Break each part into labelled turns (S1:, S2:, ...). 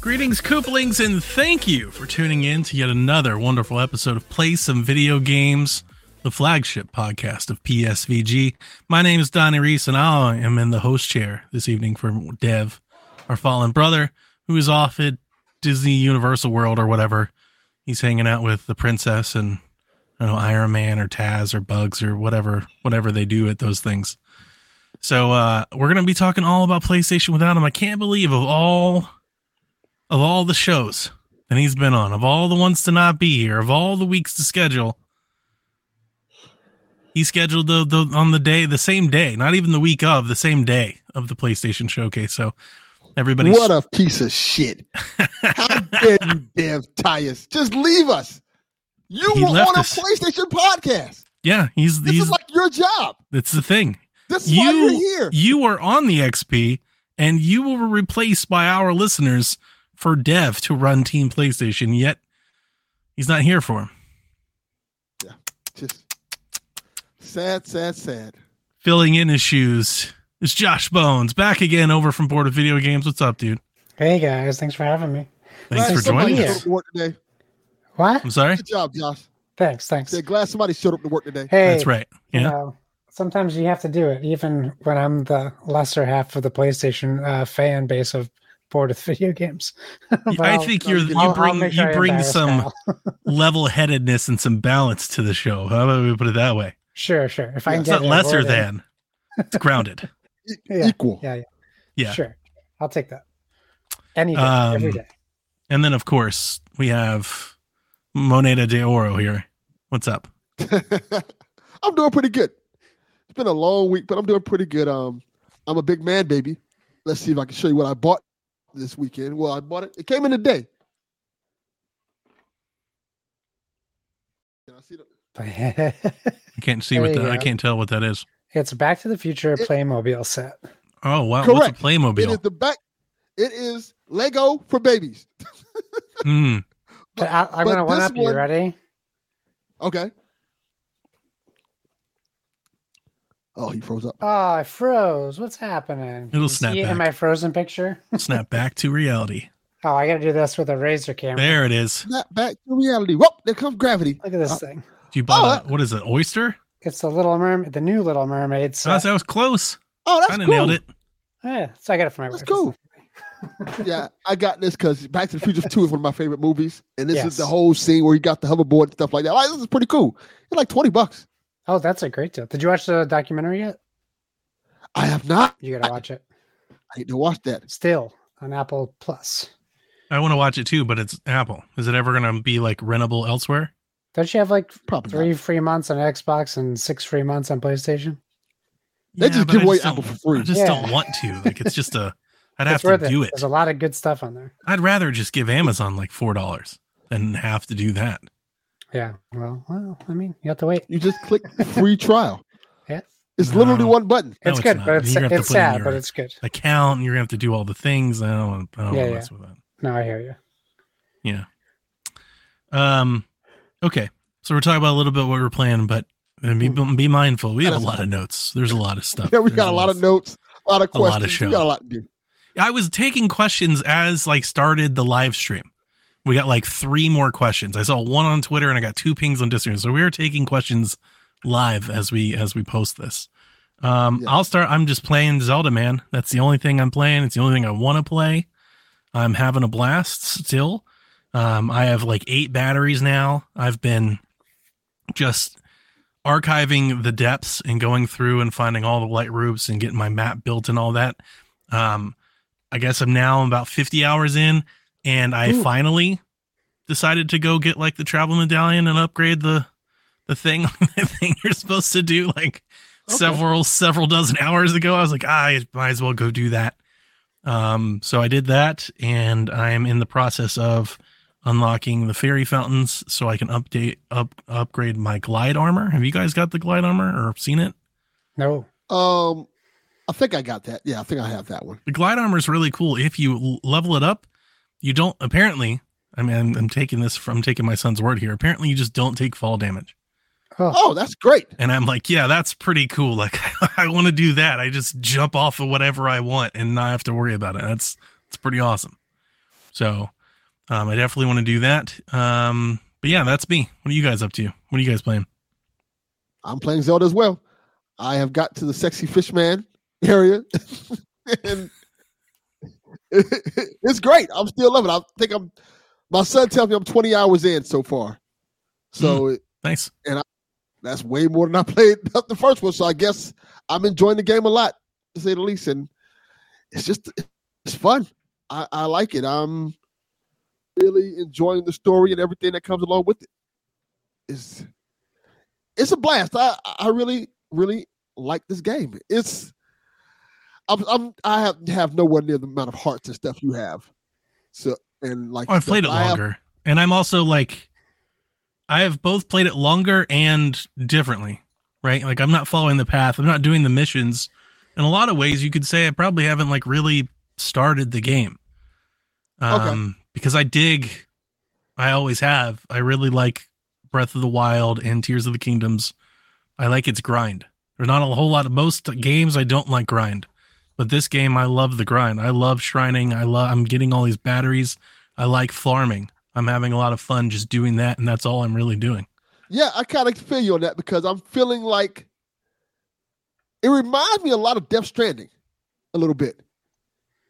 S1: Greetings, Kooplings, and thank you for tuning in to yet another wonderful episode of Play Some Video Games, the flagship podcast of PSVG. My name is Donnie Reese, and I am in the host chair this evening for Dev, our fallen brother, who is off at Disney Universal World or whatever. He's hanging out with the princess and I don't know, Iron Man or Taz or Bugs or whatever, whatever they do at those things. So uh, we're gonna be talking all about PlayStation without him. I can't believe of all of all the shows that he's been on, of all the ones to not be here, of all the weeks to schedule, he scheduled the, the on the day, the same day, not even the week of, the same day of the PlayStation Showcase. So everybody's
S2: What a piece of shit. How dare you, Dev Tyus? Just leave us. You
S1: He
S2: were
S1: left
S2: on
S1: us.
S2: a PlayStation podcast.
S1: yeah, he's
S2: This
S1: he's
S2: is like your job.
S1: that's the thing.
S2: This is why you're
S1: you
S2: here.
S1: you are on the XP and you were replaced by our listeners for Dev to run Team PlayStation. Yet he's not here for him.
S2: Just sad, sad, sad.
S1: Filling in his shoes is Josh Bones back again over from Board of Video Games. What's up, dude?
S3: Hey guys, thanks for having me.
S1: Thanks
S2: Glad
S1: for
S2: somebody
S1: joining
S3: here.
S2: showed
S1: us.
S2: up to work today.
S3: What?
S1: I'm sorry.
S2: Good job, Josh.
S3: Thanks, thanks.
S2: Said glad somebody showed up to work today.
S3: Hey,
S1: That's right.
S3: you
S1: Yeah.
S3: know, sometimes you have to do it, even when I'm the lesser half of the PlayStation uh, fan base of bored with video games. But
S1: I
S3: I'll-
S1: think you're
S2: you
S1: you
S3: I'll- I'll
S1: bring
S3: make sure
S1: you
S3: I
S1: bring
S3: embarrass
S1: some
S3: Kyle.
S1: level headedness and some balance to the show. How about we put it that way?
S3: Sure, sure. If I can
S1: It's
S3: get
S1: not
S3: it
S1: lesser
S3: ordered.
S1: than. It's grounded.
S3: Yeah,
S2: Equal.
S3: yeah,
S1: Yeah.
S3: Sure, I'll take that. Any day, every
S1: Um,
S3: day.
S1: And then, of course, we have Moneda de Oro here. What's up?
S2: I'm doing pretty good. It's been a long week, but I'm doing pretty good. Um, I'm a big man, baby. Let's see if I can show you what I bought this weekend. Well, I bought it. It came in today. Can I see the?
S1: I can't see
S3: There
S1: what
S3: you
S1: that. I
S3: go.
S1: can't tell what that is.
S3: it's a Back to the Future
S2: It-
S3: Playmobil set.
S1: Oh wow,
S2: Correct.
S1: what's a Playmobil?
S2: It is the back. It is Lego for babies.
S1: Mm.
S3: But I, I'm
S2: but
S3: going to one
S2: this
S3: up you.
S2: one-
S3: Ready?
S2: Okay. Oh, he froze up.
S3: Oh, I froze. What's happening?
S1: It'll
S3: You
S1: snap
S3: see it in
S1: back.
S3: my frozen picture.
S1: Snap back to reality.
S3: Oh, I gotta do this with a razor camera.
S1: There it is.
S2: Snap back to reality. Whoop! There comes gravity.
S3: Look at this
S2: Uh,
S3: thing.
S1: You bought
S2: Oh,
S1: a, what is it? Oyster?
S3: It's the Little Mermaid, the new Little Mermaid.
S1: Oh,
S3: set.
S1: that was close.
S2: Oh, that's
S1: Kind of
S2: cool.
S1: nailed it.
S3: yeah, so I got it for my
S2: That's
S3: wife.
S2: cool. yeah, I got this because Back to the Future 2 is one of my favorite movies. And this is the
S3: Yes.
S2: whole scene where he got the hoverboard and stuff like that. Like, this is pretty cool. It's like 20 bucks.
S3: Oh, that's a great deal. Did you watch the documentary yet?
S2: I have not.
S3: You gotta watch it.
S2: I need to watch that.
S3: Still on Apple Plus.
S1: I want to watch it too, but it's Apple. Is it ever going to be like rentable elsewhere?
S3: Don't you have like
S2: Probably.
S3: three
S2: not.
S3: free months on Xbox and six free months on PlayStation?
S2: They just
S1: but
S2: give
S1: I
S2: away
S1: don't-
S2: Apple for free.
S1: I just
S3: Yeah.
S1: don't want to. Like it's just a. I'd have
S3: It's
S1: to
S3: worth
S1: do it.
S3: There's a lot of good stuff on there.
S1: I'd rather just give Amazon like four dollars than have to do that.
S3: Yeah. Well, well, I mean, you have to wait.
S2: You just click free trial.
S3: Yeah.
S2: It's literally
S1: No.
S2: one button.
S1: No,
S3: It's
S1: it's
S3: good,
S1: not.
S3: but it's
S1: You're gonna have to
S3: it's
S1: put in
S3: sad,
S1: your-
S3: but it's good.
S1: Account, and you're gonna have to do all the things. I don't, want I don't
S3: Yeah,
S1: want
S3: yeah.
S1: to mess with that.
S3: No, I hear you.
S1: Um, okay. So we're talking about a little bit what we're playing, but and be be mindful. We have a lot of notes. There's a lot of stuff.
S2: Hmm. Yeah, we
S1: There's
S2: got a lot of notes, a lot of
S1: a lot of
S2: questions.
S1: show.
S2: we got a lot to do.
S1: I was taking questions as like started the live stream. We got like three more questions. I saw one on Twitter and I got two pings on Discord. So we were taking questions live as we as we post this. Um,
S2: Yeah.
S1: I'll start. I'm just playing Zelda, man. That's the only thing I'm playing. It's the only thing I want to play. I'm having a blast still. Um, I have like eight batteries now. I've been just archiving the depths and going through and finding all the light roofs and getting my map built and all that. Um, I guess I'm now about 50 hours in, and I
S2: Ooh.
S1: finally decided to go get like the travel medallion and upgrade the the thing the thing you're supposed to do like
S2: Okay.
S1: several several dozen hours ago. I was like, ah, I might as well go do that. Um, so I did that, and I am in the process of unlocking the fairy fountains so I can update up upgrade my glide armor. Have you guys got the glide armor or seen it?
S3: No.
S2: Um, I think I got that. Yeah, I think I have that one.
S1: The glide armor is really cool. If you l- level it up, you don't apparently. I mean, I'm, I'm taking this from taking my son's word here. Apparently, you just don't take fall damage.
S3: Oh,
S2: Oh, that's great.
S1: And I'm like, yeah, that's pretty cool. Like, I want to do that. I just jump off of whatever I want and not have to worry about it. That's it's pretty awesome. So um, I definitely want to do that. Um, but yeah, that's me. What are you guys up to? What are you guys playing?
S2: I'm playing Zelda as well. I have got to the sexy fish man area, and it's great. I'm still loving. It. I think I'm. My son tells me I'm 20 hours in so far, so it-
S1: Nice.
S2: that's way more than I played the first one. So I guess I'm enjoying the game a lot, to say the least. And it's just it's fun. I, I like it. I'm really enjoying the story and everything that comes along with it. It's it's a blast. I I really really like this game. It's I'm, I'm I have have nowhere near the amount of hearts and stuff you have. So and like
S1: Oh, I've
S2: the
S1: played it
S2: laugh-
S1: longer, and I'm also like, I have both played it longer and differently, right? Like I'm not following the path. I'm not doing the missions. In a lot of ways, you could say I probably haven't like really started the game, um, because I dig. I always have. I really like Breath of the Wild and Tears of the Kingdoms. I like its grind. There's not a whole lot of most games I don't like grind, but this game I love the grind. I love shrining. I love. I'm getting all these batteries. I like farming. I'm having a lot of fun just doing that, and that's all I'm really doing.
S2: Yeah, I kind of feel you on that because I'm feeling like it reminds me a lot of Death Stranding, a little bit,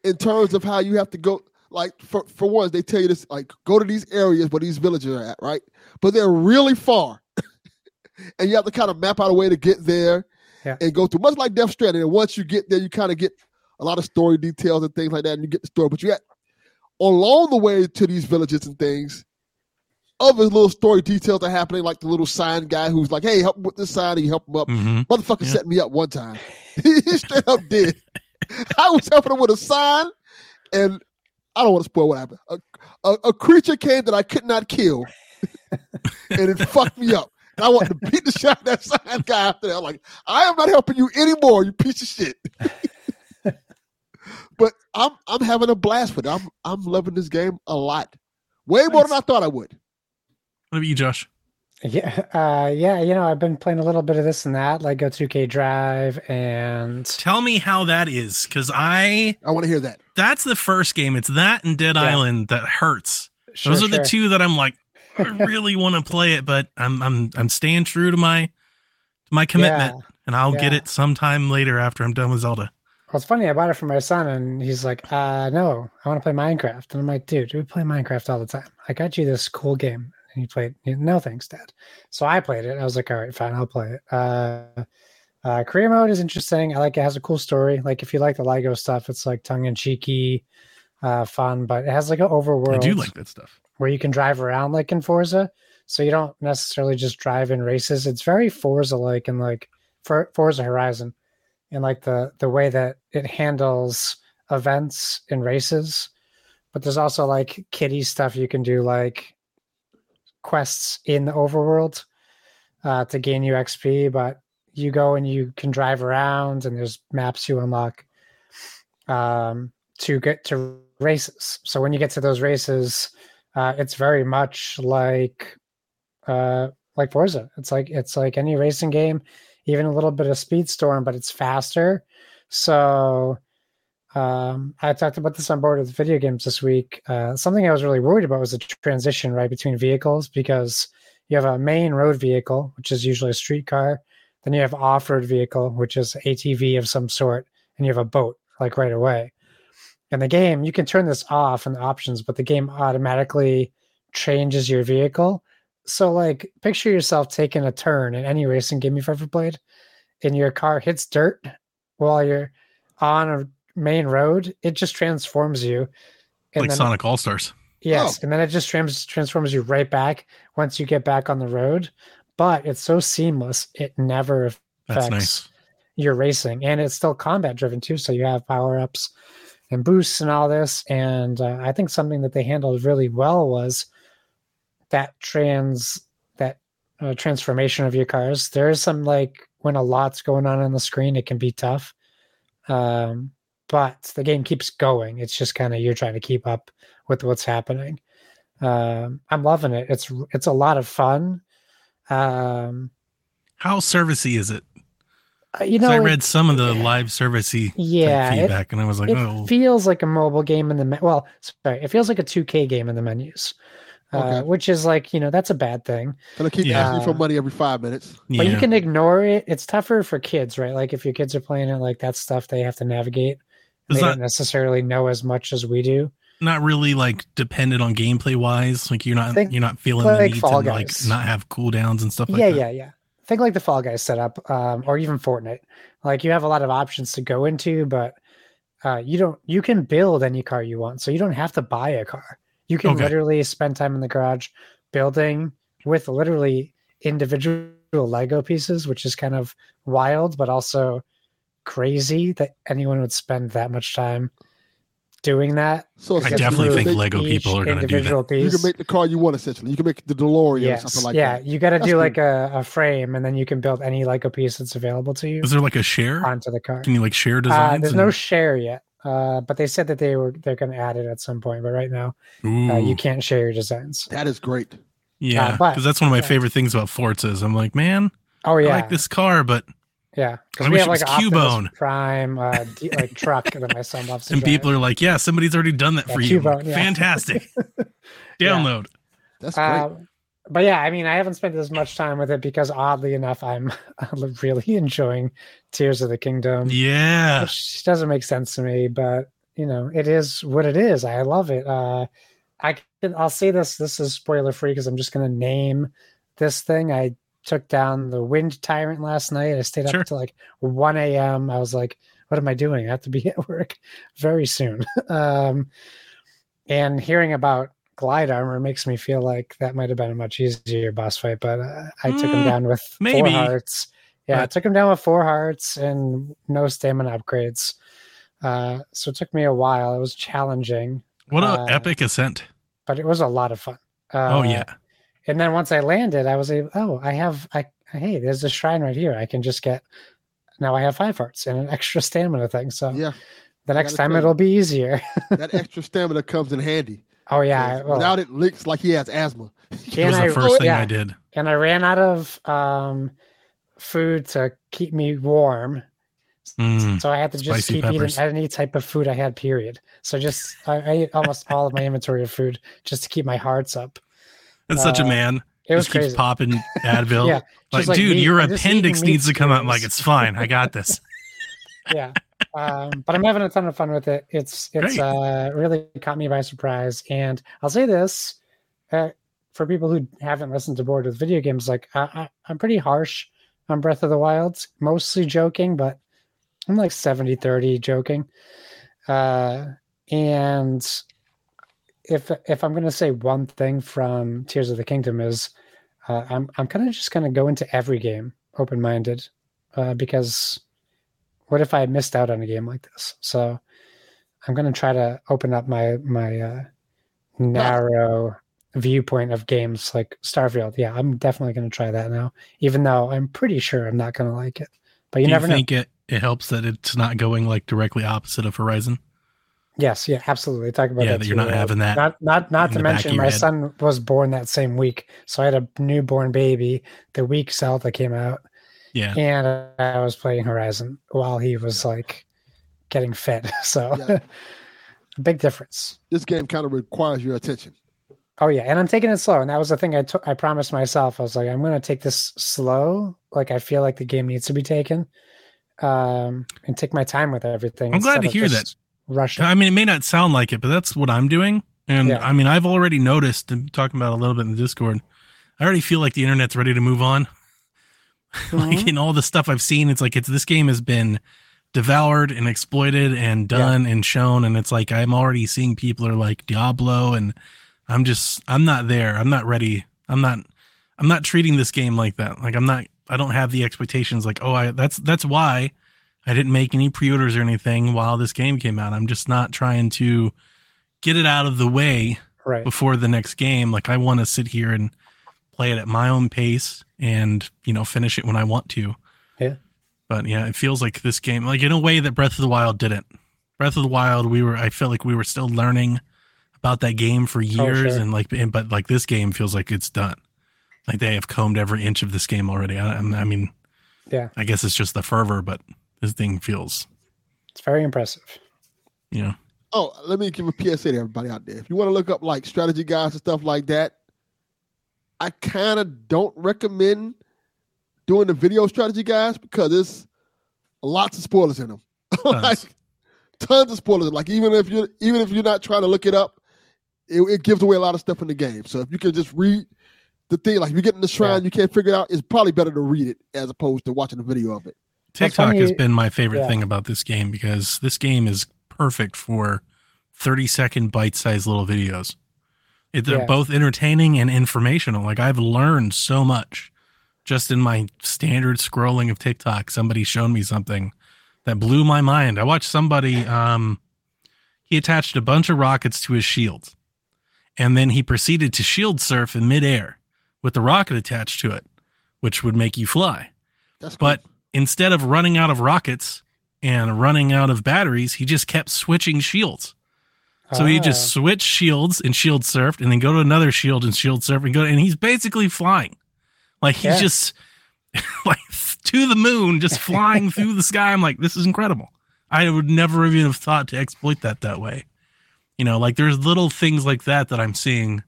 S2: in terms of how you have to go. Like for for once, they tell you this: like go to these areas where these villages are at, right? But they're really far, and you have to kind of map out a way to get there
S3: Yeah.
S2: and go through. Much like Death Stranding, and once you get there, you kind of get a lot of story details and things like that, and you get the story. But you at along the way to these villages and things, other little story details are happening, like the little sign guy who's like, "Hey, help him with this sign," and you help him up.
S1: Mm-hmm.
S2: Motherfucker
S1: Yeah.
S2: set me up one time. he straight up did. I was helping him with a sign, and I don't want to spoil what happened. A, a, a creature came that I could not kill, and it fucked me up. And I wanted to beat the shit out of that sign guy after that. I'm like, I am not helping you anymore, you piece of shit. but I'm I'm having a blast with it. I'm I'm loving this game a lot. Way more than I
S1: Nice.
S2: thought I would.
S1: What about you, Josh?
S3: Yeah, uh, yeah. You know, I've been playing a little bit of this and that, like Go2K Drive, and
S1: Tell me how that is, because I
S2: I want to hear that.
S1: that's the first game. It's that and Dead
S3: Yeah.
S1: Island that hurts.
S3: Sure,
S1: Those are
S3: sure.
S1: the two that I'm like, I really want to play it, but I'm I'm I'm staying true to my to my commitment,
S3: Yeah.
S1: and I'll get
S3: yeah.
S1: it sometime later after I'm done with Zelda.
S3: Well, it's funny. I bought it for my son, and he's like, uh, "No, I want to play Minecraft." And I'm like, "Dude, we play Minecraft all the time. I got you this cool game." And he played, "No, thanks, Dad." So I played it. I was like, "All right, fine, I'll play it." Uh, uh, career mode is interesting. I like it. Has a cool story. Like if you like the Lego stuff, it's like tongue in cheeky, uh, fun, but it has like an overworld
S1: I do like that stuff.
S3: where you can drive around like in Forza. So you don't necessarily just drive in races. It's very Forza like and like for Forza Horizon and like the the way that it handles events and races. But there's also like kiddie stuff you can do like quests in the overworld uh, to gain you XP, but you go and you can drive around and there's maps you unlock um, to get to races. So when you get to those races, uh, it's very much like uh, like Forza. It's like it's like any racing game, even a little bit of Speedstorm, but it's faster. So um, I talked about this on board with video games this week. Uh, something I was really worried about was the tr- transition right between vehicles because you have a main road vehicle, which is usually a streetcar, then you have off-road vehicle, which is ATV of some sort, and you have a boat like right away in the game you can turn this off in the options but the game automatically changes your vehicle so like picture yourself taking a turn in any racing game you've ever played and your car hits dirt while you're on a main road it just transforms you and
S1: like
S3: then
S1: Sonic All Stars.
S3: Yes, and then it just trans- transforms you right back once you get back on the road. But it's so seamless; it never affects
S1: That's nice.
S3: your racing, and it's still combat driven too. So you have power ups and boosts and all this. And uh, I think something that they handled really well was that trans that uh, transformation of your cars. There is some like when a lot's going on on the screen, it can be tough. Um, but the game keeps going. It's just kind of you're trying to keep up with what's happening. Um, I'm loving it. It's it's a lot of fun. Um,
S1: How servicey is it?
S3: Uh, you
S1: 'Cause
S3: know,
S1: I
S3: it-
S1: read some of the live servicey
S3: yeah, it-
S1: feedback, and I was like,
S3: it
S1: oh,
S3: feels like a mobile game in the me- well sorry it feels like a 2k game in the menus uh,
S2: Okay.
S3: which is like you know that's a bad thing
S2: Can I keep
S1: Yeah.
S2: asking you for money every five minutes?
S3: but you
S1: yeah.
S3: can ignore it it's tougher for kids right like if your kids are playing it like that stuff they have to navigate and
S1: It's
S3: they
S1: not-
S3: don't necessarily know as much as we do
S1: not really like dependent on gameplay wise. Like you're not
S3: Think
S1: you're not feeling the
S3: like
S1: need
S3: Fall
S1: to
S3: Guys.
S1: like not have cooldowns and stuff like
S3: yeah
S1: that.
S3: yeah yeah think like the fall guys setup um, or even fortnite like you have a lot of options to go into but uh, you don't you can build any car you want so you don't have to buy a car you can
S1: Okay.
S3: literally spend time in the garage building with literally individual lego pieces which is kind of wild but also crazy that anyone would spend that much time doing that
S2: So
S1: I
S3: Just
S2: essentially,
S1: definitely
S2: you
S1: think
S2: can make-
S1: Lego people are gonna do that.
S3: individual
S2: you
S3: piece
S2: can make the car you want. Essentially, you can make the DeLorean or
S3: yes.
S2: something like
S3: yeah,
S2: that.
S3: you got to
S2: That's
S3: do
S2: cool.
S3: like a, a frame, and then you can build any Lego piece that's available to you
S1: Is there like a share?
S3: onto the car.
S1: Can you like share
S3: Uh,
S1: designs?
S3: there's no
S1: and-
S3: share yet, uh, but they said that they were they're going to add it at some point. But right now, uh,
S1: Ooh,
S3: you can't share your designs.
S2: That is great.
S1: yeah,
S3: uh, but-
S1: because that's one of my
S3: yeah.
S1: favorite things about Forza. Is I'm like, man,
S3: Oh
S1: I
S3: yeah,
S1: like this car, but
S3: yeah.
S1: I
S3: Because
S1: wish
S3: we have
S1: it
S3: like
S1: was
S3: a Optimus
S1: Cubone.
S3: Prime uh, d- like truck that my son loves. To
S1: and people are like, yeah, somebody's already done that
S3: Yeah,
S1: for you. I'm
S3: Cubone,
S1: like,
S3: yeah.
S1: Fantastic.
S3: Yeah.
S1: Download.
S2: That's great.
S3: Uh, but yeah, I mean, I haven't spent as much time with it because oddly enough, I'm really enjoying Tears of the Kingdom.
S1: Yeah.
S3: which doesn't make sense to me but you know it is what it is i love it uh i can i'll say this this is spoiler free because i'm just going to name this thing i took down the wind tyrant last night i stayed up
S1: Sure.
S3: till like 1 a.m i was like what am i doing i have to be at work very soon um and hearing about glide armor makes me feel like that might have been a much easier boss fight but uh, i took him
S1: Mm,
S3: down with
S1: maybe.
S3: four hearts yeah i
S1: But-
S3: took him down with four hearts and no stamina upgrades uh so it took me a while it was challenging
S1: What
S3: uh,
S1: an epic ascent.
S3: but it was a lot of fun uh,
S1: oh yeah.
S3: and then once I landed, I was like, oh, I have, I hey, there's a shrine right here. I can just get. Now I have five hearts and an extra stamina thing. So
S2: yeah,
S3: the next
S2: gotta
S3: time
S2: tell you.
S3: it'll be easier.
S2: that extra stamina comes in handy.
S3: oh yeah,
S2: 'Cause
S3: well,
S2: without it, licks like he has asthma.
S1: It
S3: and
S1: was
S3: I- oh,
S1: the first thing
S3: yeah.
S1: I did.
S3: and I ran out of um, food to keep me warm,
S1: Mm.
S3: so I had to just
S1: Spicy
S3: keep
S1: peppers.
S3: eating any type of food I had. Period. So just I, I ate almost all of my inventory of food just to keep my hearts up.
S1: That's such a
S3: uh,
S1: man.
S3: It was
S1: just keeps
S3: crazy.
S1: popping Advil.
S3: Yeah,
S1: Like,
S3: just like
S1: dude,
S3: meat-
S1: your
S3: I'm just eating
S1: appendix
S3: meat
S1: needs to come out. I'm like,
S3: screws.
S1: it's fine. I got this.
S3: yeah um, but i'm having a ton of fun with it it's it's
S1: Great.
S3: uh, really caught me by surprise and i'll say this uh, for people who haven't listened to board with video games like I, I, i'm pretty harsh on breath of the wild mostly joking but i'm like 70 30 joking uh, and if if i'm going to say one thing from tears of the kingdom is uh, i'm, I'm kind of just going to go into every game open-minded uh, because what if I missed out on a game like this? So I'm going to try to open up my my uh, narrow viewpoint of games like Starfield. Yeah, I'm definitely going to try that now, even though I'm pretty sure I'm not going to like it. But you
S1: Do
S3: never
S1: you
S3: know.
S1: think it, it helps that it's not going like directly opposite of Horizon?
S3: Yes, yeah, absolutely. Talk about
S1: yeah,
S3: that.
S1: that you're
S3: too,
S1: not
S3: uh,
S1: having that.
S3: Not not not
S1: in
S3: to
S1: the back of
S3: mention
S1: your
S3: my
S1: head.
S3: son was born that same week, so I had a newborn baby the week Zelda came out,
S1: yeah.
S3: and I was playing Horizon while he was like getting fed. So
S2: Yeah.
S3: big difference.
S2: This game kind of requires your attention.
S3: Oh yeah, and I'm taking it slow, and that was the thing I took. I promised myself I was like, I'm going to take this slow. Like I feel like the game needs to be taken, um, and take my time with everything.
S1: I'm glad
S3: instead
S1: to
S3: of
S1: hear that.
S3: just Rushing.
S1: I mean, it may not sound like it, but that's what I'm doing. And
S3: Yeah.
S1: I mean, I've already noticed and talking about it a little bit in the Discord. I already feel like the internet's ready to move on. like in all the stuff I've seen, it's like it's this game has been devoured and exploited and
S3: Yeah.
S1: done and shown, and it's like I'm already seeing people are like Diablo, and I'm just I'm not there. I'm not ready. I'm not I'm not treating this game like that. Like I'm not I don't have the expectations. Like oh I that's that's why I didn't make any pre-orders or anything while this game came out. I'm just not trying to get it out of the way
S3: right.
S1: before the next game. Like I want to sit here and play it at my own pace and, you know, finish it when I want to.
S3: Yeah.
S1: But yeah, it feels like this game, like in a way that Breath of the Wild didn't. Breath of the Wild, we were I felt like we were still learning about that game for years
S3: Oh, sure.
S1: and like and, but like this game feels like it's done. Like they have combed every inch of this game already. I, I'm- I mean,
S3: Yeah.
S1: I guess it's just the fervor, but this thing feels,
S3: It's very impressive.
S1: you know,
S2: Oh, let me give a PSA to everybody out there. If you want to look up like strategy guides and stuff like that, I kind of don't recommend doing the video strategy guides because it's lots of spoilers in them. like
S1: Tons.
S2: tons of spoilers. Like even if you even if you're not trying to look it up, it, it gives away a lot of stuff in the game. So if you can just read the thing, like if you get in the shrine, you can't figure it out. It's probably better to read it as opposed to watching a video of it.
S3: That's
S1: TikTok has
S3: funny.
S1: been my favorite
S3: Yeah.
S1: thing about this game because this game is perfect for 30 second bite sized little videos. It, they're
S3: Yeah.
S1: both entertaining and informational. Like I've learned so much just in my standard scrolling of TikTok. Somebody showed me something that blew my mind. I watched somebody, um, he attached a bunch of rockets to his shield and then he proceeded to shield surf in midair with the rocket attached to it, which would make you fly
S2: That's cool.
S1: But- instead of running out of rockets and running out of batteries, he just kept switching shields. So he
S3: Ah.
S1: just switched shields and shield surfed, and then go to another shield and shield surf, and go. And he's basically flying, like he's
S3: Yeah.
S1: just like to the moon, just flying through the sky. I'm like, this is incredible. I would never even have thought to exploit that that way. You know, like there's little things like that that I'm seeing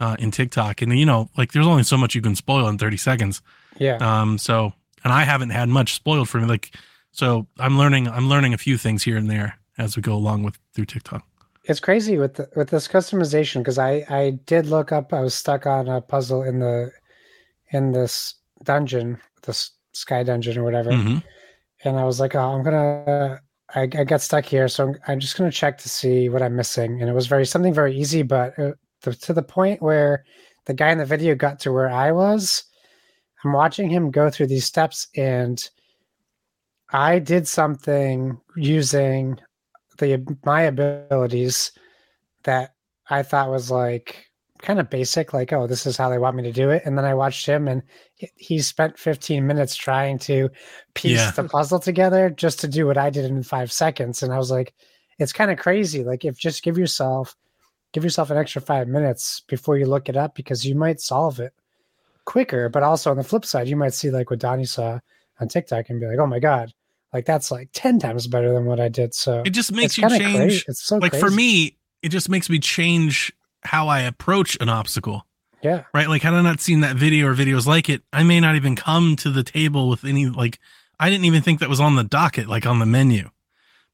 S1: uh, in TikTok, and you know, like there's only so much you can spoil in 30 seconds.
S3: Uh, Yeah.
S1: Um, so and I haven't had much spoiled for me. Like so I'm learning I'm learning a few things here and there as we go along with through TikTok.
S3: it's crazy with the, with this customization because I I did look up. I was stuck on a puzzle in the in this dungeon, this sky dungeon or whatever,
S1: Mhm.
S3: and I was like, oh, I'm gonna. I, I got stuck here, so I'm, I'm just gonna check to see what I'm missing. And it was very something very easy, but uh to, to the point where the guy in the video got to where I was. I'm watching him go through these steps, and I did something using the my abilities that I thought was like kind of basic, like oh, this is how they want me to do it. And then I watched him, and he- he spent 15 minutes trying to piece
S1: Yeah.
S3: the puzzle together just to do what I did in five seconds. And I was like, it's kind of crazy. Like if just give yourself give yourself an extra five minutes before you look it up because you might solve it quicker. But also on the flip side, you might see like what Donnie saw on TikTok and be like, oh my God, like that's like 10 times better than what I did. So
S1: It just makes
S3: it's
S1: you
S3: kinda
S1: change
S3: crazy. It's so
S1: like for
S3: crazy.
S1: me, it just makes me change how I approach an obstacle.
S3: Yeah.
S1: Right? Like had I not seen that video or videos like it, I may not even come to the table with any like I didn't even think that was on the docket, like on the menu.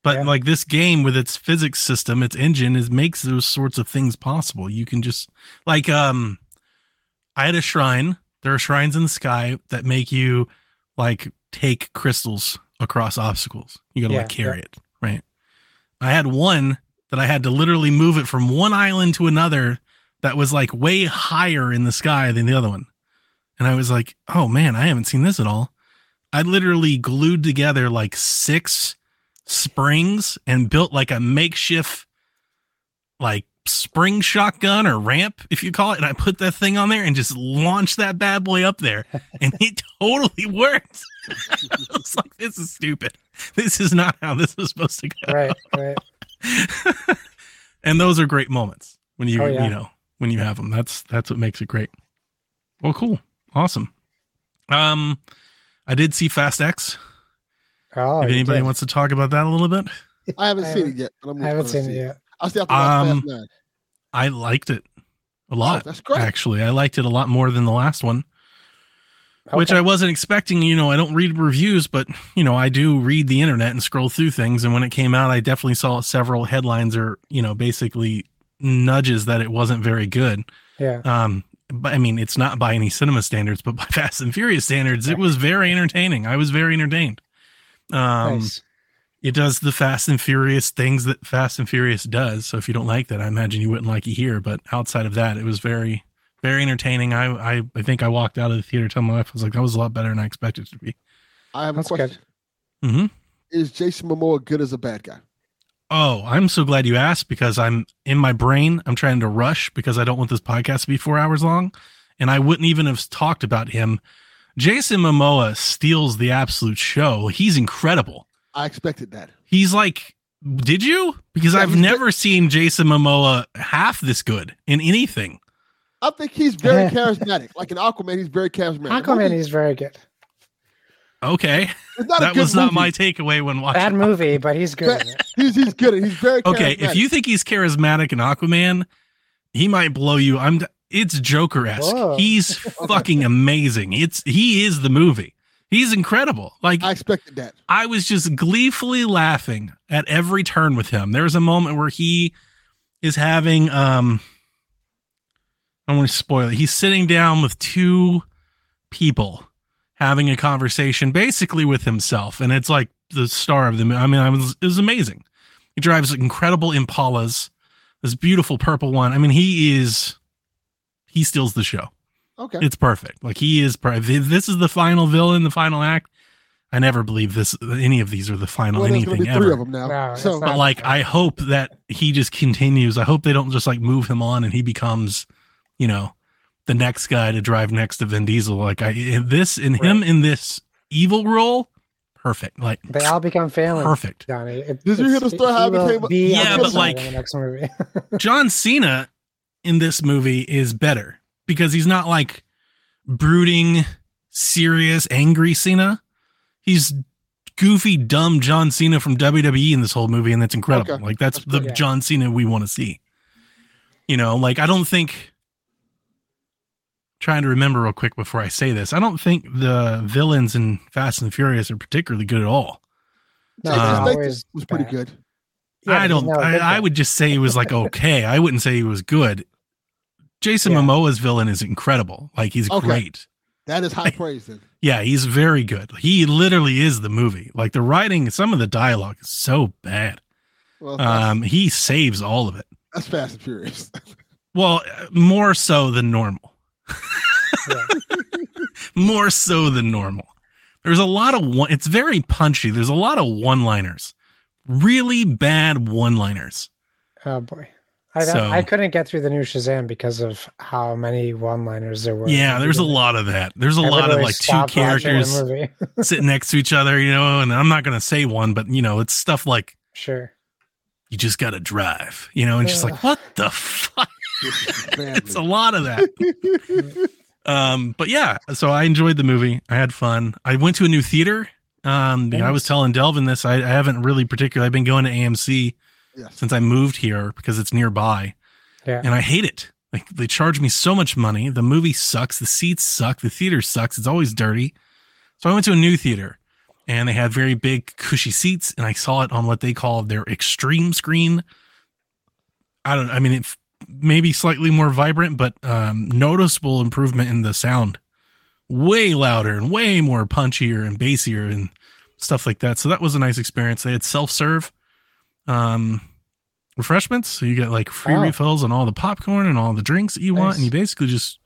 S1: But
S3: Yeah.
S1: like this game with its physics system, its engine is makes those sorts of things possible. You can just like um I had a shrine. There are shrines in the sky that make you like take crystals across obstacles. You gotta like
S3: Yeah,
S1: carry it, right? I had one that I had to literally move it from one island to another that was like way higher in the sky than the other one. And I was like, oh man, I haven't seen this at all. I literally glued together like six springs and built like a makeshift like spring shotgun or ramp, if you call it. And I put that thing on there and just launched that bad boy up there. And it totally worked. I was like, this is stupid. This is not how this was supposed to go.
S3: Right. Right.
S1: and those are great moments when you
S3: Oh, yeah.
S1: you know when you have them. That's that's what makes it great. Well, cool, awesome. Um, I did see Fast X.
S3: Oh,
S1: if
S3: you
S1: anybody
S3: did.
S1: wants to talk about that a little bit,
S2: I haven't
S3: I
S2: seen
S3: haven't-
S2: it yet. but I'm
S3: I haven't
S2: gonna
S3: seen
S2: see
S3: it yet.
S2: I still have to watch
S1: Um,
S2: Fast Nine.
S1: I liked it a
S2: Oh,
S1: lot.
S2: that's great.
S1: Actually, I liked it a lot more than the last one. which
S3: Okay.
S1: I wasn't expecting. You know, I don't read reviews, but you know, I do read the internet and scroll through things. And when it came out, I definitely saw several headlines or you know, basically nudges that it wasn't very good.
S3: yeah.
S1: Um, but I mean, it's not by any cinema standards, but by Fast and Furious standards, it was very entertaining. I was very entertained. Um,
S3: nice.
S1: it does the Fast and Furious things that Fast and Furious does. So if you don't like that, I imagine you wouldn't like it here. But outside of that, it was very, very entertaining. I, I, I think I walked out of the theater telling my wife, I was like, that was a lot better than I expected it to be.
S2: I have a
S3: That's good.
S2: question.
S1: Mhm.
S2: Is Jason Momoa good as a bad guy?
S1: Oh, I'm so glad you asked because I'm in my brain. I'm trying to rush because I don't want this podcast to be four hours long. And I wouldn't even have talked about him. Jason Momoa steals the absolute show. He's incredible.
S2: I expected that.
S1: He's like, did you? Because
S2: Yeah,
S1: I've
S2: he's-
S1: never seen Jason Momoa half this good in anything.
S2: I think he's very charismatic. Like in Aquaman, he's very charismatic.
S3: Aquaman
S2: Maybe-
S3: is very good.
S1: Okay,
S2: It's not a
S1: that
S2: good
S1: was not
S2: movie.
S1: my takeaway when watching.
S3: Bad movie, but he's good. in it.
S2: He's, he's good. at it. He's very
S1: Okay, if
S2: charismatic.
S1: you think he's charismatic in Aquaman, he might blow you. I'm. It's Joker esque.
S3: Whoa.
S1: He's fucking amazing. It's he is the movie. He's incredible. Like
S2: I expected that.
S1: I was just gleefully laughing at every turn with him. There's a moment where he is having um I don't want to spoil it. He's sitting down with two people having a conversation basically with himself and it's like the star of the mo- I mean I was it was amazing. He drives incredible Impalas. This beautiful purple one. I mean he is he steals the show.
S2: Okay.
S1: It's perfect. Like he is perfect. This is the final villain, the final act. I never believe this. Any of these are the final
S2: well, there's gonna be
S1: anything
S2: three
S1: ever.
S2: of them now.
S3: No, it's
S2: so
S3: not.
S1: But like, I hope that he just continues. I hope they don't just like move him on and he becomes, you know, the next guy to drive next to Vin Diesel. Like I this and him in this evil role, perfect. Like
S3: They all become family.
S1: perfect.
S3: Johnny. It,
S2: Did you hear the story how it
S3: will
S2: became a-
S3: be
S1: Yeah,
S3: on
S1: but
S3: the side
S1: like-
S3: in the next movie.
S1: John Cena in this movie is better because he's not like brooding, serious, angry Cena. He's goofy, dumb John Cena from WWE in this whole movie, and that's incredible.
S2: Okay.
S1: Like that's
S2: That's
S1: the
S3: good. Yeah.
S1: John Cena we want to see. You know, like I don't think trying to remember real quick before I say this. I don't think the villains in Fast and Furious are particularly good at all.
S3: No,
S1: Uh,
S3: he's
S1: Um,
S2: Statham
S3: always
S2: was pretty
S3: bad.
S2: good.
S3: Yeah,
S1: I
S3: he's
S1: don't.
S3: not a
S1: I,
S3: good
S1: I
S3: guy.
S1: would just say he was like okay. I wouldn't say he was good. Jason
S3: Yeah.
S1: Momoa's villain is incredible. Like he's
S2: Okay.
S1: great.
S2: That is high praise. Then
S1: Yeah, he's very good. He literally is the movie. Like the writing, some of the dialogue is so bad.
S2: well, that's-
S1: Um, he saves all of it.
S2: that's Fast and Furious.
S1: Well, uh, more so than normal.
S3: Yeah.
S1: more so than normal. There's a lot of one. It's very punchy. There's a lot of one-liners. Really bad one-liners.
S3: Oh boy. I,
S1: So-
S3: I couldn't get through the new Shazam because of how many one-liners there were.
S1: Yeah, there's a lot of that. There's a lot of like two characters.
S3: Movie.
S1: sitting next to each other, you know, and I'm not going to say one, but you know, it's stuff like
S3: Sure.
S1: you just got to drive, you know, and just like,
S3: Ugh.
S1: what the fuck?
S2: This is
S1: It's a
S2: badly.
S1: lot of that. Um, but yeah, so I enjoyed the movie. I had fun. I went to a new theater. Um, I was telling Delvin this, I, I haven't really particularly, I've been going to AMC
S2: yes.
S1: since I moved here because it's nearby
S3: Yeah.
S1: and I hate it. Like they charge me so much money. The movie sucks. The seats suck. The theater sucks. It's always dirty. So I went to a new theater and they had very big cushy seats and I saw it on what they call their extreme screen. I don't I mean it f- maybe slightly more vibrant but um noticeable improvement in the sound. Way louder and way more punchier and bassier and stuff like that. So that was a nice experience. They had self-serve um refreshments, so you get like free
S3: Oh.
S1: refills on all the popcorn and all the drinks that you want
S3: Nice.
S1: and you basically just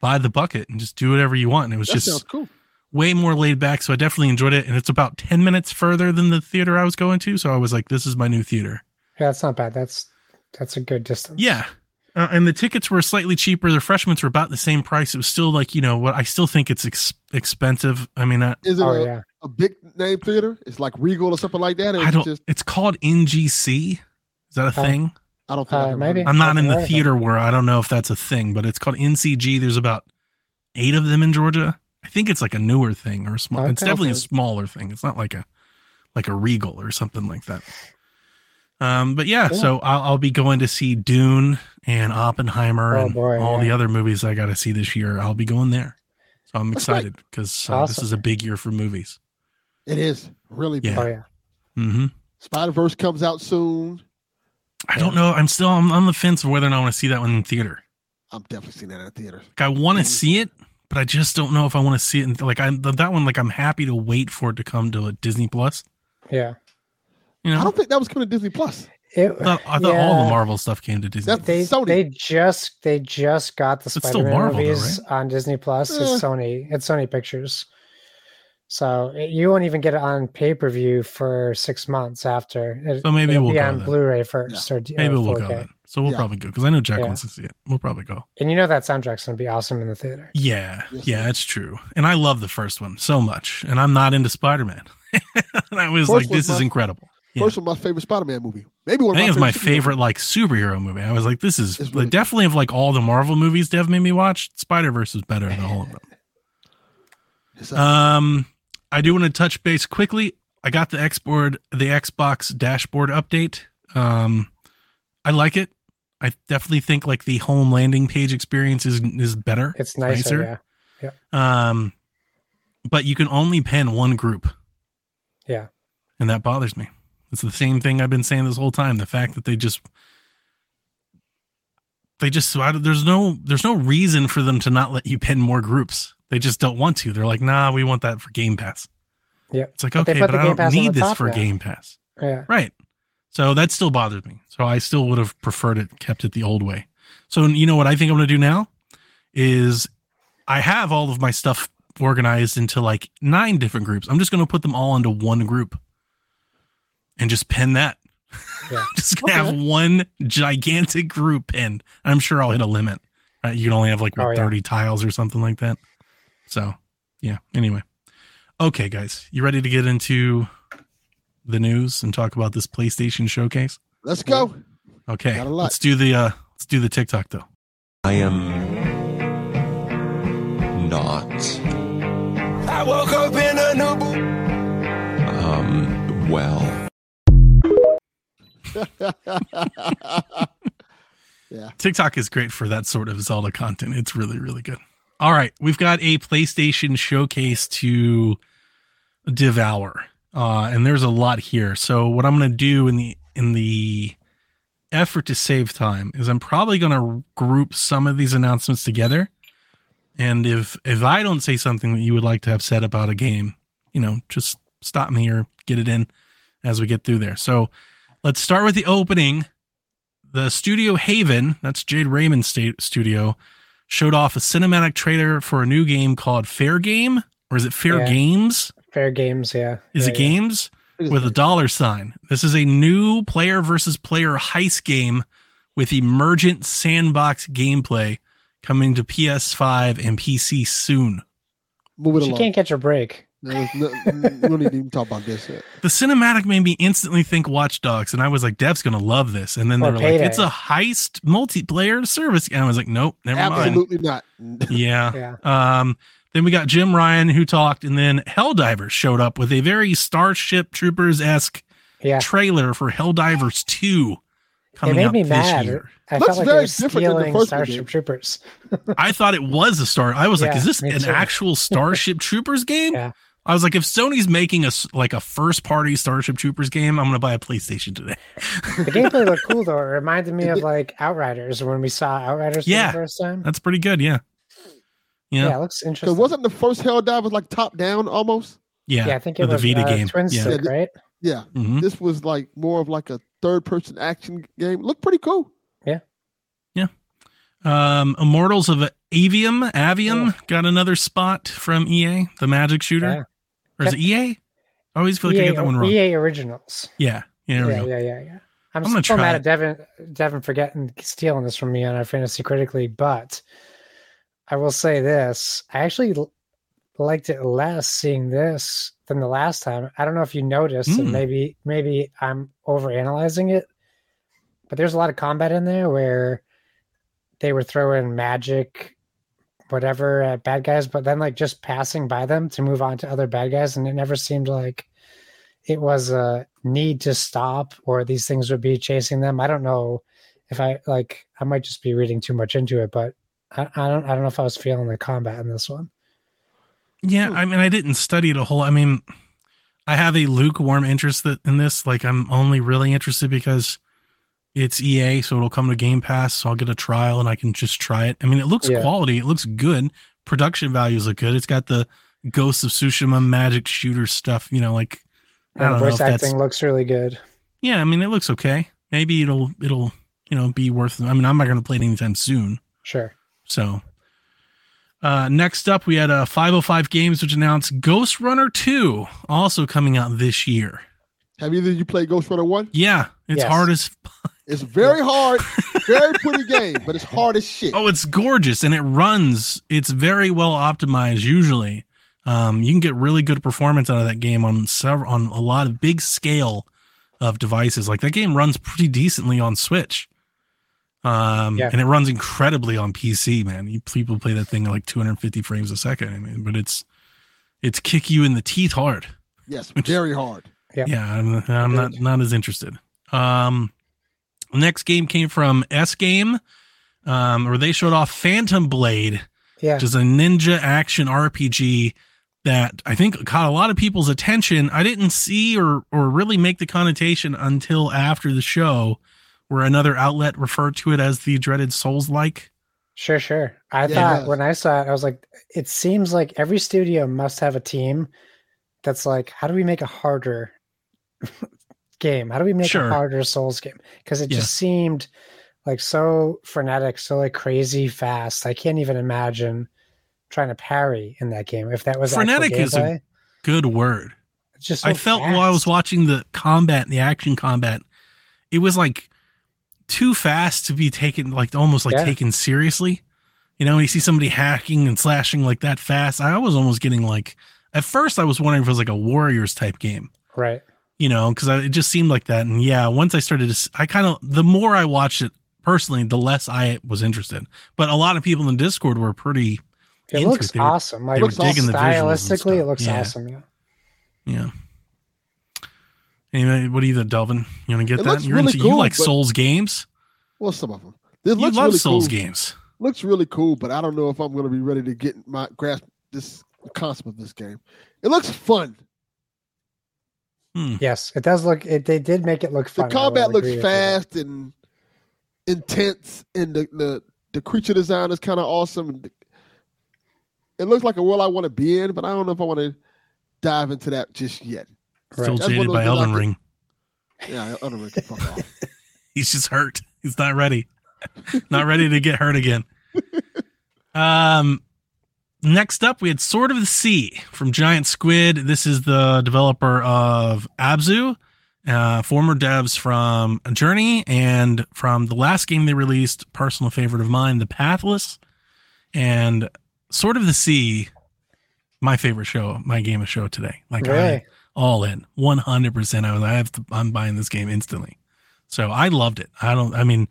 S1: buy the bucket and just do whatever you want and it was
S2: That
S1: just
S2: sounds cool.
S1: way more laid back. So I definitely enjoyed it. And it's about 10 minutes further than the theater I was going to. So I was like, this is my new theater.
S3: Yeah, that's not bad. That's that's a good distance.
S1: Yeah. Uh, and the tickets were slightly cheaper. The refreshments were about the same price. It was still like, you know, what I still think it's ex- expensive. I mean, I,
S2: Is it
S3: Oh
S2: a,
S3: yeah.
S2: a big name theater? It's like Regal or something like that. Or
S1: I
S2: it's
S1: don't,
S2: Just,
S1: it's called NGC. Is that a
S3: Oh.
S1: thing?
S2: I don't think.
S3: Uh,
S2: I've ever
S3: maybe.
S2: heard of
S1: I'm not
S3: I've
S1: in
S3: heard
S1: the
S3: of it.
S1: theater where I don't know if that's a thing, but it's called NCG. There's about eight of them in Georgia. I think it's like a newer thing or a small. It's
S3: Okay.
S1: definitely a
S3: Okay.
S1: smaller thing. It's not like a like a Regal or something like that. Um, but yeah,
S3: Cool.
S1: so I'll, I'll be going to see Dune and Oppenheimer
S3: Oh,
S1: and
S3: boy,
S1: all the
S3: yeah.
S1: other movies I got to see this year. I'll be going there, so I'm
S2: That's great.
S1: excited because uh, this
S3: Awesome.
S1: is a big year for movies.
S2: It is really big.
S1: Yeah.
S3: Oh yeah.
S1: hmm
S2: Spider Verse comes out soon.
S1: I don't know. I'm still I'm on the fence of whether or not I want to see that one in theater.
S2: I'm definitely seeing that in theaters.
S1: Like I want to
S2: Mhm.
S1: see it, but I just don't know if I want to see it. And like I that one, like I'm happy to wait for it to come to a Disney Plus.
S3: Yeah.
S1: You know,
S2: I
S1: I,
S2: don't think that was coming to Disney Plus.
S3: It,
S1: thought, I thought all the
S3: yeah.
S1: Marvel stuff came to Disney.
S2: That's
S3: they
S2: Sony.
S3: they just they just got the
S1: still
S3: Spider-Man
S1: Marvel though,
S3: movies on Disney Plus. It's
S2: Eh.
S3: Sony. It's Sony Pictures. So it- you won't even get it on pay per view for six months after. It,
S1: So maybe
S3: it'll
S1: we'll
S3: be
S1: go
S3: on
S1: then.
S3: Blu-ray first or d- or
S1: Maybe we'll
S3: 4K.
S1: go then. So we'll
S2: Yeah.
S1: probably go because I know Jack
S3: Yeah.
S1: wants to see it. We'll probably go.
S3: And you know that soundtrack's gonna be awesome in the theater.
S1: Yeah,
S2: Yes,
S1: yeah,
S2: sir.
S1: that's true. And I love the first one so much. And I'm not into Spider Man. and I was
S2: First
S1: like,
S2: one's
S1: this is
S2: my-
S1: incredible. Yeah.
S2: First of my favorite Spider Man movie. Maybe one
S1: I
S2: of
S1: think it's
S2: my
S1: my
S2: favorite.
S1: favorite like superhero movie. I was like, this is
S2: It's
S1: like,
S2: really good.
S1: definitely of like all the Marvel movies Dev made me watch. Spider Verse is better than all of them.
S2: superhero movies.
S1: Um, I do want to touch base quickly. I got the Xboard, the Xbox dashboard update. Um, I like it. I definitely think like the home landing page experience is is better.
S3: It's nicer.
S1: Um, but you can only pin one group.
S3: Yeah.
S1: And that bothers me. It's the same thing I've been saying this whole time. The fact that they just they just I don't- there's no there's no reason for them to not let you pin more groups. They just don't want to. They're like, nah, we want that for Game Pass.
S3: Yeah.
S1: It's like
S3: But they
S1: okay,
S3: put
S1: but
S3: the
S1: I
S3: Game
S1: don't
S3: Pass on
S1: need
S3: the
S1: this
S3: top
S1: for
S3: now.
S1: Game Pass.
S3: Yeah. Yeah.
S1: Right. So that still bothered me. So I still would have preferred it kept it the old way. So you know what I think I'm going to do now is I have all of my stuff organized into like nine different groups. I'm just going to put them all into one group and just pin that.
S3: Yeah.
S1: just gonna
S3: Okay.
S1: have one gigantic group pinned. I'm sure I'll hit a limit. Right? You can only have like what,
S3: Oh, yeah.
S1: 30 tiles or something like that. So yeah. Anyway, okay, guys, you ready to get into the news and talk about this PlayStation showcase?
S2: Let's go.
S1: Okay,
S2: Got a lot.
S1: let's do the uh, let's do the TikTok though.
S4: I am not
S5: I woke up in a new
S4: um well.
S1: TikTok is great for that sort of Zelda content. It's really, really good. All right. We've got a PlayStation showcase to devour. Uh, and there's a lot here. So what I'm gonna do in the in the effort to save time is I'm probably gonna group some of these announcements together. And if if I don't say something that you would like to have said about a game, you know, just stop me or get it in as we get through there. So let's start with the opening the studio Haven, that's Jade Raymond's sta- studio, showed off a cinematic trailer for a new game called Fair Game, or is it Fair
S3: Yeah.
S1: Games?
S3: Fair games. Yeah.
S1: Is
S3: yeah,
S1: it
S3: yeah.
S1: Games with a dollar sign? This is a new player versus player heist game with emergent sandbox gameplay coming to PS5 and PC soon.
S2: Move it
S3: She
S2: along.
S3: can't catch a break.
S2: No, no, we don't need to even talk about this.
S1: The cinematic made me instantly think Watch Dogs, and I was like, Dev's gonna love this. And then they
S3: Or
S1: were like,
S3: Payday.
S1: it's a heist multiplayer service. And I was like, nope, never mind.
S2: Absolutely not.
S1: Yeah.
S3: Yeah.
S1: Um, then we got Jim Ryan who talked, and then Helldivers showed up with a very Starship Troopers esque
S3: Yeah.
S1: trailer for Helldivers 2
S3: It
S1: coming
S3: made
S1: up
S3: me
S1: this
S3: mad.
S1: year.
S3: I
S2: Looks
S3: felt like
S2: very
S3: they were
S2: different than the
S3: stealing
S2: first one
S3: Starship
S2: did.
S3: Troopers.
S1: I thought it was a star. I was like,
S3: Yeah,
S1: is this
S3: me
S1: an
S3: too.
S1: actual Starship Troopers game?
S3: Yeah.
S1: I was like, if Sony's making a s- like a first party Starship Troopers game, I'm gonna buy a PlayStation today.
S3: The gameplay looked cool though. It reminded me of like Outriders when we saw Outriders for
S1: Yeah.
S3: the first time.
S1: That's pretty good. Yeah.
S3: Yeah,
S1: Yeah.
S3: it looks
S2: Because
S3: interesting.
S2: wasn't the first Helldivers like top down almost?
S1: Yeah.
S3: yeah, I think
S1: for
S3: it
S1: the
S3: was
S1: Vita
S3: uh,
S1: game.
S3: Twin
S1: Yeah.
S3: Stick, right?
S2: Yeah.
S1: Mhm.
S2: This was like more of like a third person action game. Looked pretty cool.
S1: Um, Immortals of Avium, Avium
S3: Oh.
S1: got another spot from EA, the magic shooter.
S3: Yeah. E
S1: Or is it EA? I always feel like I
S3: EA,
S1: got that one wrong.
S3: EA originals.
S1: Yeah. Yeah, there we
S3: yeah, E
S1: go.
S3: yeah, yeah, yeah.
S1: I'm
S3: I'm,
S1: gonna
S3: still
S1: try
S3: mad
S1: it.
S3: at Devin Devin for getting stealing this from me on our fantasy critically, but I will say this: I actually l- liked it less seeing this than the last time. I don't know if you noticed,
S1: Mm.
S3: and maybe maybe I'm overanalyzing it, but there's a lot of combat in there where they were throwing magic whatever at bad guys, but then like just passing by them to move on to other bad guys, and it never seemed like it was a need to stop or these things would be chasing them. I don't know if I like I might just be reading too much into it, but I, I don't I don't know if I was feeling the combat in this one.
S1: Yeah, I mean I didn't study it a whole I mean I have a lukewarm interest that, in this. Like I'm only really interested because it's EA, so it'll come to Game Pass, so I'll get a trial and I can just try it. I mean it looks
S3: Yeah.
S1: quality, it looks good. Production values look good. It's got the Ghost of Tsushima magic shooter stuff, you know, like I
S3: And the
S1: don't know
S3: voice
S1: if that's-
S3: acting looks really good.
S1: Yeah, I mean it looks okay. Maybe it'll it'll you know be worth. I mean I'm not going to play it anytime soon.
S3: Sure.
S1: So uh, next up we had uh, 505 Games, which announced Ghost Runner 2, also coming out this year.
S2: Have either of you played Ghost Runner 1?
S1: Yeah, it's
S3: Yes.
S1: hard as
S2: It's very hard, very pretty game, but it's hard as shit.
S1: oh, it's gorgeous and it runs. It's very well optimized. Usually, um, you can get really good performance out of that game on several on a lot of big scale of devices. Like that game runs pretty decently on Switch. Um,
S3: Yeah.
S1: and it runs incredibly on PC, man. You, people play that thing at like 250 frames a second. I mean, but it's it's kick you in the teeth hard.
S2: Yes,
S1: Which-
S2: very hard.
S3: Yep.
S1: Yeah, I'm, I'm not not as interested. Um, next game came from S Game, um, where they showed off Phantom Blade,
S3: Yeah.
S1: which is a ninja action RPG that I think caught a lot of people's attention. I didn't see or or really make the connotation until after the show, where another outlet referred to it as the dreaded Souls like.
S3: Sure, sure. I
S2: Yeah,
S3: thought
S2: yeah.
S3: when I saw it, I was like, it seems like every studio must have a team that's like, how do we make a harder game? How do we make
S1: Sure.
S3: a harder Souls game? Because it just seemed like so frenetic, so like crazy fast. I can't even imagine trying to parry in that game. If that was actual
S1: Frenetic is a-
S3: gameplay,
S1: Good word.
S3: it's just
S1: I
S3: so
S1: felt while I was
S3: fast.
S1: watching the combat, the action combat, it was like too fast to be taken, like almost like
S3: Yeah.
S1: taken seriously. You know, when you see somebody hacking and slashing like that fast, I was almost getting like, at first I was wondering if it was like a Warriors type game,
S3: right.
S1: you know, because it just seemed like that. And yeah, once I started to, s- I kind of, the more I watched it personally, the less I was interested. But a lot of people in Discord were pretty,
S3: It
S1: into
S3: looks
S1: it. They were-
S3: awesome. Like
S1: they were
S3: it's
S1: digging the visuals and
S3: stylistically, it
S1: stuff.
S3: looks
S1: Yeah.
S3: awesome. Yeah.
S1: yeah. Anyway, what are you, the Delvin? You want to get
S2: It
S1: that?
S2: looks
S1: You're
S2: really
S1: into, you
S2: cool,
S1: like
S2: but-
S1: Souls games?
S2: Well, some of them. It
S1: You
S2: looks
S1: love
S2: really
S1: Souls
S2: cool.
S1: games.
S2: Looks really cool, but I don't know if I'm going to be ready to get my grasp this concept of this game. It looks fun.
S3: Yes, it does look. It, they did make it look
S2: The
S3: fun. I will
S2: combat
S3: agree
S2: looks
S3: with you there.
S2: fast and intense, and the the, the creature design is kind of awesome. It looks like a world I want to be in, but I don't know if I want to dive into that just yet.
S3: Right.
S1: Still
S2: That's one
S1: jaded
S2: of
S1: by
S2: those that I
S1: Elden
S2: could-
S1: Ring.
S2: Yeah, I don't know. Fuck off.
S1: He's just hurt. He's not ready. not ready to get hurt again. Um next up we had Sword of the Sea from Giant Squid. This is the developer of Abzu, uh, former devs from Journey and from the last game they released, personal favorite of mine, The Pathless. And Sword of the Sea, my favorite show, my game of show today. Like I,
S3: Really?
S1: all in 100% i was i have to, i'm buying this game instantly so i loved it i don't i mean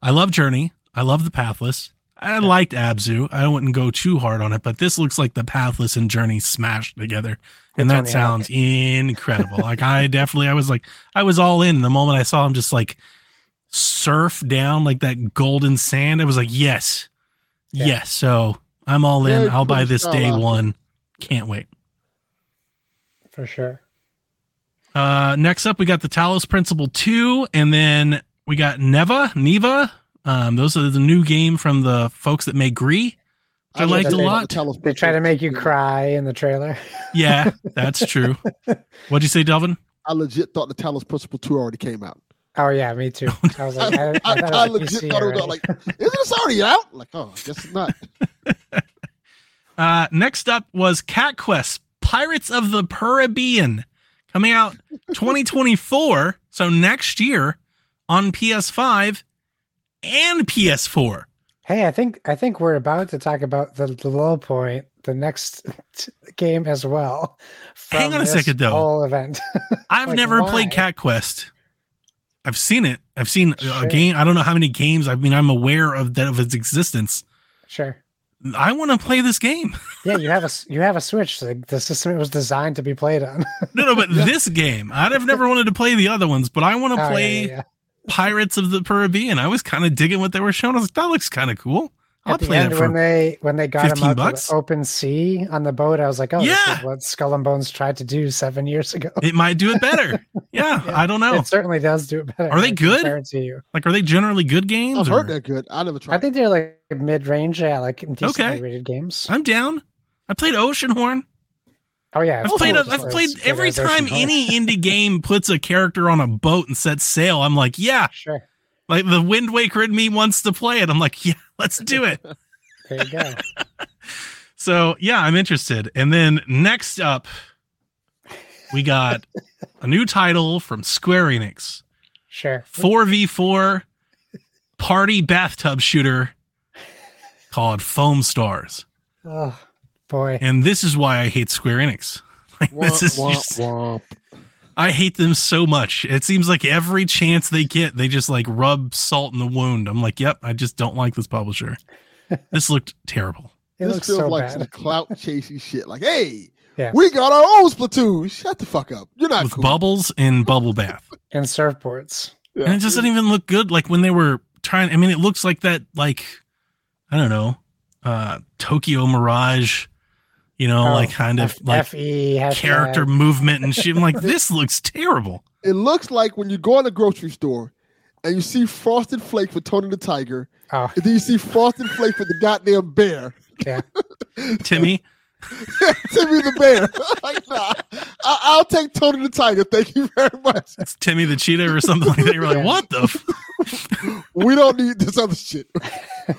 S1: i love journey i love the pathless i liked abzu i wouldn't go too hard on it but this looks like the pathless and journey smashed together and
S3: It's
S1: that
S3: only
S1: sounds incredible like i definitely i was like i was all in the moment i saw him just like surf down like that golden sand i was like yes
S3: Yeah.
S1: yes so i'm all in
S2: Very
S1: i'll buy
S2: cool
S1: this
S2: style,
S1: day
S2: Alfred.
S1: one can't wait
S3: for sure.
S1: Uh, next up, we got the Talos Principle 2, and then we got Neva, Neva. Um, those are the new game from the folks that made Gree. I
S2: don't
S1: liked
S2: know
S3: a
S2: about
S1: lot.
S2: the Talos
S3: They try
S2: Principle.
S3: to make you cry in the trailer.
S1: Yeah, that's true. What'd you say, Delvin?
S2: I legit thought the Talos Principle 2 already came out.
S3: Oh yeah, me too. I was like, I, I,
S2: I,
S3: thought
S2: I
S3: it was
S2: legit
S3: PC
S2: thought it was
S3: already.
S2: out, like, isn't this already out? Like, oh, I guess it's not.
S1: Uh, next up was Cat Quest Pirates of the Caribbean coming out 2024, so next year on PS5 and PS4.
S3: hey, I think I think we're about to talk about the, the low point, the next game as well. from
S1: Hang on a
S3: this
S1: second, though.
S3: Whole event.
S1: I've
S3: Like,
S1: never played
S3: why?
S1: Cat Quest. I've seen it. I've seen a
S3: Sure.
S1: game. I don't know how many games. I mean, I'm aware of that of its existence.
S3: sure.
S1: I want to play this game.
S3: Yeah, you have a s- you have a Switch. The, the system it was designed to be played on.
S1: No, no, but this game. I'd have never wanted to play the other ones, but I want to
S3: Oh, yeah,
S1: play
S3: yeah, yeah.
S1: Pirates of the Caribbean. I was kind of digging what they were showing. I was like, that looks kind of cool. I'll
S3: At the
S1: play
S3: end,
S1: that
S3: when
S1: for.
S3: they when they got
S1: 15
S3: him out
S1: bucks?
S3: to the open sea on the boat, I was like, oh, this
S1: Yeah.
S3: is what Skull and Bones tried to do seven years ago.
S1: It might do it better. Yeah,
S3: Yeah.
S1: I don't know.
S3: It certainly does do it better.
S1: Are they
S3: I can
S1: good?
S3: guarantee you.
S1: Like, are they generally
S3: Oh,
S1: good
S2: I've
S1: games? or-
S2: heard they're good. I never
S3: I
S2: tried.
S3: think they're like mid range, yeah, like decently
S1: Okay.
S3: rated games.
S1: I'm down. I played Oceanhorn.
S3: Oh yeah,
S1: I've
S3: of
S1: played.
S3: course,
S1: I've
S3: it's
S1: played
S3: good
S1: every
S3: version
S1: time
S3: of it.
S1: any indie game puts a character on a boat and sets sail. I'm like, yeah,
S3: Sure,
S1: like the Wind Waker in me wants to play it. I'm like, yeah, let's do it.
S3: there you go.
S1: So yeah, I'm interested. And then next up, we got a new title from Square Enix:
S3: Sure.
S1: four v four party bathtub shooter called Foam Stars.
S3: Oh boy,
S1: And this is why I hate Square Enix. Like, this is
S2: Womp,
S1: just-
S2: womp,
S1: I hate them so much. It seems like every chance they get, they just like rub salt in the wound. I'm like, yep, I just don't like this publisher. This looked terrible.
S3: it
S2: this
S3: looks
S2: feels
S3: so
S2: like
S3: bad.
S2: some clout chasing shit. Like, hey,
S3: Yeah.
S2: We got our own Splatoon. Shut the fuck up. You're
S3: Ah,
S2: not
S1: with
S2: cool.
S1: bubbles and bubble bath.
S3: and surfboards.
S2: Yeah.
S1: And it just didn't even look good. Like when they were trying, I mean, it looks like that, like, I don't know, uh, Tokyo Mirage, you know,
S3: Oh,
S1: like kind of
S3: F-
S1: like
S3: FE hashtag.
S1: character movement and shit. I'm like, this looks terrible.
S2: It looks like when you go in a grocery store and you see Frosted Flake for Tony the Tiger,
S3: Oh,
S2: and then you see Frosted Flake for the goddamn bear.
S3: yeah.
S1: Timmy,
S2: Timmy the bear. like, nah, I- I'll take Tony the Tiger. Thank you very much.
S1: it's Timmy the Cheetah or something like that. You're like,
S3: Yeah.
S1: what the? F-?
S2: We don't need this other shit.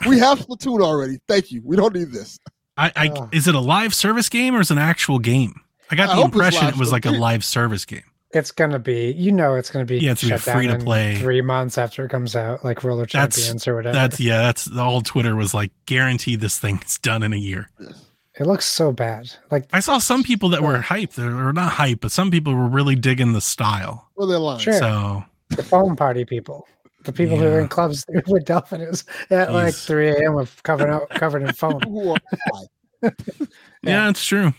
S2: We have Splatoon already. Thank you. We don't need this.
S1: I, I
S3: Oh.
S1: is it a live service game or is it an actual game? I got
S2: I
S1: the
S2: hope it's
S1: impression
S2: live
S1: it was like a
S2: service.
S1: live service game.
S3: It's gonna be, you know, it's gonna be.
S1: Yeah, it's gonna be
S3: shut down
S1: free to
S3: in
S1: play.
S3: Three months after it comes out, like Roller
S1: That's-
S3: Champions or whatever.
S1: That's yeah, that's all Twitter was like, guaranteed this thing is done in a year.
S3: it looks so bad. Like,
S1: I saw some people that were hyped, or not hyped, but some people were really digging the style.
S2: Well, they're lying.
S3: Sure.
S1: So
S3: the foam party people, the people who were
S1: Yeah.
S3: in clubs with dolphins at like
S1: Jeez.
S3: 3 a.m. with covered up, covered in foam.
S2: Who are-
S1: yeah. it's true.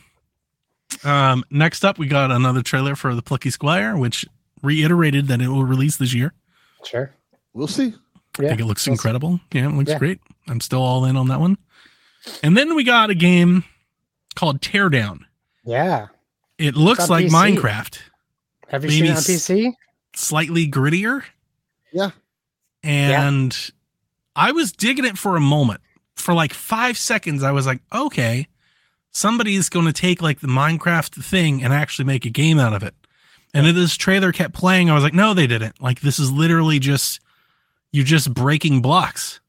S1: Um, next up, we got another trailer for the Plucky Squire, which reiterated that it will release this year.
S3: Sure.
S2: We'll see.
S1: I
S3: Yeah.
S1: think it looks
S3: we'll see.
S1: incredible. Yeah, it looks
S3: Yeah.
S1: great. I'm still all in on that one. And then we got a game called Teardown.
S3: Yeah.
S1: It looks
S3: on
S1: like
S3: PC.
S1: Minecraft,
S3: Have you
S1: Maybe
S3: seen it on
S1: s-
S3: PC?
S1: slightly grittier.
S2: Yeah.
S1: And I was digging it for a moment. For like five seconds, I was like, okay, somebody's going to take like the Minecraft thing and actually make a game out of it. And then this trailer kept playing. I was like, no, they didn't. Like, this is literally just, you're just breaking blocks.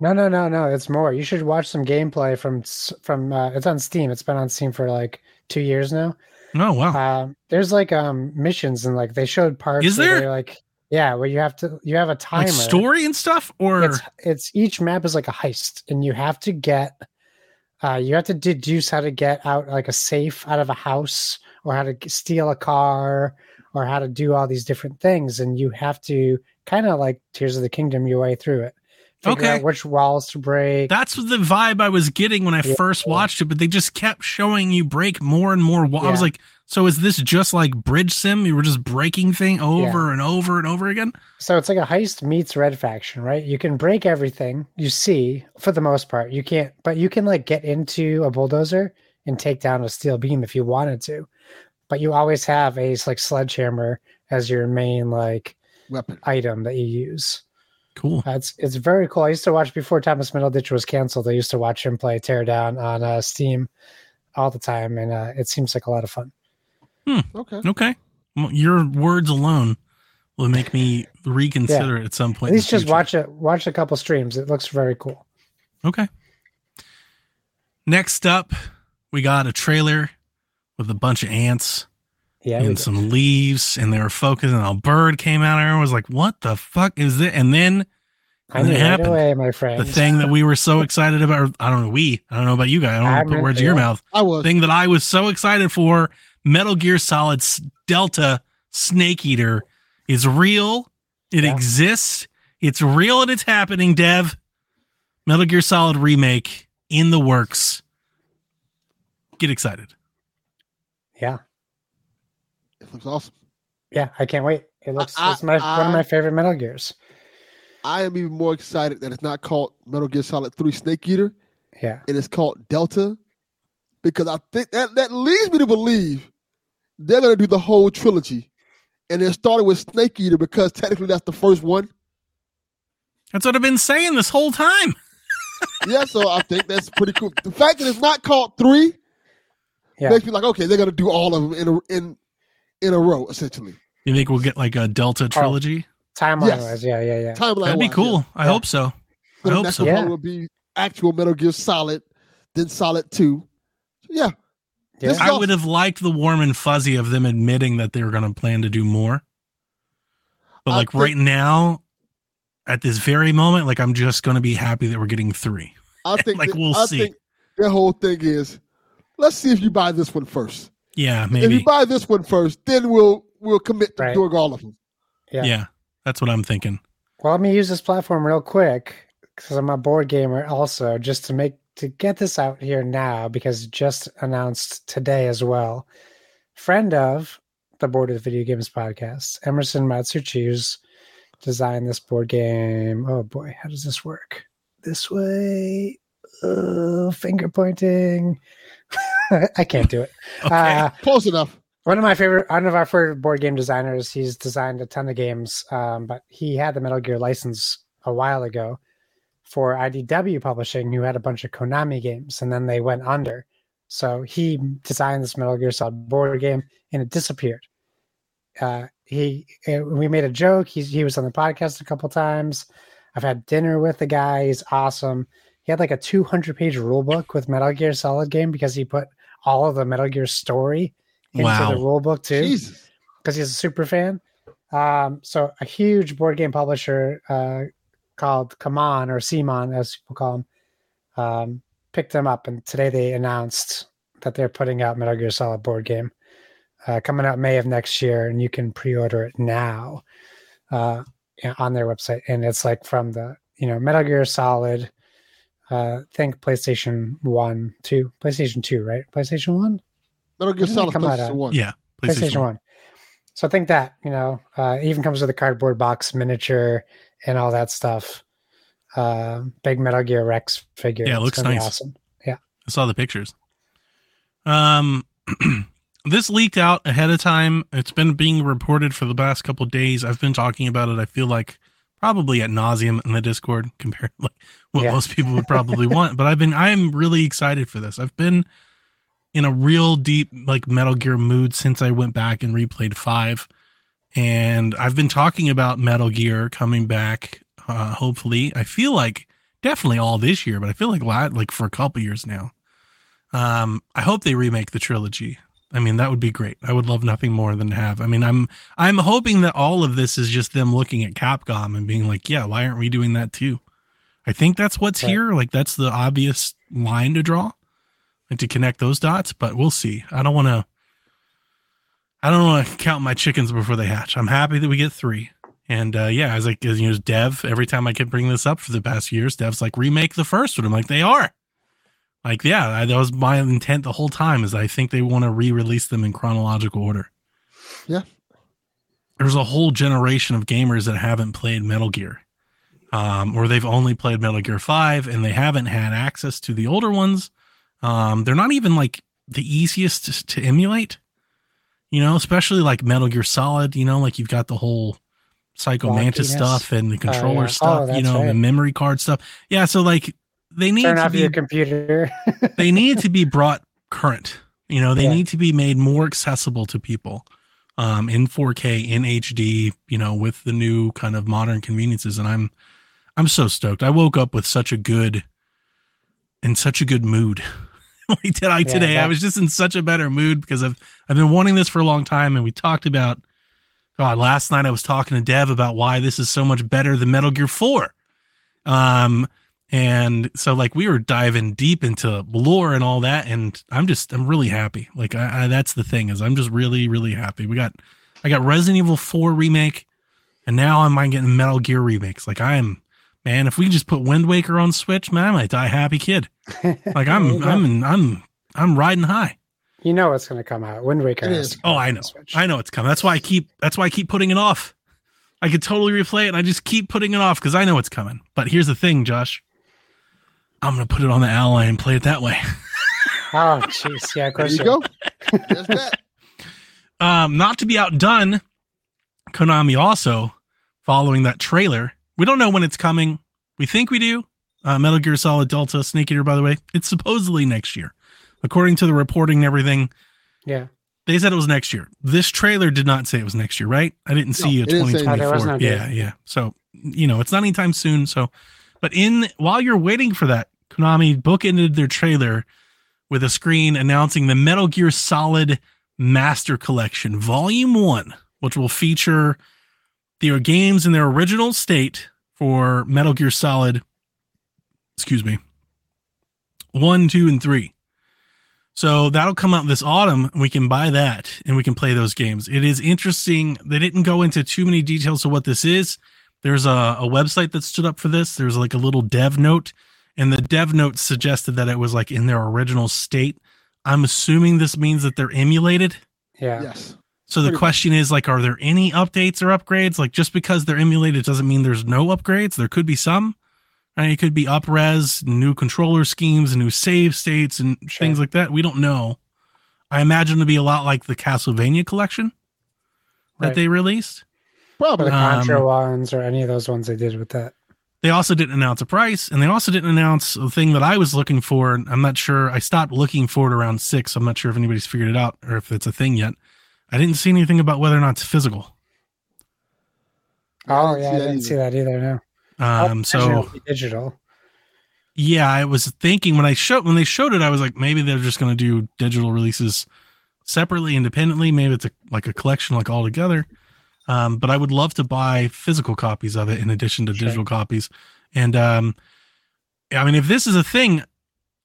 S3: No, no, no, no. It's more. You should watch some gameplay from s- from. Uh, it's on Steam. It's been on Steam for like two years now.
S1: Oh, wow.
S3: Um, there's like um missions and like they showed parts.
S1: Is
S3: where
S1: there?
S3: they're, like yeah, where you have to you have a timer.
S1: Like story and stuff? Or,
S3: It's it's each map is like a heist, and you have to get. Uh, you have to deduce how to get out like a safe out of a house, or how to g- steal a car, or how to do all these different things, and you have to kind of like Tears of the Kingdom your way through it. Figure
S1: Okay.
S3: out which walls to break.
S1: that's the vibe I was getting when I
S3: Yeah.
S1: first watched it, but they just kept showing you break more and more. Wa- I was
S3: Yeah.
S1: like, so is this just like Bridge Sim? You were just breaking thing over and over and over again?
S3: So it's like a heist meets Red Faction, right? You can break everything you see for the most part. You can't, but you can like get into a bulldozer and take down a steel beam if you wanted to. But you always have a like sledgehammer as your main like
S2: Weapon.
S3: item that you use.
S1: Cool.
S3: Uh, it's it's very cool. I used to watch before Thomas Middleditch was canceled. I used to watch him play Teardown on uh, Steam all the time, and uh, it seems like a lot of fun.
S2: Okay.
S1: Okay. Well, your words alone will make me reconsider it at some point.
S3: At
S1: in
S3: least
S1: the
S3: just
S1: future.
S3: watch it. Watch a couple streams. It looks very cool.
S1: Okay. Next up, we got a trailer with a bunch of ants
S3: Yeah, we
S1: and
S3: did.
S1: some leaves, and they were focusing on a bird came out. And everyone was like, what the fuck is it? And then
S3: I
S1: and
S3: knew
S1: it
S3: right
S1: happened.
S3: away, my friend.
S1: the thing that we were so excited about. Or, I don't know. We. I don't know about you guys. I don't
S3: I
S1: want to put
S3: meant-
S1: words in your
S3: yeah.
S1: mouth.
S2: I was.
S1: Thing that I was so excited for. Metal Gear Solid S- Delta Snake Eater is real. It
S3: Yeah.
S1: exists. It's real and it's happening. Dev. Metal Gear Solid remake in the works. Get excited.
S3: Yeah.
S2: It looks awesome.
S3: Yeah, I can't wait. It looks
S2: I-
S3: it's my one
S2: I-
S3: of my favorite Metal Gears.
S2: I am even more excited that it's not called Metal Gear Solid 3 Snake Eater.
S3: Yeah.
S2: It is called Delta because I think that, that leads me to believe they're going to do the whole trilogy. And it started with Snake Eater because technically that's the first one.
S1: That's what I've been saying this whole time.
S2: Yeah, so I think that's pretty cool. The fact that it's not called three
S3: Yeah.
S2: makes me like, okay, they're going to do all of them in a, in, in a row, essentially.
S1: You think we'll get like a Delta trilogy?
S3: Timeline
S2: Yes.
S3: wise, yeah, yeah, yeah.
S2: Timeline
S1: That'd be cool. I
S3: Yeah.
S1: hope so. I
S2: the
S1: hope
S2: next
S1: so.
S2: one
S3: Yeah.
S2: will be actual Metal Gear Solid, then Solid 2. So, yeah,
S3: Yeah.
S2: this-
S1: I would have liked the warm and fuzzy of them admitting that they were going to plan to do more. But
S2: I
S1: like
S2: think-
S1: right now, at this very moment, like I'm just going to be happy that we're getting three.
S2: I think
S1: Like,
S2: that-
S1: we'll
S2: I
S1: see.
S2: think their whole thing is let's see if you buy this one first.
S1: Yeah,
S2: If
S1: maybe.
S2: you buy this one first, then we'll we'll commit to
S3: Right.
S2: doing all of them.
S1: yeah.
S3: Yeah.
S1: that's what I'm thinking.
S3: Well, let me use this platform real quick because I'm a board gamer also, just to make to get this out here now because it just announced today as well. Friend of the Board of Video Games podcast, Emerson Matsuchi's designed this board game. Oh boy, how does this work? This way. Oh, finger pointing. I can't do it.
S1: Okay.
S3: Uh,
S2: Close enough.
S3: one of my favorite, one of our favorite board game designers. He's designed a ton of games, um, but he had the Metal Gear license a while ago for IDW Publishing, who had a bunch of Konami games, and then they went under. So he designed this Metal Gear Solid board game, and it disappeared. Uh, he eh, we made a joke. He's, he was on the podcast a couple times. I've had dinner with the guy. He's awesome. He had like a 200 page rule book with Metal Gear Solid game because he put all of the Metal Gear story into
S1: Wow.
S3: the rule book too
S2: Jesus.
S3: because he's a super fan. Um, so a huge board game publisher uh, called Kamon or Simon, as people call him, um, picked them up, and today they announced that they're putting out Metal Gear Solid board game uh, coming out May of next year, and you can pre-order it now uh, yeah, on their website. And it's like from the you know Metal Gear Solid, uh, think PlayStation One, Two, PlayStation Two, right? PlayStation One.
S2: Metal Gear
S3: When did it
S2: Solid
S3: come out
S2: PlayStation
S3: on?
S2: One.
S1: Yeah.
S3: PlayStation, One. So I think that you know, uh, it even comes with a cardboard box miniature and all that stuff. Uh, big Metal Gear Rex figure.
S1: Yeah, it
S3: It's
S1: looks
S3: gonna be
S1: nice.
S3: Awesome.
S1: I saw the pictures. Um, this leaked out ahead of time. It's been being reported for the past couple of days. I've been talking about it. I feel like probably at nauseum in the Discord compared like what
S3: Yeah.
S1: most people would probably want. But I've been I'm really excited for this. I've been in a real deep like Metal Gear mood since I went back and replayed five, and I've been talking about Metal Gear coming back. Uh, hopefully, I feel like definitely all this year, but I feel like la- like for a couple years now. Um, I hope they remake the trilogy. I mean, that would be great. I would love nothing more than to have. I mean, I'm I'm hoping that all of this is just them looking at Capcom and being like, yeah, why aren't we doing that too? I think that's what's
S3: Right.
S1: here. Like that's the obvious line to draw, like to connect those dots. But we'll see. I don't want to. I don't want to count my chickens before they hatch. I'm happy that we get three. And uh, yeah, as like as you know, Dev, every time I could bring this up for the past years, Dev's like remake the first one. I'm like, they are. Like, yeah, I, that was my intent the whole time. Is I think they want to re-release them in chronological order.
S2: Yeah.
S1: there's a whole generation of gamers that haven't played Metal Gear, um, or they've only played Metal Gear Five and they haven't had access to the older ones. Um, they're not even like the easiest to, to emulate. You know, especially like Metal Gear Solid. You know, like you've got the whole Psycho Mantis
S3: Wonkiness.
S1: stuff and the controller
S3: yeah. Oh,
S1: stuff. you
S3: that's
S1: know, the
S3: right.
S1: memory card stuff. Yeah, so like they need
S3: Turn
S1: to
S3: off
S1: be
S3: your computer.
S1: they need to be brought current. You know, they
S3: Yeah.
S1: need to be made more accessible to people um, in 4K, in HD. You know, with the new kind of modern conveniences, and I'm I'm so stoked. I woke up with such a good in such a good mood. like did I today? I
S3: that-
S1: was just in such a better mood because I've I've been wanting this for a long time, and we talked about. God, last night I was talking to Dev about why this is so much better than Metal Gear Four. Um, and so like we were diving deep into lore and all that, and I'm just I'm really happy. Like I, I that's the thing is I'm just really really happy. We got I got Resident Evil Four remake, and now I'm getting Metal Gear remakes. Like I am man, if we can just put Wind Waker on Switch, man, I might die a happy kid. Like
S3: There
S1: I'm
S3: you go.
S1: I'm I'm I'm riding high.
S3: You know what's going to come out. Wind Waker.
S2: It
S3: has
S2: is.
S3: to come
S1: Oh,
S3: out
S1: I
S3: on
S1: know.
S3: Switch.
S1: I know it's coming. That's why I keep. That's why I keep putting it off. I could totally replay it, and I just keep putting it off because I know it's coming. But here's the thing, Josh. I'm gonna put it on the ally and play it that way.
S3: Oh, jeez. Yeah,
S2: There
S3: of course.
S2: you go. That's that.
S1: Um, not to be outdone, Konami also following that trailer. We don't know when it's coming. We think we do. Uh, Metal Gear Solid Delta Snake Eater, by the way, it's supposedly next year, according to the reporting and everything.
S3: Yeah.
S1: They said it was next year. This trailer did not say it was next year, right? I didn't see
S2: No,
S1: a
S2: it didn't say-
S3: Oh, there
S1: 2024.
S3: was no date.
S1: yeah, yeah. So, you know, it's not anytime soon. So, but in while you're waiting for that, Konami bookended their trailer with a screen announcing the Metal Gear Solid Master Collection Volume 1, which will feature their games in their original state for Metal Gear Solid, excuse me, 1, 2, and 3. So that'll come out this autumn. We can buy that and we can play those games. It is interesting. They didn't go into too many details of what this is. There's a, a website that stood up for this. There's like a little dev note and the dev notes suggested that it was like in their original state. I'm assuming this means that they're emulated.
S3: Yeah.
S2: Yes.
S1: So the
S2: Pretty much.
S1: question is like, are there any updates or upgrades? Like just because they're emulated doesn't mean there's no upgrades. There could be some. Right? It could be up res, new controller schemes, new save states, and
S3: Sure.
S1: things like that. We don't know. I imagine to be a lot like the Castlevania collection that
S3: Right.
S1: they released.
S3: Or
S2: Probably.
S3: the
S1: Uh,
S3: Contra
S1: Um,
S3: ones or any of those ones they did with that.
S1: They also didn't announce a price, and they also didn't announce the thing that I was looking for. I'm not sure. I stopped looking for it around six. I'm not sure if anybody's figured it out or if it's a thing yet. I didn't see anything about whether or not it's physical.
S3: Oh yeah, I didn't see
S2: either.
S3: that either. No. I would
S1: Um,
S3: imagine it
S1: so
S3: would be digital.
S1: yeah, I was thinking when I showed when they showed it, I was like, maybe they're just going to do digital releases separately, independently. Maybe it's a, like a collection, like all together. Um, but I would love to buy physical copies of it in addition to
S3: Sure.
S1: digital copies. And um, I mean, if this is a thing,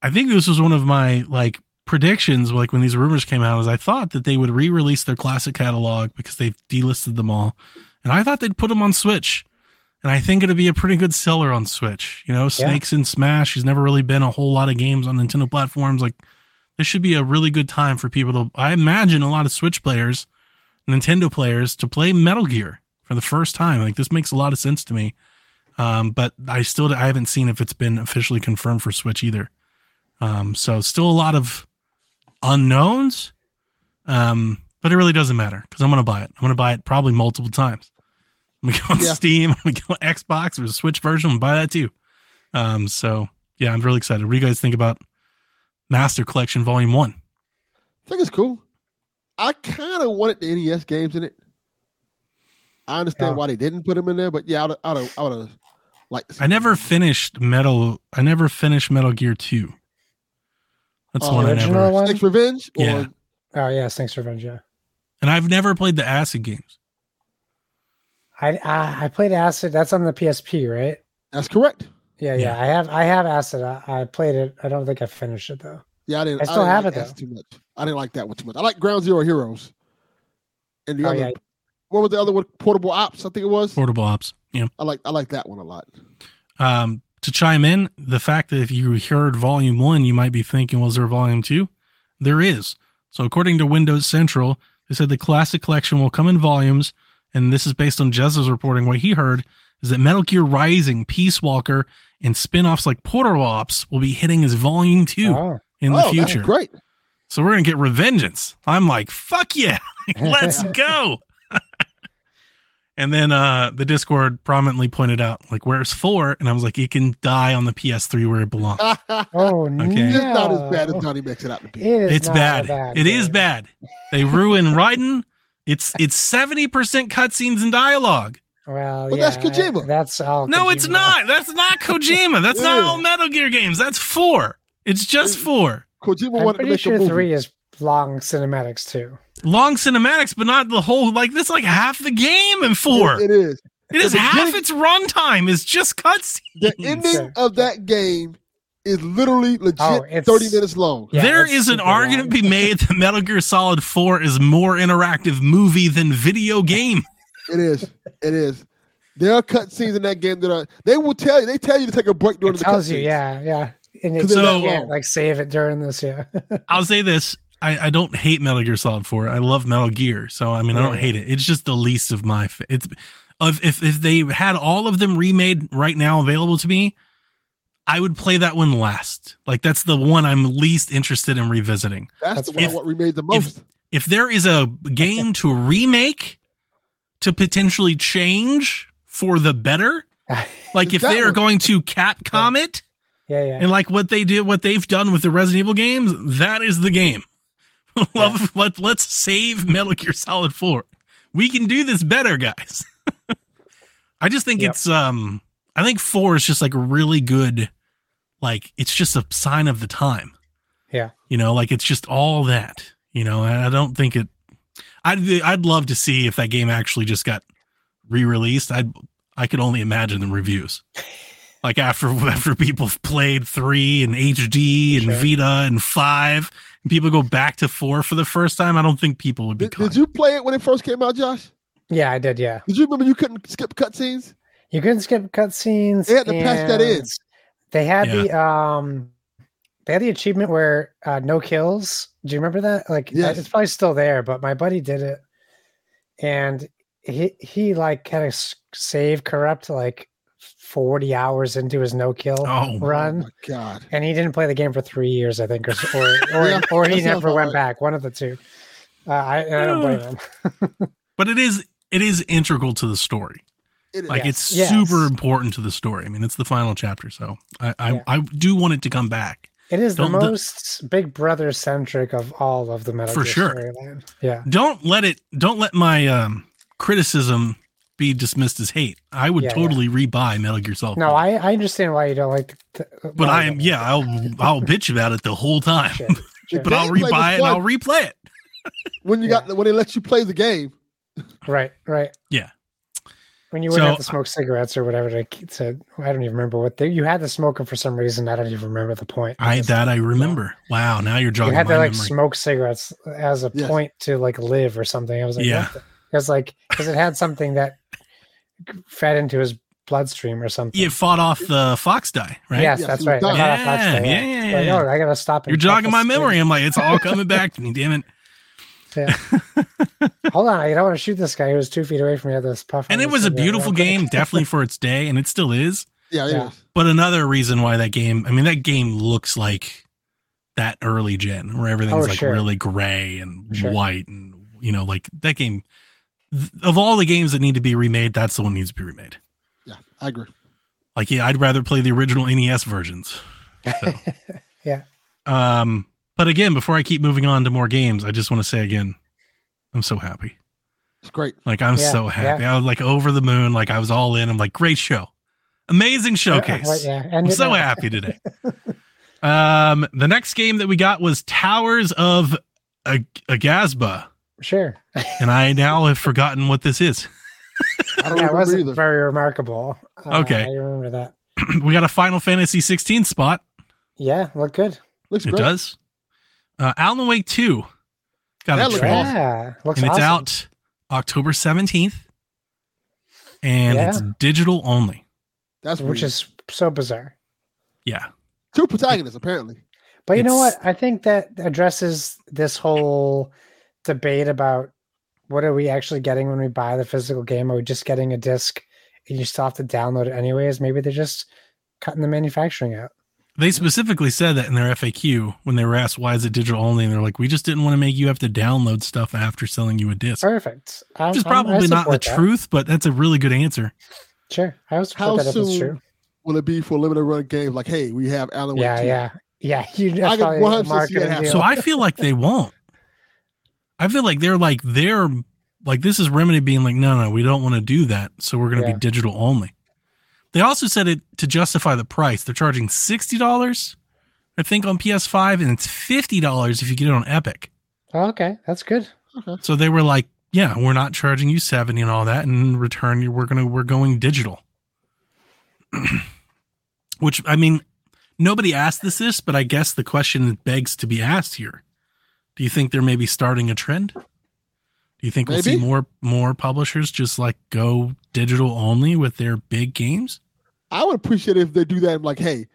S1: I think this was one of my like predictions. Like when these rumors came out, is I thought that they would re-release their classic catalog because they've delisted them all, and I thought they'd put them on Switch. And I think it'd be a pretty good seller on Switch. You know, Snakes in Smash. He's never really been a whole lot of games on Nintendo platforms. Like this should be a really good time for people to. I imagine a lot of Switch players, Nintendo players, to play Metal Gear for the first time. Like this makes a lot of sense to me. Um, but I still I haven't seen if it's been officially confirmed for Switch either. Um, so still a lot of unknowns. Um, but it really doesn't matter because I'm gonna buy it. I'm gonna buy it probably multiple times. I'm gonna go on
S2: Yeah.
S1: Steam. I'm gonna go on Xbox or the Switch version and buy that too. Um, so yeah, I'm really excited. What do you guys think about Master Collection Volume One?
S2: I think it's cool. I kind of wanted the NES E games in it. I understand
S3: Yeah.
S2: why they didn't put them in there, but yeah, I would, I would, I would have liked. to see
S1: I never
S2: them.
S1: finished Metal. I never finished Metal Gear Two. That's
S2: Oh,
S1: one I
S3: original
S1: never.
S3: one?
S2: Snakes Revenge. Or,
S1: Yeah.
S3: Oh yeah, Snakes Revenge. Yeah.
S1: And I've never played the Acid games.
S3: I uh, I, I played Acid. That's on the PSP, right?
S2: That's correct.
S3: Yeah, yeah.
S1: Yeah.
S3: I have I have Acid. I, I played it. I don't think I finished it though.
S2: Yeah, I didn't.
S3: I still
S2: didn't
S3: have
S2: like
S3: it,
S2: Ash Too much. I didn't like that one too much. I like Ground Zero Heroes. And the
S3: Oh
S2: other,
S3: yeah,
S2: what was the other one? Portable Ops, I think it was.
S1: Portable Ops. Yeah.
S2: I like, I like that one a lot.
S1: Um, to chime in, the fact that if you heard Volume One, you might be thinking, "Was there Volume Two? There is. So according to Windows Central, they said the Classic Collection will come in volumes, and this is based on Jez's reporting. What he heard is that Metal Gear Rising, Peace Walker, and spin-offs like Portable Ops will be hitting as Volume Two
S3: oh,
S1: in
S2: oh,
S1: the
S2: that's
S1: future.
S2: great.
S1: So we're gonna get revengeance. I'm like, fuck yeah, let's go. and then uh the Discord prominently pointed out, like, where's four? And I was like, it can die on the PS3 where it belongs.
S3: oh
S1: Okay.
S3: no,
S2: It's not as bad as Johnny makes it out to be.
S3: It is
S1: It's
S3: not
S1: bad.
S3: a
S1: It is
S3: game.
S1: bad. They ruin Raiden. It's it's 70% cutscenes and dialogue.
S3: Well,
S2: Well,
S3: yeah,
S2: that's
S3: I-
S2: Kojima.
S3: that's all.
S1: No, it's
S3: Oh, Kojima.
S1: not. That's not Kojima. That's not
S2: Yeah.
S1: all Metal Gear games. That's four. It's just four.
S2: Kojima
S3: I'm
S2: wanted to
S3: pretty
S2: make a
S3: sure
S2: movie.
S3: three is long cinematics too.
S1: Long cinematics, but not the whole like this like half the game in four.
S2: It is.
S1: It is
S2: The
S1: half
S2: beginning-
S1: its runtime is just cutscenes.
S2: The ending
S3: Sure.
S2: of that game is literally legit
S3: Oh, it's-
S2: 30 minutes long.
S3: Yeah,
S1: there
S3: it's
S1: is an
S3: super
S1: argument to be made that Metal Gear Solid 4 is more interactive movie than video game.
S2: It is. It is. There are cutscenes in that game that are. They will tell you. They tell you to take a break during
S3: It
S2: the
S3: tells you,
S2: cutscenes.
S3: yeah, yeah. And it,
S2: Because
S1: they're
S3: you
S1: that
S3: can't
S2: long.
S3: like save it during this, yeah.
S1: I'll say this. I, I don't hate Metal Gear Solid 4. I love Metal Gear. So, I mean, I don't
S3: Yeah.
S1: hate it. It's just the least of my. Fa- it's of if, if they had all of them remade right now available to me, I would play that one last. Like, that's the one I'm least interested in revisiting.
S2: That's,
S1: That's-
S2: the one
S1: if-
S2: what remade the most.
S1: if there is a game to remake to potentially change for the better, like if they are
S2: Exactly.
S1: going to Capcom it
S3: yeah, yeah.
S1: and like what they did, what they've done with the Resident Evil games, that is the game. Love, let, let's save Metal Gear Solid 4. We can do this better, guys. I just think
S3: Yep.
S1: it's, um, I think four is just like really good. Like it's just a sign of the time.
S3: Yeah.
S1: You know, like it's just all that, you know, and I don't think it, I'd, I'd love to see if that game actually just got re-released. I'd, I could only imagine the reviews. Like after after people have played three and HD and
S3: Sure.
S1: Vita and five, and people go back to four for the first time. I don't think people would be.
S2: Did,
S1: Did,
S2: did you play it when it first came out, Josh?
S3: Yeah, I did, yeah.
S2: Did you remember you couldn't skip cutscenes?
S3: You couldn't skip cutscenes.
S2: They had to patch that in.
S3: and They had the um they had the achievement where uh no kills. Do you remember that? Like that-
S2: Yes.
S3: it's probably still there, but my buddy did it and he he like had a s- save corrupt like 40 hours into his no kill
S1: Oh,
S2: Oh
S3: run
S2: my God.
S3: and he didn't play the game for 3 years I think or s- or or,
S2: Yeah,
S3: or he
S2: that sounds
S3: never
S2: about
S3: went
S2: right.
S3: back, one of the two. Uh, I, I don't blame him.
S1: But it is it is integral to the story.
S2: It is.
S1: Like
S3: Yes.
S1: it's
S3: Yes.
S1: super important to the story. I mean, it's the final chapter, so I I,
S3: Yeah.
S1: I do want it to come back.
S3: It is the
S1: Don't the-
S3: most Big Brother centric of all of the Metal
S1: For
S3: Gear
S1: sure.
S3: storyline. Yeah,
S1: Don't let it. Don't let my um, criticism be dismissed as hate. I would
S3: Yeah, yeah.
S1: totally rebuy Metal Gear Solid.
S3: no,
S1: five.
S3: I, I understand why you don't like. The,
S1: Oh, But
S3: why
S1: I
S3: you
S1: am
S3: don't
S1: yeah. I'll I'll bitch about it the whole time.
S3: like it. Sure,
S2: The
S1: But I'll
S2: gameplay was
S1: rebuy it and
S2: fun
S1: I'll replay it.
S2: when you got when they let you play the game.
S3: Right, right.
S1: Yeah.
S3: When you wouldn't
S1: So,
S3: have to smoke cigarettes or whatever to, to I don't even remember what they, you had to smoke them for some reason. I don't even remember the point.
S1: I
S3: It's-
S1: that I remember. Wow, now you're
S3: you
S1: jogging my
S3: had to like
S1: memory.
S3: smoke cigarettes as a
S2: Yes.
S3: point to like live or something. I was like,
S1: Yeah.
S3: yeah, because like because it had something that fed into his bloodstream or something.
S1: You fought off the fox die, right?
S3: Yes,
S2: Yes,
S3: that's
S2: it was
S3: right. I
S2: done.
S3: thought I
S1: Yeah,
S3: touched it,
S1: yeah, yeah,
S3: Like,
S1: yeah.
S3: oh, I gotta stop. and
S1: You're
S3: check
S1: jogging
S3: this
S1: my
S3: thing.
S1: memory. I'm like, it's all coming back to me. Damn it!
S3: Hold on, I don't want to shoot this guy who was two feet away from me. Had this puff.
S1: And
S3: on
S1: it
S3: his
S1: was a
S3: finger.
S1: beautiful game, definitely for its day, and it still is.
S2: Yeah, it
S3: Yeah.
S2: is.
S1: But another reason why that game, I mean, that game looks like that early gen where everything's
S3: Oh,
S1: like
S3: sure.
S1: really gray and
S3: Sure.
S1: white, and you know, like that game. th- Of all the games that need to be remade, that's the one that needs to be remade.
S2: Yeah, I agree.
S1: Like, yeah, I'd rather play the original NES versions. So.
S3: Yeah.
S1: Um, but again, before I keep moving on to more games, I just want to say again, I'm so happy.
S2: It's great.
S1: Like I'm
S3: Yeah,
S1: so happy. I was like over the moon. Like I was all in. I'm like, great show, amazing showcase.
S3: Right, yeah. And
S1: I'm
S3: it-
S1: so happy today. um, the next game that we got was Towers of Ag- Agasba,
S3: Sure.
S1: and I now have forgotten what this is.
S2: I don't
S3: Yeah, it
S2: remember
S3: wasn't
S2: either.
S3: very remarkable. Uh,
S1: Okay.
S3: I remember that.
S1: we got a Final Fantasy 16 spot.
S3: Yeah, look good.
S2: Looks
S1: it
S2: great.
S1: does. Uh, Alan Wake 2 got
S2: That
S1: a
S2: looks
S1: trailer.
S2: awesome.
S3: Yeah, looks
S1: and it's
S3: awesome.
S1: out October 17th. And it's digital only.
S2: That's
S3: which
S2: weird.
S3: is so bizarre.
S1: Yeah.
S2: two protagonists apparently.
S3: But you know
S1: It's-
S3: what? I think that addresses this whole debate about what are we actually getting when we buy the physical game? Are we just getting a disc and you still have to download it anyways? Maybe they're just cutting the manufacturing out.
S1: They specifically said that in their FAQ when they were asked why is it digital only and they're like we just didn't want to make you have to download stuff after selling you a disc.
S3: Perfect. I'm,
S1: Which is
S3: I'm- I
S1: probably not the
S3: support that.
S1: truth, but that's a really good answer.
S3: Sure. I was
S2: How
S3: support that if it's
S2: soon-
S3: true.
S2: Will it be for a limited run game? Like, hey, we have Alan Wake.
S3: Yeah,
S2: 2.
S3: yeah. Yeah. You
S2: I
S3: that's
S2: could
S3: probably a
S2: 100% see it
S3: marketing
S2: happen.
S3: deal.
S1: So I feel like they won't. I feel like they're like they're like this is Remedy being like, no, no, we don't want to do that, so we're going to
S3: Yeah.
S1: be digital only. They also said it to justify the price. They're charging sixty dollars, I think, on PS5, and it's fifty dollars if you get it on Epic.
S3: Oh, okay, that's good.
S1: So they were like, yeah, we're not charging you seventy and all that, and in return, you- we're gonna we're going digital. Which I mean, nobody asked this this, but I guess the question begs to be asked here. Do you think they're maybe starting a trend? Do you think we'll see
S2: Maybe.
S1: more more publishers just like go digital only with their big games?
S2: I would appreciate it if they do that. like, hey,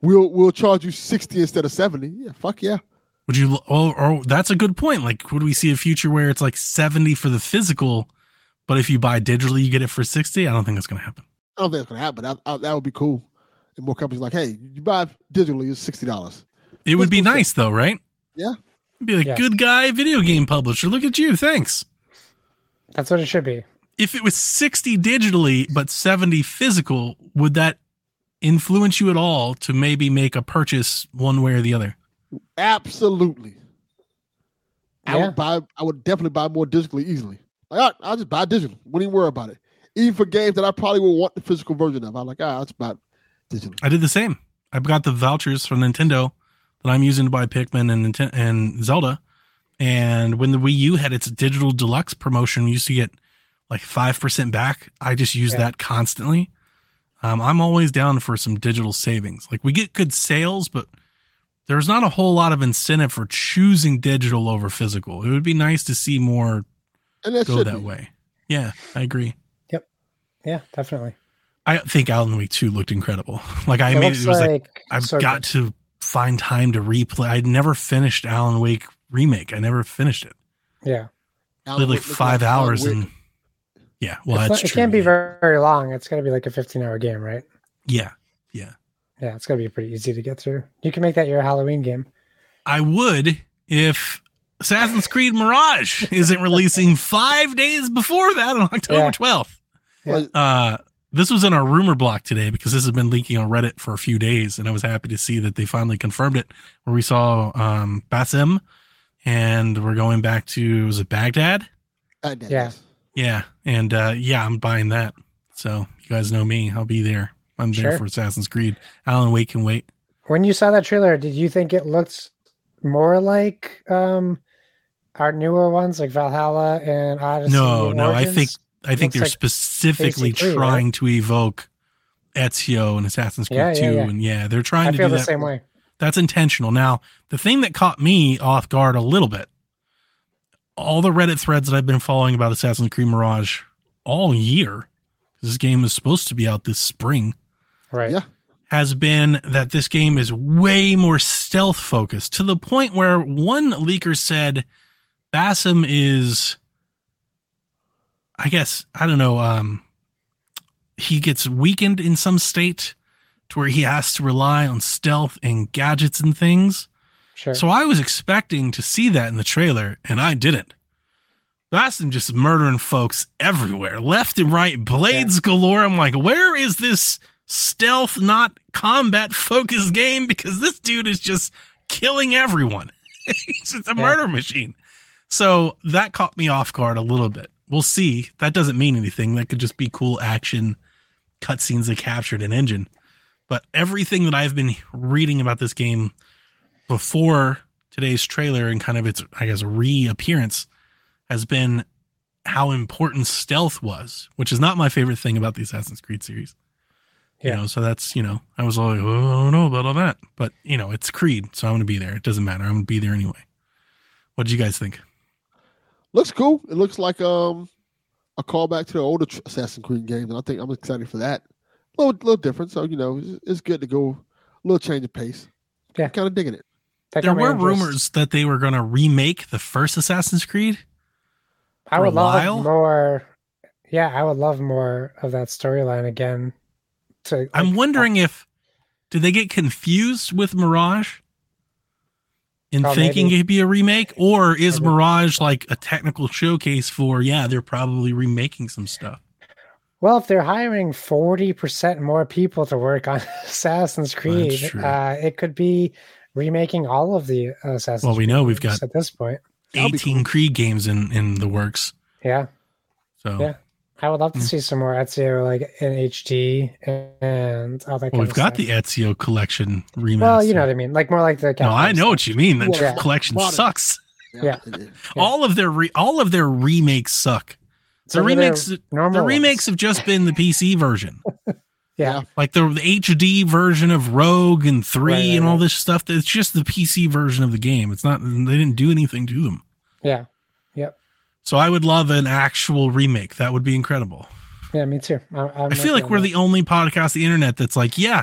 S2: we'll we'll charge you sixty instead of seventy. Yeah, fuck yeah.
S1: Would you? Oh, oh, that's a good point. Like, would we see a future where it's like seventy for the physical, but if you buy digitally, you get it for sixty? I don't think that's going to happen.
S2: I don't think it's gonna happen. I, I, that would be cool. And more companies like, hey, you buy digitally, it's sixty dollars.
S1: It would be
S2: Physical
S1: nice though, right?
S2: Yeah.
S1: Be like
S3: Yeah.
S1: good guy video game publisher. Look at you. Thanks.
S3: That's what it should be.
S1: If it was 60 digitally but 70 physical, would that influence you at all to maybe make a purchase one way or the other?
S2: Absolutely. I
S3: Yeah.
S2: would buy. I would definitely buy more digitally easily. Like, all right, I'll just buy digital. Wouldn't even worry about it. Even for games that I probably would want the physical version of, I'm like, all right, I'll just buy it digitally.
S1: I did the same. I've got the vouchers from Nintendo that I'm using to buy Pikmin and Ninten- and Zelda. And when the Wii U had its digital deluxe promotion, we used to get like five percent back. I just use
S3: Yeah.
S1: that constantly. Um, I'm always down for some digital savings. Like we get good sales, but there's not a whole lot of incentive for choosing digital over physical. It would be nice to see more
S2: And that
S1: go
S2: should
S1: that
S2: be.
S1: way. Yeah, I agree.
S3: Yeah, definitely.
S1: I think Alan Wake 2 looked incredible. Like I
S3: it
S1: mean, it
S3: looks
S1: was like, I've
S3: so
S1: got
S3: good.
S1: to find time to replay. I never finished Alan Wake remake. I never finished it.
S3: yeah.
S1: Played like five hours
S2: and.
S1: and yeah, well,
S3: It's
S1: that's
S3: not- it
S1: true.
S3: can't be
S1: yeah.
S3: very, very long. It's got to be like a 15 hour game, right?
S1: Yeah,
S3: Yeah, it's got to be pretty easy to get through. You can make that your Halloween game.
S1: I would if Assassin's Creed Mirage isn't releasing five days before that on October
S3: Yeah.
S1: 12th.
S2: Yeah.
S1: Uh, this was in our rumor block today because this has been leaking on Reddit for a few days, and I was happy to see that they finally confirmed it. Where we saw um, Basim, and we're going back to was it Baghdad?
S2: I did.
S3: Yeah.
S1: Yeah, and uh, yeah, I'm buying that. So you guys know me; I'll be there. I'm there
S3: Sure.
S1: for Assassin's Creed. Alan Wake can wait.
S3: When you saw that trailer, did you think it looked more like um our newer ones, like Valhalla and Odyssey?
S1: No,
S3: and
S1: no, I think
S3: Origins?
S1: I think
S3: Looks
S1: they're
S3: like
S1: specifically
S3: Creed, right?
S1: trying to evoke Ezio and Assassin's Creed
S3: Yeah, yeah,
S1: 2.
S3: yeah.
S1: And yeah, they're trying
S3: I
S1: to
S3: feel
S1: do
S3: the
S1: that.
S3: same way.
S1: That's intentional. Now, the thing that caught me off guard a little bit, all the Reddit threads that I've been following about Assassin's Creed Mirage all year, 'cause this game is supposed to be out this spring,
S3: Right.
S2: Yeah.
S1: has been that this game is way more stealth focused to the point where one leaker said Bassam is, I guess, I don't know, um, he gets weakened in some state to where he has to rely on stealth and gadgets and things.
S3: Sure.
S1: So I was expecting to see that in the trailer, and I didn't. Bassam just murdering folks everywhere, left and right, blades galore. I'm like, where is this stealth, not combat focused game? Because this dude is just killing everyone. He's just a
S3: Yeah.
S1: murder machine. So that caught me off guard a little bit. We'll see. That doesn't mean anything. That could just be cool action cutscenes that captured an engine. But everything that I've been reading about this game before today's trailer and kind of its, I guess, reappearance has been how important stealth was, which is not my favorite thing about the Assassin's Creed series. You
S3: Yeah.
S1: know, so that's, you know, I was like, oh, I don't know about all that. But, you know, it's Creed, so I'm going to be there. It doesn't matter. I'm going to be there anyway. What did you guys think?
S2: Looks cool. It looks like um a callback to the older tr- Assassin's Creed games, and I think I'm excited for that. A little, little different, so you know it's, it's good to go a little change of pace.
S3: Yeah.
S2: kind of digging it.
S3: That
S1: There
S3: got my
S1: were
S3: interest.
S1: rumors that they were going to remake the first Assassin's Creed.
S3: I
S1: for a
S3: would
S1: while.
S3: love more. Yeah, I would love more of that storyline again. To
S1: I'm
S3: like, uh, oh.
S1: wondering if did they get confused with Mirage in
S3: Oh,
S1: thinking
S3: maybe.
S1: it'd be a remake, or is
S3: Maybe.
S1: Mirage like a technical showcase for yeah, they're probably remaking some stuff.
S3: Well, if they're hiring forty percent more people to work on Assassin's Creed,
S1: true.
S3: uh, it could be remaking all of the uh, Assassin's.
S1: Well, we know we've
S3: Creeds
S1: got
S3: at this point.
S2: That'd be
S1: 18 Creed games in in the works,
S3: Yeah,
S1: so
S3: Yeah. I would love to
S1: Mm.
S3: see some more Ezio like in HD and all
S1: well,
S3: that. kind
S1: we've
S3: of
S1: got
S3: stuff.
S1: the Ezio collection remaster.
S3: Well, you know what I mean, like more like the.
S1: no, I know what you mean. That
S2: Yeah.
S1: collection
S2: Modern.
S1: sucks.
S3: Yeah.
S2: it is.
S3: Yeah.
S1: All of their re- all of their remakes suck. The remakes
S3: normal.
S1: the remakes
S3: ones.
S1: have just been the PC version.
S3: Yeah.
S1: like the, the HD version of Rogue and Three
S3: Right, right,
S1: and all
S3: right.
S1: this stuff. It's just the PC version of the game. It's not they didn't do anything to them.
S3: Yeah.
S1: So I would love an actual remake. That would be incredible.
S3: Yeah. Me too. I, I'm
S1: I feel like we're the only podcast on the internet that's like, yeah,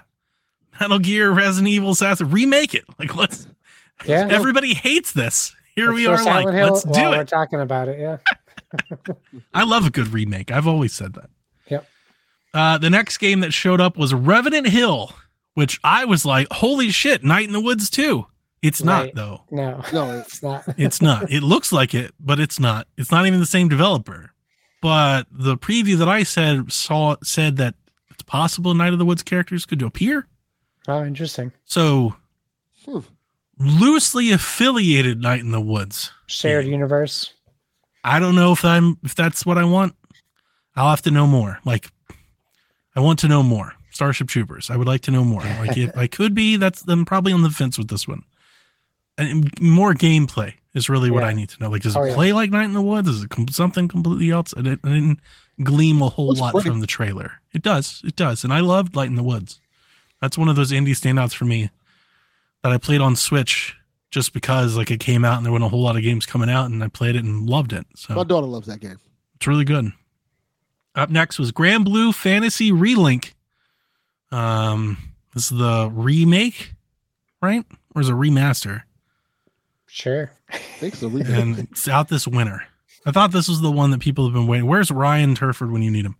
S1: Metal Gear, Resident Evil, Assassin, remake it. Like let's.
S3: Yeah.
S1: Everybody hates this. Here
S3: Let's
S1: we
S3: throw
S1: are. Like
S3: Silent Hill
S1: let's do
S3: while We're
S1: it.
S3: talking about it. Yeah.
S1: I love a good remake. I've always said that.
S3: Yep.
S1: Uh, the next game that showed up was Revenant Hill, which I was like, holy shit, Night in the Woods too. It's not
S3: Right.
S1: though.
S3: No,
S2: No, it-
S3: it's not.
S1: It's not. It looks like it, but it's not. It's not even the same developer. But the preview that I said saw said that it's possible Night of the Woods characters could appear.
S3: Oh, interesting.
S1: So
S2: Hmm.
S1: loosely affiliated Night in the Woods.
S3: Shared universe.
S1: I don't know if I'm if that's what I want. I'll have to know more. Like I want to know more. Starship Troopers. I would like to know more. Like if I could be, that's I'm probably on the fence with this one. And more gameplay is really what
S3: Yeah.
S1: I need to know. Like, does
S3: Oh,
S1: it
S3: yeah.
S1: play like Night in the Woods? Is it com- something completely else? I didn't, I didn't gleam a whole
S2: Looks
S1: lot
S2: great.
S1: from the trailer. It does. It does. And I loved Light in the Woods. That's one of those indie standouts for me that I played on Switch just because like it came out and there weren't a whole lot of games coming out and I played it and loved it. So
S2: my daughter loves that game.
S1: it's really good. Up next was Grand Blue Fantasy Relink. Um, this is the remake, right? Or is it a remaster?
S3: Sure.
S2: I think so. We
S1: And it's out this winter. I thought this was the one that people have been waiting. Where's Ryan Turford when you need him?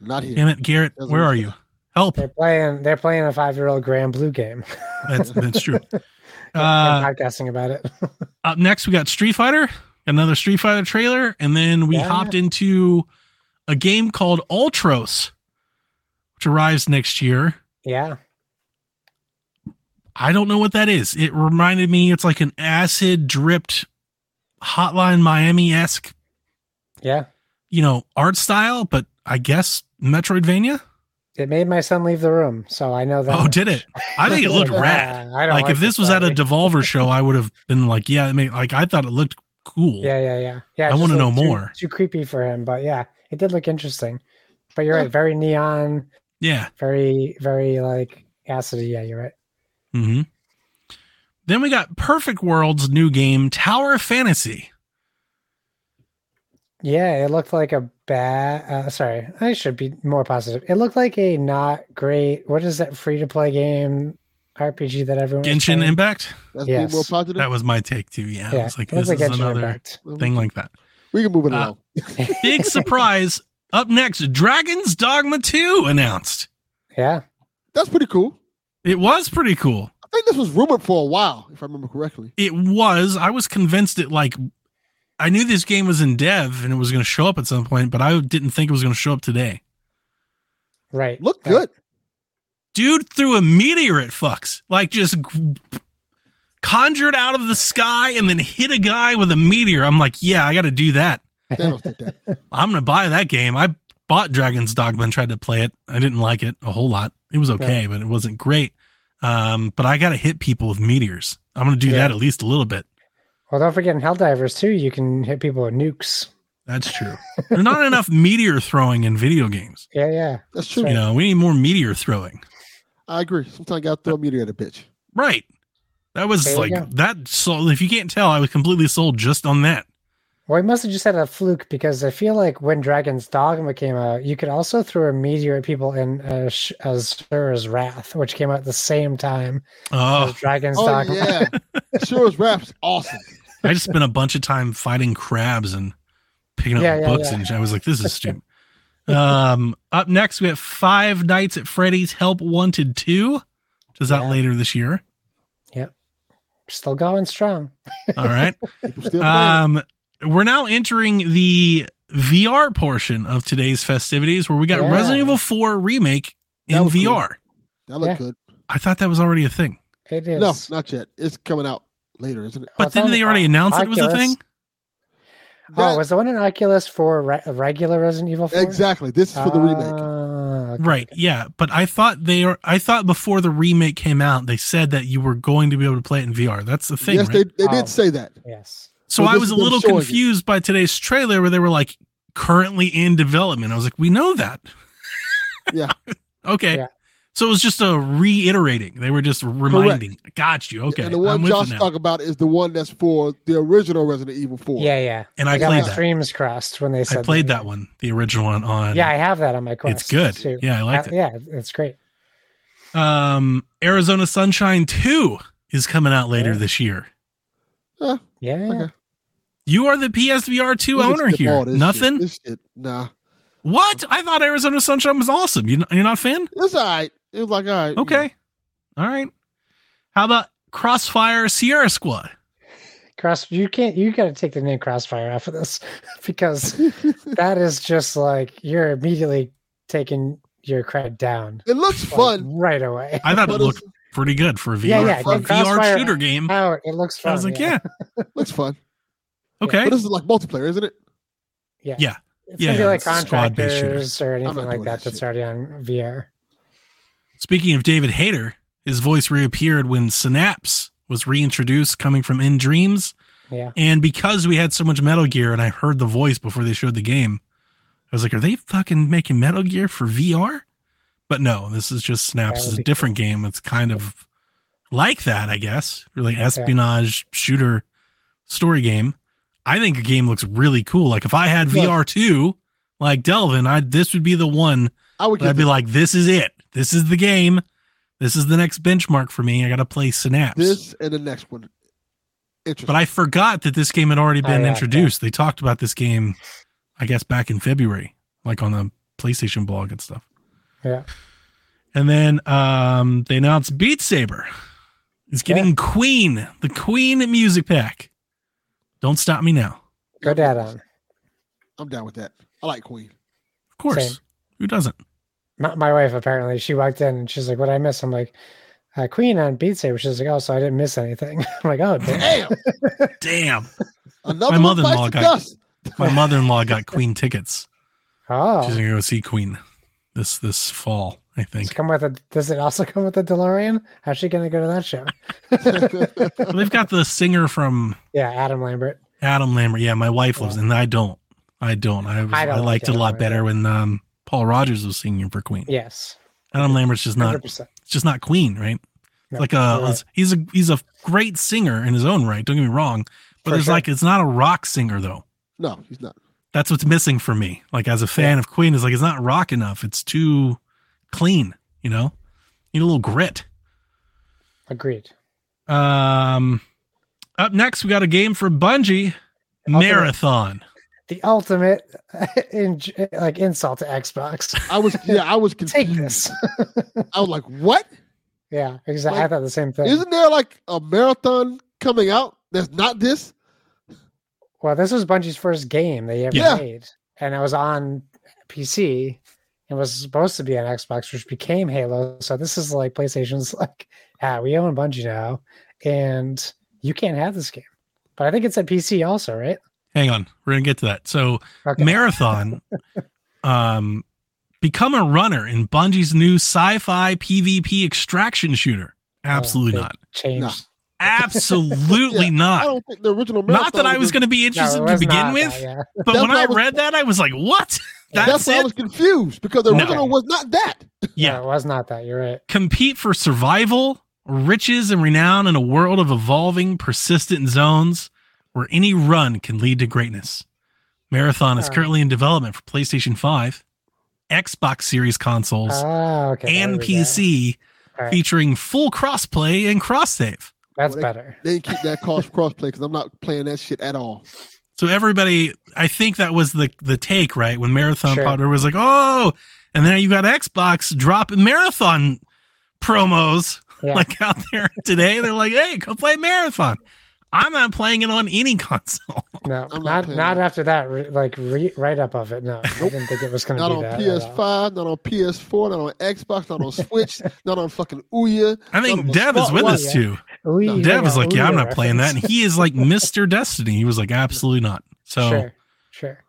S2: not here.
S1: Damn it, Garrett,
S2: Doesn't
S1: where
S2: look
S1: are
S2: good.
S1: you? Help.
S3: They're playing they're playing a five year old Grand Blue game.
S1: That's that's true. Uh,
S3: I'm podcasting about it.
S1: up next, we got Street Fighter, another Street Fighter trailer, and then we
S3: Yeah.
S1: hopped into a game called Ultros, which arrives next year.
S3: yeah.
S1: I don't know what that is. It reminded me it's like an acid dripped hotline Miami esque,
S3: Yeah.
S1: you know, art style, but I guess Metroidvania.
S3: It made my son leave the room, so I know that.
S1: Oh, did it? I think it looked rad.
S3: Uh, I don't
S1: Like if this was at a
S3: movie.
S1: Devolver show, I would have been like, yeah, I mean, like I thought it looked cool.
S3: Yeah, yeah, yeah. Yeah.
S1: I
S3: it's just
S1: wanna
S3: a
S1: know
S3: little too-
S1: more.
S3: Too creepy for him, but yeah, it did look interesting. But you're
S2: Yeah.
S3: right, very neon,
S1: yeah.
S3: very, very like acidy. Yeah, you're right.
S1: hmm Then we got Perfect World's new game, Tower of Fantasy.
S3: Yeah, it looked like a bad. Uh, sorry, I should be more positive. It looked like a not great. What is that free to play game RPG that everyone? was
S1: Genshin
S3: playing?
S1: Impact.
S2: That's being
S3: Yes.
S2: more positive. Um,
S1: That was my take too. Yeah.
S3: Yeah,
S1: I was like,
S3: it looked
S1: this
S3: like
S1: is
S3: Genshin
S1: another
S3: Impact.
S1: thing like that.
S2: we can move it
S1: Uh,
S2: along.
S1: Big surprise. Up next, Dragon's Dogma 2 announced.
S3: Yeah,
S2: That's pretty cool.
S1: It was pretty cool.
S2: I think this was rumored for a while, if I remember correctly.
S1: It was. I was convinced it like I knew this game was in dev and it was going to show up at some point, but I didn't think it was going to show up today.
S3: right.
S2: Looked
S3: Yeah.
S2: good.
S1: Dude threw a meteor at fucks. Like just g- conjured out of the sky and then hit a guy with a meteor. I'm like, "Yeah, I got to do that.
S2: Thanos did that.
S1: I'm going to buy that game." I bought Dragon's Dogma and tried to play it. I didn't like it a whole lot. It was okay, but it wasn't great. Um, but I got to hit people with meteors. I'm going to do
S3: Yeah.
S1: that at least a little bit.
S3: Well, don't forget in Helldivers too, you can hit people with nukes.
S1: That's true. There's not enough meteor throwing in video games.
S3: Yeah, yeah.
S2: That's true.
S1: You know, we need more meteor throwing.
S2: I agree. Sometimes I got to throw a meteor at a bitch.
S1: Right. That was
S3: There you
S1: like
S3: go.
S1: that sold if you can't tell, I was completely sold just on that.
S3: Well, he must have just had a fluke because I feel like when Dragon's Dogma came out, you could also throw a meteor at people in uh, Sh- Azura's Wrath, which came out at the same time
S1: Oh,
S3: as Dragon's
S2: Oh
S3: Dogma.
S2: yeah, Shura's rap's awesome.
S1: I just spent a bunch of time fighting crabs and picking up
S3: Yeah, yeah,
S1: books
S3: yeah.
S1: and shit. I was like, this is stupid. um up next we have Five Nights at Freddy's Help Wanted 2. which is out
S3: Yeah.
S1: later this year.
S3: Still going strong.
S1: All right.
S2: People still playing.
S1: Um, we're now entering the VR portion of today's festivities where we got
S3: Yeah.
S1: Resident Evil 4 remake
S2: That
S1: in
S2: was cool. Oh,
S1: VR.
S2: that looked
S3: yeah.
S2: good.
S1: I thought that was already a thing,
S3: It is.
S2: No, not yet. It's coming out later, isn't it?
S3: Oh,
S1: but
S3: it's
S1: didn't
S3: on
S1: they already
S3: Oc-
S1: announce it was a
S3: Oculus.
S1: thing?
S3: Oh,
S2: That-
S3: was the one in Oculus for re- regular Resident Evil 4?
S2: exactly. This is for the remake.
S3: Ah, okay.
S1: Right. Yeah. But I thought they are, I thought before the remake came out, they said that you were going to be able to play it in VR. That's the thing.
S2: yes,
S1: right?
S2: they, they
S3: Oh.
S2: did say that.
S3: Yes.
S1: so
S2: well,
S1: I
S2: this
S1: was a
S2: is them
S1: little
S2: showing it.
S1: confused by today's trailer where they were like currently in development. I was like, we know that.
S2: Yeah.
S1: okay.
S3: Yeah.
S1: So it was just a reiterating. They were just reminding. Got you. Okay.
S2: And the one
S1: I'm with
S2: Josh
S1: you now.
S2: talked about is the one that's for the original Resident Evil 4.
S3: Yeah, yeah.
S1: And I
S3: I got
S1: played
S3: my
S1: that.
S3: streams crossed when they said
S1: I played that one, the original one on.
S3: Yeah, I have that on my quest.
S1: it's good.
S3: too.
S1: Yeah, I liked
S3: Uh,
S1: it.
S3: Yeah, it's great.
S1: Um, Arizona Sunshine 2 is coming out later
S3: Yeah.
S1: this year.
S3: Yeah.
S2: Okay.
S1: You are the PSVR 2
S2: We can
S1: owner
S2: skip all
S1: here.
S2: this shit.
S1: Nothing?
S2: This shit, Nah.
S1: What? I thought Arizona Sunshine was awesome. You, you're not a fan?
S2: It's all right. It was like, all right. you
S1: Okay. All right. How about Crossfire Sierra Squad?
S3: Cross you can't you gotta take the name Crossfire off of this because that is just like you're immediately taking your cred down
S2: It looks
S3: like,
S2: fun.
S3: right away.
S1: I thought it
S2: but it's-
S1: looked pretty good for a VR,
S3: Yeah, yeah,
S1: for a
S3: get
S1: VR
S3: Crossfire
S1: shooter game.
S3: Out. It looks fun.
S1: I was like, yeah,
S2: looks fun.
S1: okay.
S2: But this is like multiplayer, isn't it?
S3: Yeah.
S1: Yeah.
S3: It's
S1: Yeah,
S3: gonna be like
S1: it's a squad-based shooter.
S3: contractors or
S2: not
S3: anything like
S2: doing
S3: that
S2: that
S3: that's
S2: shit.
S3: already on VR.
S1: Speaking of David Hayter, his voice reappeared when Synapse was reintroduced, coming from In Dreams.
S3: Yeah.
S1: And because we had so much Metal Gear and I heard the voice before they showed the game, I was like, are they fucking making Metal Gear for VR? But no, this is just Snaps
S3: That
S1: is
S3: would
S1: a
S3: be
S1: different game. It's kind of like that, I guess. Really espionage shooter story game. I think the game looks really cool. Like if I had
S2: Yeah.
S1: VR too, like Delvin, I this would be the one
S2: I would
S1: that
S2: get
S1: I'd be like, this is it. This is the game. This is the next benchmark for me. I got to play Synapse.
S2: this and the next one. Interesting.
S1: but I forgot that this game had already
S3: Oh,
S1: been
S3: yeah,
S1: introduced. They talked about this game, I guess, back in February, like on the PlayStation blog and stuff.
S3: Yeah.
S1: And then um, they announced Beat Saber is getting Queen, the Queen music pack. Don't stop me now.
S3: Good add on.
S2: I'm down with that. I like Queen.
S1: Of course.
S3: Same.
S1: Who doesn't?
S3: My, my wife apparently she walked in and she's like, "What I miss?" I'm like, uh, "Queen on Beat Saber." She's like, "Oh, so I didn't miss anything." I'm like, "Oh, damn.
S2: Damn.
S1: Damn.
S2: Another
S1: My
S2: one bites
S1: mother-in-law
S2: the
S1: got-
S2: dust.
S1: My mother in law got Queen tickets.
S3: oh."
S1: She's gonna go see Queen this this fall, I
S3: Does
S1: think.
S3: it come with a? Does it also come with a DeLorean? How's she gonna go to that show?
S1: Well, they've got the singer from
S3: Yeah, Adam Lambert.
S1: Adam Lambert. Yeah, my wife loves it, and I don't. I don't. I, was, I,
S3: I don't like
S1: liked it a
S3: Adam
S1: lot
S3: Lambert.
S1: better when um, Paul Rogers was singing for Queen.
S3: Yes,
S1: Adam Lambert's just not.
S3: 100%.
S1: It's just not Queen, right? It's
S3: No,
S1: like
S3: you're
S1: a
S3: right.
S1: he's a he's a great singer in his own right. Don't get me wrong, but
S3: For
S1: there's
S3: sure.
S1: like it's not a rock singer though.
S2: No, he's not.
S1: That's what's missing for me. Like as a fan of Queen, is like it's not rock enough. It's too clean. You know, need a little grit.
S3: agreed.
S1: Um, up next we got a game for Bungie
S3: Ultimate.
S1: Marathon.
S3: The ultimate in, like insult to Xbox.
S2: I was yeah, I was
S3: Take
S2: confused.
S3: this.
S2: I was like, what?
S3: yeah, exactly. I
S2: Like,
S3: thought the same thing.
S2: Isn't there like a marathon coming out that's not this?
S3: Well, this was Bungie's first game they ever
S2: Yeah.
S3: made, and it was on PC. It was supposed to be on Xbox, which became Halo. So this is like PlayStation's like, ah, we own Bungie now, and you can't have this game. But I think it's at PC also, right?
S1: Hang on, we're gonna get to that. So
S3: Okay.
S1: marathon um become a runner in Bungie's new sci-fi PvP extraction shooter. Absolutely
S3: Oh,
S1: not.
S3: Changed.
S1: Absolutely
S2: Yeah, I
S1: not.
S2: don't think the original marathon.
S1: Not that I was going to be
S3: No,
S1: interested
S3: it
S1: to
S3: was
S1: begin
S3: not
S1: with,
S3: that, yeah.
S1: but
S2: That's
S1: when
S2: what
S1: I
S2: I was-
S1: read that I was like, "What?
S3: Yeah.
S1: That's
S2: That's why I
S1: it?"
S2: was confused because the
S1: No.
S2: original was not that.
S1: Yeah.
S3: No, it was not that. You're right.
S1: compete for survival, riches, and renown in a world of evolving, persistent zones where any run can lead to greatness. Marathon is
S3: All right.
S1: currently in development for PlayStation 5, Xbox Series consoles,
S3: Ah, okay. there
S1: and
S3: we go.
S1: PC,
S3: All right,
S1: featuring full crossplay and cross save.
S3: That's
S2: Well,
S3: better.
S2: They didn't keep that cross crossplay because I'm not playing that shit at all.
S1: So everybody, I think that was the the take, right? When Marathon
S3: Sure.
S1: Powder was like, "Oh," and then you got Xbox dropping Marathon promos
S3: Yeah.
S1: like out there today. They're like, "Hey, go play Marathon." I'm not playing it on any console.
S3: No,
S2: I'm not
S3: not
S2: playing
S3: not
S2: that.
S3: after that. Re, like re, write up of it. No, I
S2: Nope.
S3: didn't think it was going to
S2: Not
S3: be
S2: on
S3: that. at all.
S2: PS5, not on PS4, not on Xbox, not on Switch, not on fucking Ouya.
S1: I think
S2: Well,
S1: Dev is with
S2: well,
S1: us
S3: yeah.
S1: too.
S3: Ooh, you
S1: Dev
S3: got
S1: was
S3: a
S1: like, "Yeah, I'm
S3: Ouya
S1: not playing that,"
S3: reference.
S1: and he is like Mr. Destiny. He was like, "Absolutely not." So
S3: Sure, sure.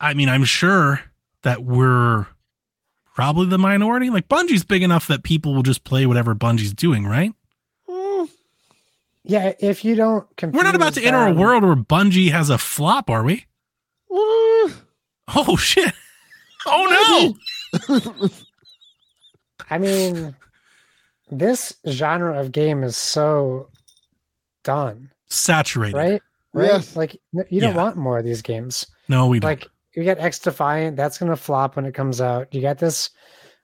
S1: I mean, I'm sure that we're probably the minority. Like Bungie's big enough that people will just play whatever Bungie's doing, right?
S2: Mm,
S3: Yeah, if you don't confuse
S1: We're not about to enter a
S3: them-
S1: world where Bungie has a flop, are we?
S2: mm,
S1: Oh shit! Oh
S3: I mean, this genre of game is so done,
S1: Saturated.
S3: right? Right?
S2: Yes.
S3: Like n- you don't
S1: Yeah.
S3: want more of these games.
S1: No, we don't.
S3: Like you got X Defiant, that's going to flop when it comes out. You got this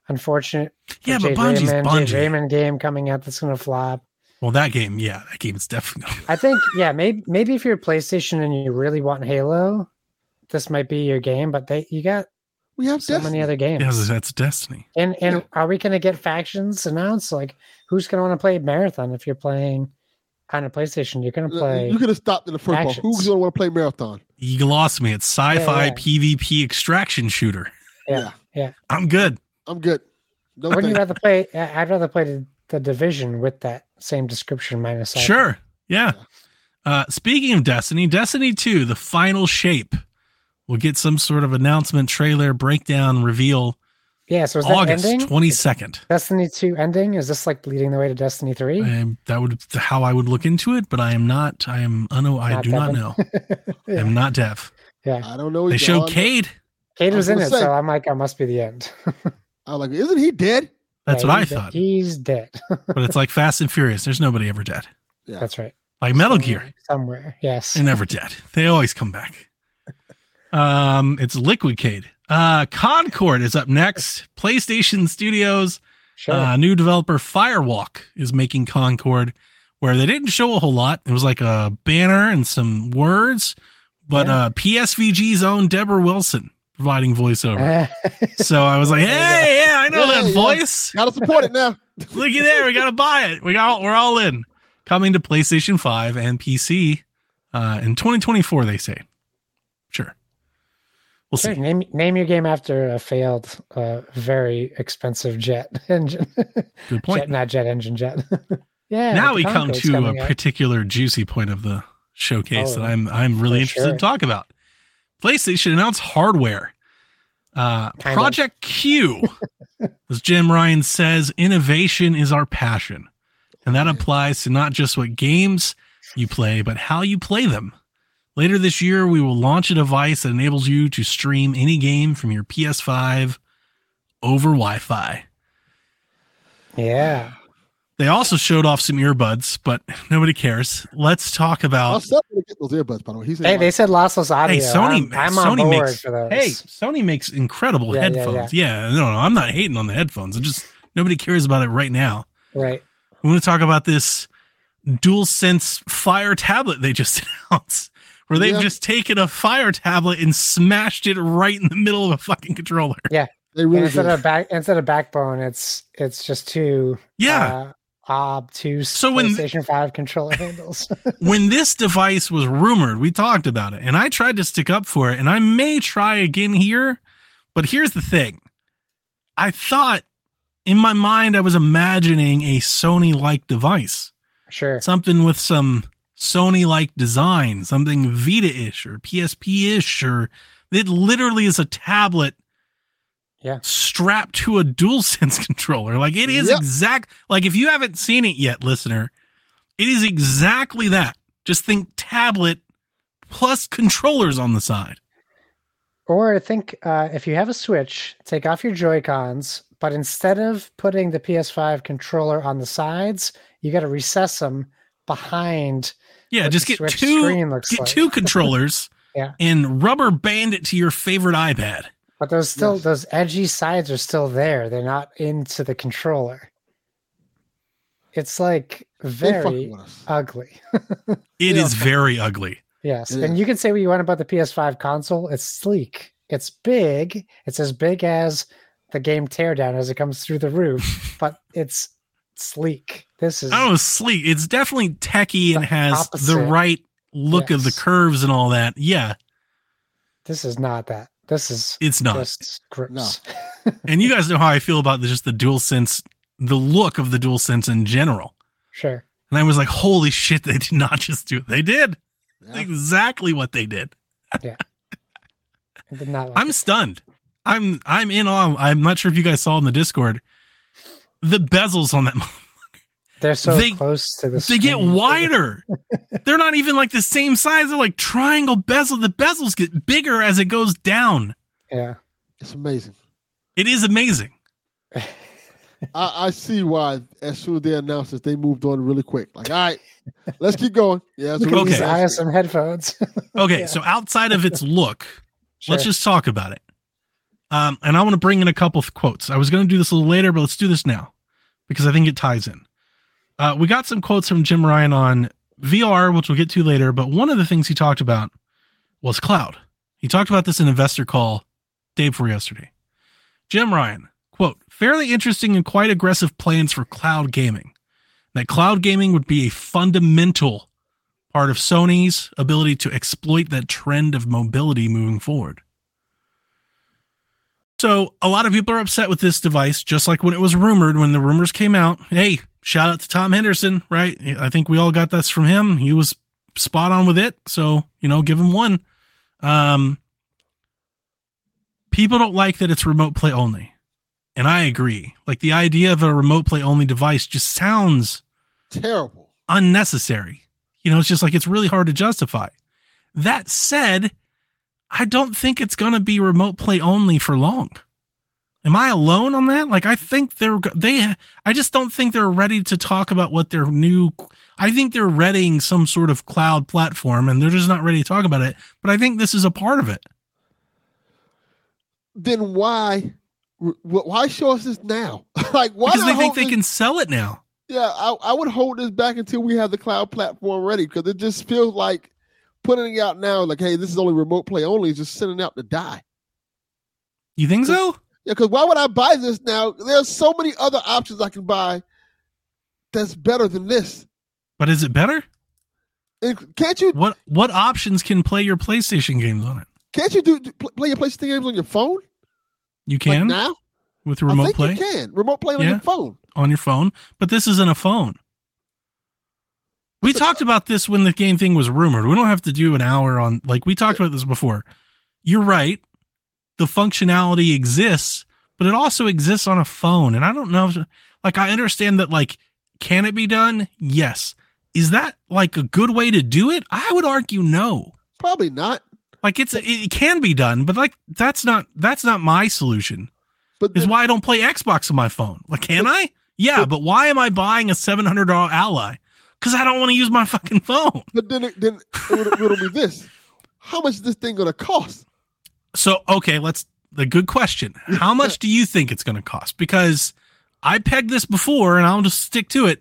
S3: unfortunate
S1: yeah, but
S3: Jade
S1: Bungie's
S3: Raymond, Jade
S1: Bungie.
S3: Raymond game coming out that's going to flop.
S1: Well, that game, yeah, that game is definitely.
S3: I think yeah, maybe maybe if you're PlayStation and you really want Halo, this might be your game. But they you got
S2: we have
S3: so many
S2: Destiny.
S3: other games.
S1: Yeah, that's- that's Destiny.
S3: And and are we going to get factions announced? Like, who's going to want to play marathon if you're playing on a PlayStation? You're going to play.
S2: Uh, You could have stopped in the first
S3: Actions.
S2: one. Who's gonna want to play marathon?
S1: You lost me. It's sci-fi
S3: Yeah, yeah.
S1: PvP extraction shooter.
S3: Yeah,
S1: I'm good.
S2: I'm good. No
S3: Wouldn't you
S2: thanks.
S3: rather play? I- I'd rather play the, the division with that same description minus. sci-fi.
S1: Sure. Yeah. Uh, speaking of Destiny, Destiny 2, the final shape. We'll get some sort of announcement, trailer, breakdown, reveal
S3: Yeah. So is
S1: August
S3: that ending?
S1: 22nd.
S3: Destiny two ending? Is this like leading the way to Destiny three?
S1: I, that would how I would look into it, but I am not. I am unknow. I
S3: Not
S1: do not
S3: Devin.
S1: know.
S3: Yeah.
S1: I'm not deaf.
S3: yeah.
S2: I don't know.
S1: They
S2: He's
S1: show
S2: gone.
S1: Cade.
S3: Cade
S2: I was
S3: was in
S2: gonna
S3: it,
S2: say-
S3: so I'm like, I must be the end.
S2: I was like, isn't he dead?
S1: That's
S3: Yeah,
S1: what I
S3: he's de-
S1: thought.
S3: He's dead.
S1: But it's like Fast and Furious. There's nobody ever dead.
S3: That's right.
S1: Like Metal Gear,
S3: somewhere. Yes.
S1: they're never dead. They always come back. Um, it's Liquid Cade. Uh, Concord is up next. PlayStation Studios,
S3: Sure.
S1: uh, new developer Firewalk is making Concord, where they didn't show a whole lot. It was like a banner and some words, but
S3: Yeah.
S1: uh, PSVG's own Deborah Wilson providing voiceover. so I was like,
S3: There you
S1: hey, yeah, I know
S2: Yeah,
S1: that
S2: yeah.
S1: voice.
S2: Gotta support it now.
S1: Looky there, we gotta buy it. We got we're all in. Coming to PlayStation 5 and PC uh in 2024, they say. Sure. We'll
S3: Sure,
S1: see.
S3: name name your game after a failed, uh, very expensive jet engine.
S1: Good
S3: jet,
S1: point.
S3: not jet engine, jet. yeah.
S1: now
S3: the
S1: we come
S3: Concorde's
S1: to a
S3: coming out.
S1: particular juicy point of the showcase
S3: Oh,
S1: that I'm I'm really
S3: for
S1: interested to
S3: sure.
S1: talk about. PlayStation announced hardware. Uh
S3: Kind of.
S1: Project Q. as Jim Ryan says, innovation is our passion. And that applies to not just what games you play, but how you play them. Later this year, we will launch a device that enables you to stream any game from your PS5 over Wi Fi.
S3: yeah.
S1: They also showed off some earbuds, but nobody cares. Let's talk
S2: I'll
S1: about
S2: stop to get those earbuds, by the way. He's
S3: Hey, they said lossless audio.
S1: hey Sony.
S3: I'm, I'm on
S1: Sony
S3: board
S1: makes
S3: for those.
S1: hey Sony makes incredible
S3: Yeah, yeah,
S1: headphones. Yeah, no, no, I'm not hating on the headphones. I just nobody cares about it right now.
S3: right.
S1: We want to talk about this DualSense Fire tablet they just announced, where they've
S2: Yeah.
S1: just taken a Fire tablet and smashed it right in the middle of a fucking controller.
S2: they
S3: And
S2: really
S3: instead
S2: did.
S3: of back, instead of backbone, it's it's just two.
S1: Yeah.
S3: Uh, obtuse
S1: So when-
S3: PlayStation Five controller handles.
S1: when this device was rumored, we talked about it, and I tried to stick up for it, and I may try again here. But here's the thing I thought in my mind, I was imagining a Sony like device,
S3: sure.
S1: something with some Sony like design, something Vita ish or PSP ish, or it literally is a tablet.
S3: Yeah.
S1: Strapped to a DualSense controller. Like it is
S2: Yep.
S1: exact like if you haven't seen it yet, listener, it is exactly that. Just think tablet plus controllers on the side.
S3: Or I think uh, if you have a Switch, take off your Joy Cons, but instead of putting the PS5 controller on the sides, you got to recess them behind.
S1: Yeah,
S3: what
S1: just
S3: the
S1: get
S3: Switch
S1: two
S3: Screen looks
S1: get
S3: like.
S1: two controllers
S3: Yeah.
S1: and rubber band it to your favorite iPad.
S3: But those still
S2: Yes.
S3: those edgy sides are still there. They're not into the controller. It's like
S2: They fucking
S3: very
S2: with us.
S3: ugly.
S1: It is
S2: Yeah.
S1: very ugly.
S3: Yes,
S2: It
S3: and
S2: is.
S3: you can say what you want about the PS5 console. It's sleek. It's big. It's as big as the game teardown as it comes through the roof, but it's sleek. This is
S1: I don't know, Oh, sleek. It's definitely techie and
S3: The
S1: has the
S3: opposite.
S1: right look of the
S3: Yes.
S1: curves and all that. Yeah,
S3: this is not that. This is
S1: it's not.
S3: just gross.
S1: and you guys know how I feel about the, just the DualSense, the look of the DualSense in general.
S3: Sure.
S1: And I was like, holy shit, they did not just do it. They did
S2: Yeah.
S1: exactly what they did.
S3: I did not like
S1: I'm
S3: it.
S1: stunned. I'm I'm in awe. I'm not sure if you guys saw in the Discord the bezels on that. motherfucker,
S3: They're so
S1: they-
S3: close to the
S1: They get
S3: screen.
S1: wider. They're not even like the same size. They're like triangle bezel. The bezels get bigger as it goes down.
S3: Yeah.
S2: It's amazing.
S1: It is amazing.
S2: I, I see why as soon as they announced this, they moved on really quick. Like, all right, let's keep going. Yeah, it's
S3: Look
S2: really
S3: at these
S1: Okay.
S3: eyes and headphones.
S1: Okay,
S3: Yeah.
S1: so outside of its look,
S3: Sure.
S1: let's just talk about it. Um, and I want to bring in a couple of quotes. I was going to do this a little later, but let's do this now because I think it ties in. Uh, we got some quotes from Jim Ryan on VR, which we'll get to later. But one of the things he talked about was cloud. He talked about this in investor call day before yesterday. Jim Ryan, quote, fairly interesting and quite aggressive plans for cloud gaming. That cloud gaming would be a fundamental part of Sony's ability to exploit that trend of mobility moving forward. So, a lot of people are upset with this device, just like when it was rumored, when the rumors came out. Hey, shout out to Tom Henderson, right? I think we all got this from him. He was spot on with it. So, you know, give him one. Um, people don't like that it's remote play only. And I agree. Like the idea of a remote play only device just sounds
S2: terrible.
S1: unnecessary. You know, it's just like it's really hard to justify. That said, I don't think it's going to be remote play only for long. Am I alone on that? Like I think they're go- they I just don't think they're ready to talk about what their new I think they're readying some sort of cloud platform and they're just not ready to talk about it, but I think this is a part of it.
S2: then why wh- why show us this now? like why
S1: because
S2: not
S1: they think
S2: hold
S1: they
S2: this-
S1: can sell it now.
S2: Yeah, I, I would hold this back until we have the cloud platform ready because it just feels like putting it out now, like, hey, this is only remote play only, is just sending it out to die.
S1: You think so?
S2: Yeah, because why would I buy this now? There's so many other options I can buy that's better than this.
S1: But is it better?
S2: And can't you
S1: What what options can play your PlayStation games on it?
S2: can't you do do- pl- play your PlayStation games on your phone?
S1: You
S2: Like
S1: can
S2: now?
S1: with remote
S2: I think
S1: play
S2: you can. Remote play on
S1: Yeah.
S2: your phone.
S1: on your phone, but this isn't a phone. We talked about this when the game thing was rumored. We don't have to do an hour on like we talked about this before. You're right. The functionality exists, but it also exists on a phone. And I don't know if, like I understand that like can it be done? Yes. Is that like a good way to do it? I would argue no.
S2: Probably not.
S1: Like it's it it can be done, but like that's not that's not my solution.
S2: But
S1: Is
S2: then-
S1: why I don't play Xbox on my phone. Like can I? Yeah, but why am I buying a seven hundred dollar ally? Because I don't want to use my fucking phone.
S2: but then it, then it'll, it'll be this. How much is this thing gonna cost?
S1: So okay, let's the good question. How much do you think it's going to cost? Because I pegged this before, and I'll just stick to it.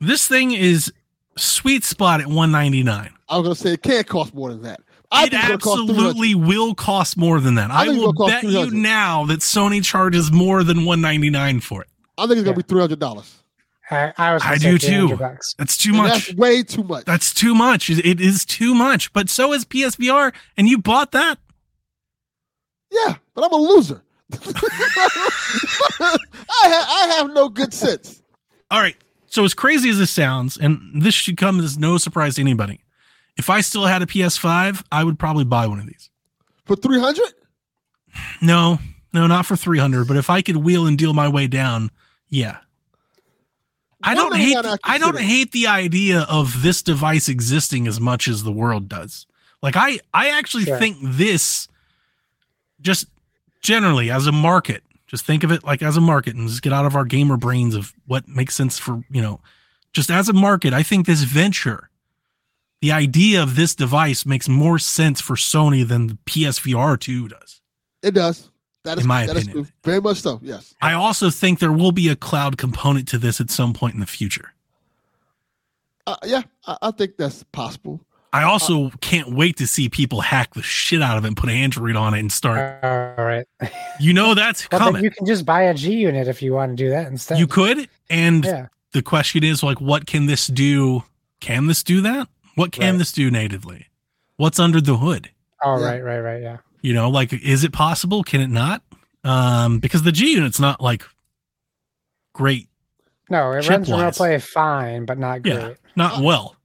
S1: This thing is sweet spot at one ninety nine.
S2: I was gonna say it can't cost more than that. I
S1: It
S2: think it's gonna cost 300.
S1: absolutely will cost more than that.
S2: I
S1: I,
S2: think
S1: will
S2: it'll cost
S1: bet you
S2: 300.
S1: now that Sony charges more than one ninety nine for it.
S2: I think it's gonna be
S3: Yeah.
S2: three hundred dollars.
S3: I, I was.
S1: I do
S3: gonna say 300
S1: too.
S3: bucks.
S1: That's too
S2: And
S1: much.
S2: That's way too much.
S1: That's too much. It- It is too much. But so is PSVR, and you bought that.
S2: yeah, but I'm a loser. I, ha- I have no good sense.
S1: All right. So as crazy as this sounds, and this should come as no surprise to anybody, if I still had a PS5, I would probably buy one of these.
S2: For three hundred,
S1: No, no, not for three hundred. But if I could wheel and deal my way down, yeah. I
S2: One
S1: don't
S2: thing
S1: hate.
S2: that I
S1: The, I don't
S2: consider-
S1: hate the idea of this device existing as much as the world does. Like I, I actually
S3: Sure.
S1: think this, just generally as a market, just think of it like as a market, and just get out of our gamer brains of what makes sense for you know, just as a market. I think this venture, the idea of this device, makes more sense for Sony than the PSVR two does.
S2: it does. That is
S1: In my
S2: that is
S1: opinion.
S2: true. very much so. Yes,
S1: I also think there will be a cloud component to this at some point in the future.
S2: uh, yeah, I, I think that's possible.
S1: I also can't wait to see people hack the shit out of it and put Android on it and start.
S3: All right.
S1: You know that's
S3: Well, then
S1: coming.
S3: you can just buy a G unit if you want to do that instead.
S1: You could. And
S3: Yeah.
S1: the question is like, what can this do? Can this do that? What can
S3: Right.
S1: this do natively? What's under the hood?
S3: Oh,
S2: Yeah.
S3: right, right, right. Yeah.
S1: You know, like, is it possible? Can it not? Um, because the G unit's not like great,
S3: No, it
S1: Chip
S3: runs remote
S1: wise.
S3: play fine, but not great.
S1: Yeah. not well.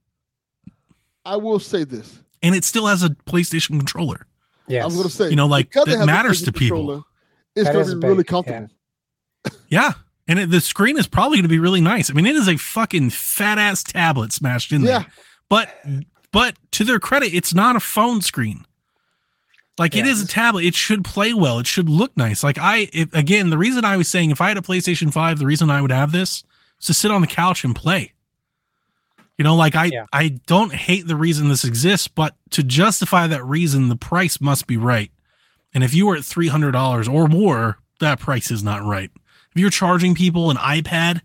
S2: I will say this.
S1: And it still has a PlayStation controller.
S3: Yes.
S2: I was gonna say
S1: You know, like,
S2: because
S1: that
S2: it has a
S1: matters to
S2: physical
S1: people.
S2: controller, It's
S3: That
S2: gonna
S3: is
S2: be
S3: big,
S2: really
S3: yeah.
S2: comfortable.
S1: Yeah. And it, the screen is probably going to be really nice. I mean, it is a fucking fat ass tablet smashed in
S2: Yeah,
S1: there. But but to their credit, it's not a phone screen. Like it
S3: Yeah.
S1: is a tablet. It should play well. It should look nice. Like I if, again, the reason I was saying if I had a PlayStation 5, the reason I would have this is to sit on the couch and play. You know, like I
S3: Yeah.
S1: I don't hate the reason this exists, but to justify that reason, the price must be right. And if you were at three hundred dollars or more, that price is not right. If you're charging people an iPad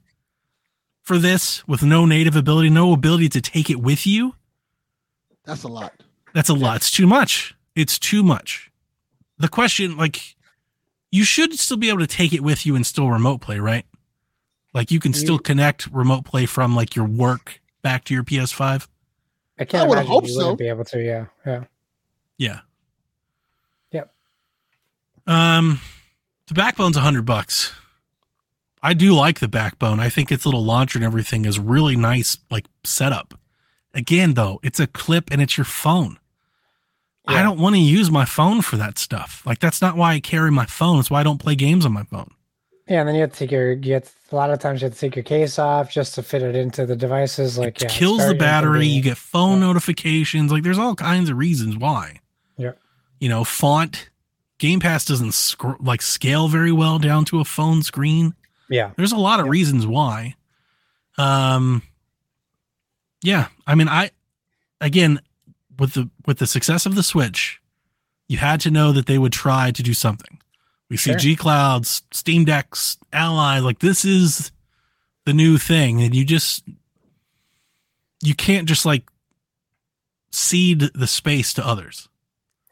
S1: for this with no native ability, no ability to take it with you,
S2: that's a lot.
S1: that's a lot. It's too much. It's too much. The question, like, you should still be able to take it with you and still remote play, right? Like, you can still
S3: You-
S1: connect remote play from like your work back to your PS5.
S3: I can't
S2: I would
S3: imagine
S2: hope
S3: you
S2: so.
S3: wouldn't be able to. Yeah. Yeah.
S1: Yeah.
S3: Yep.
S1: Um, the backbone's a hundred bucks. I do like the backbone. I think its little launcher and everything is really nice, like setup. Again, though, it's a clip and it's your phone. I
S3: Yeah.
S1: don't want to use my phone for that stuff. Like that's not why I carry my phone. It's why I don't play games on my phone.
S3: Yeah, and then you have to take your you have to- a lot of times you have to take your case off just to fit it into the devices. Like yeah,
S1: it
S3: it's
S1: kills the
S3: very
S1: battery. You
S3: inconvenient.
S1: get phone
S3: Yeah.
S1: notifications. Like there's all kinds of reasons why.
S3: Yep.
S1: You know, font. Game Pass doesn't scr- like scale very well down to a phone screen.
S3: yeah,
S1: There's a lot of reasons why. Um. Yeah, I mean, I again with the with the success of the Switch, you had to know that they would try to do something. We see
S3: Sure.
S1: G Clouds, Steam Decks, Ally. Like this is the new thing, and you just you can't just like cede the space to others.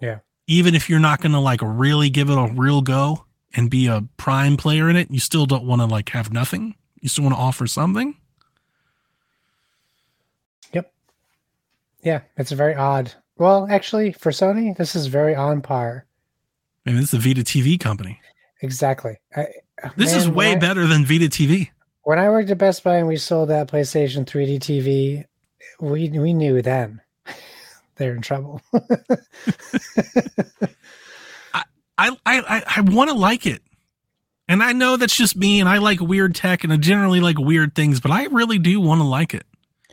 S3: Yeah.
S1: Even if you're not going to like really give it a real go and be a prime player in it, you still don't want to like have nothing. You still want to offer something.
S3: Yeah, it's very odd. Well, actually, for Sony, this is very on par.
S1: I mean, it's the Vita TV company.
S3: Exactly. I,
S1: This is
S3: man,
S1: way
S3: when I-
S1: better than Vita TV.
S3: When I worked at Best Buy and we sold that PlayStation 3D TV, we we knew then they're in trouble.
S1: I I I, I want to like it, and I know that's just me, and I like weird tech, and I generally like weird things, but I really do want to like it.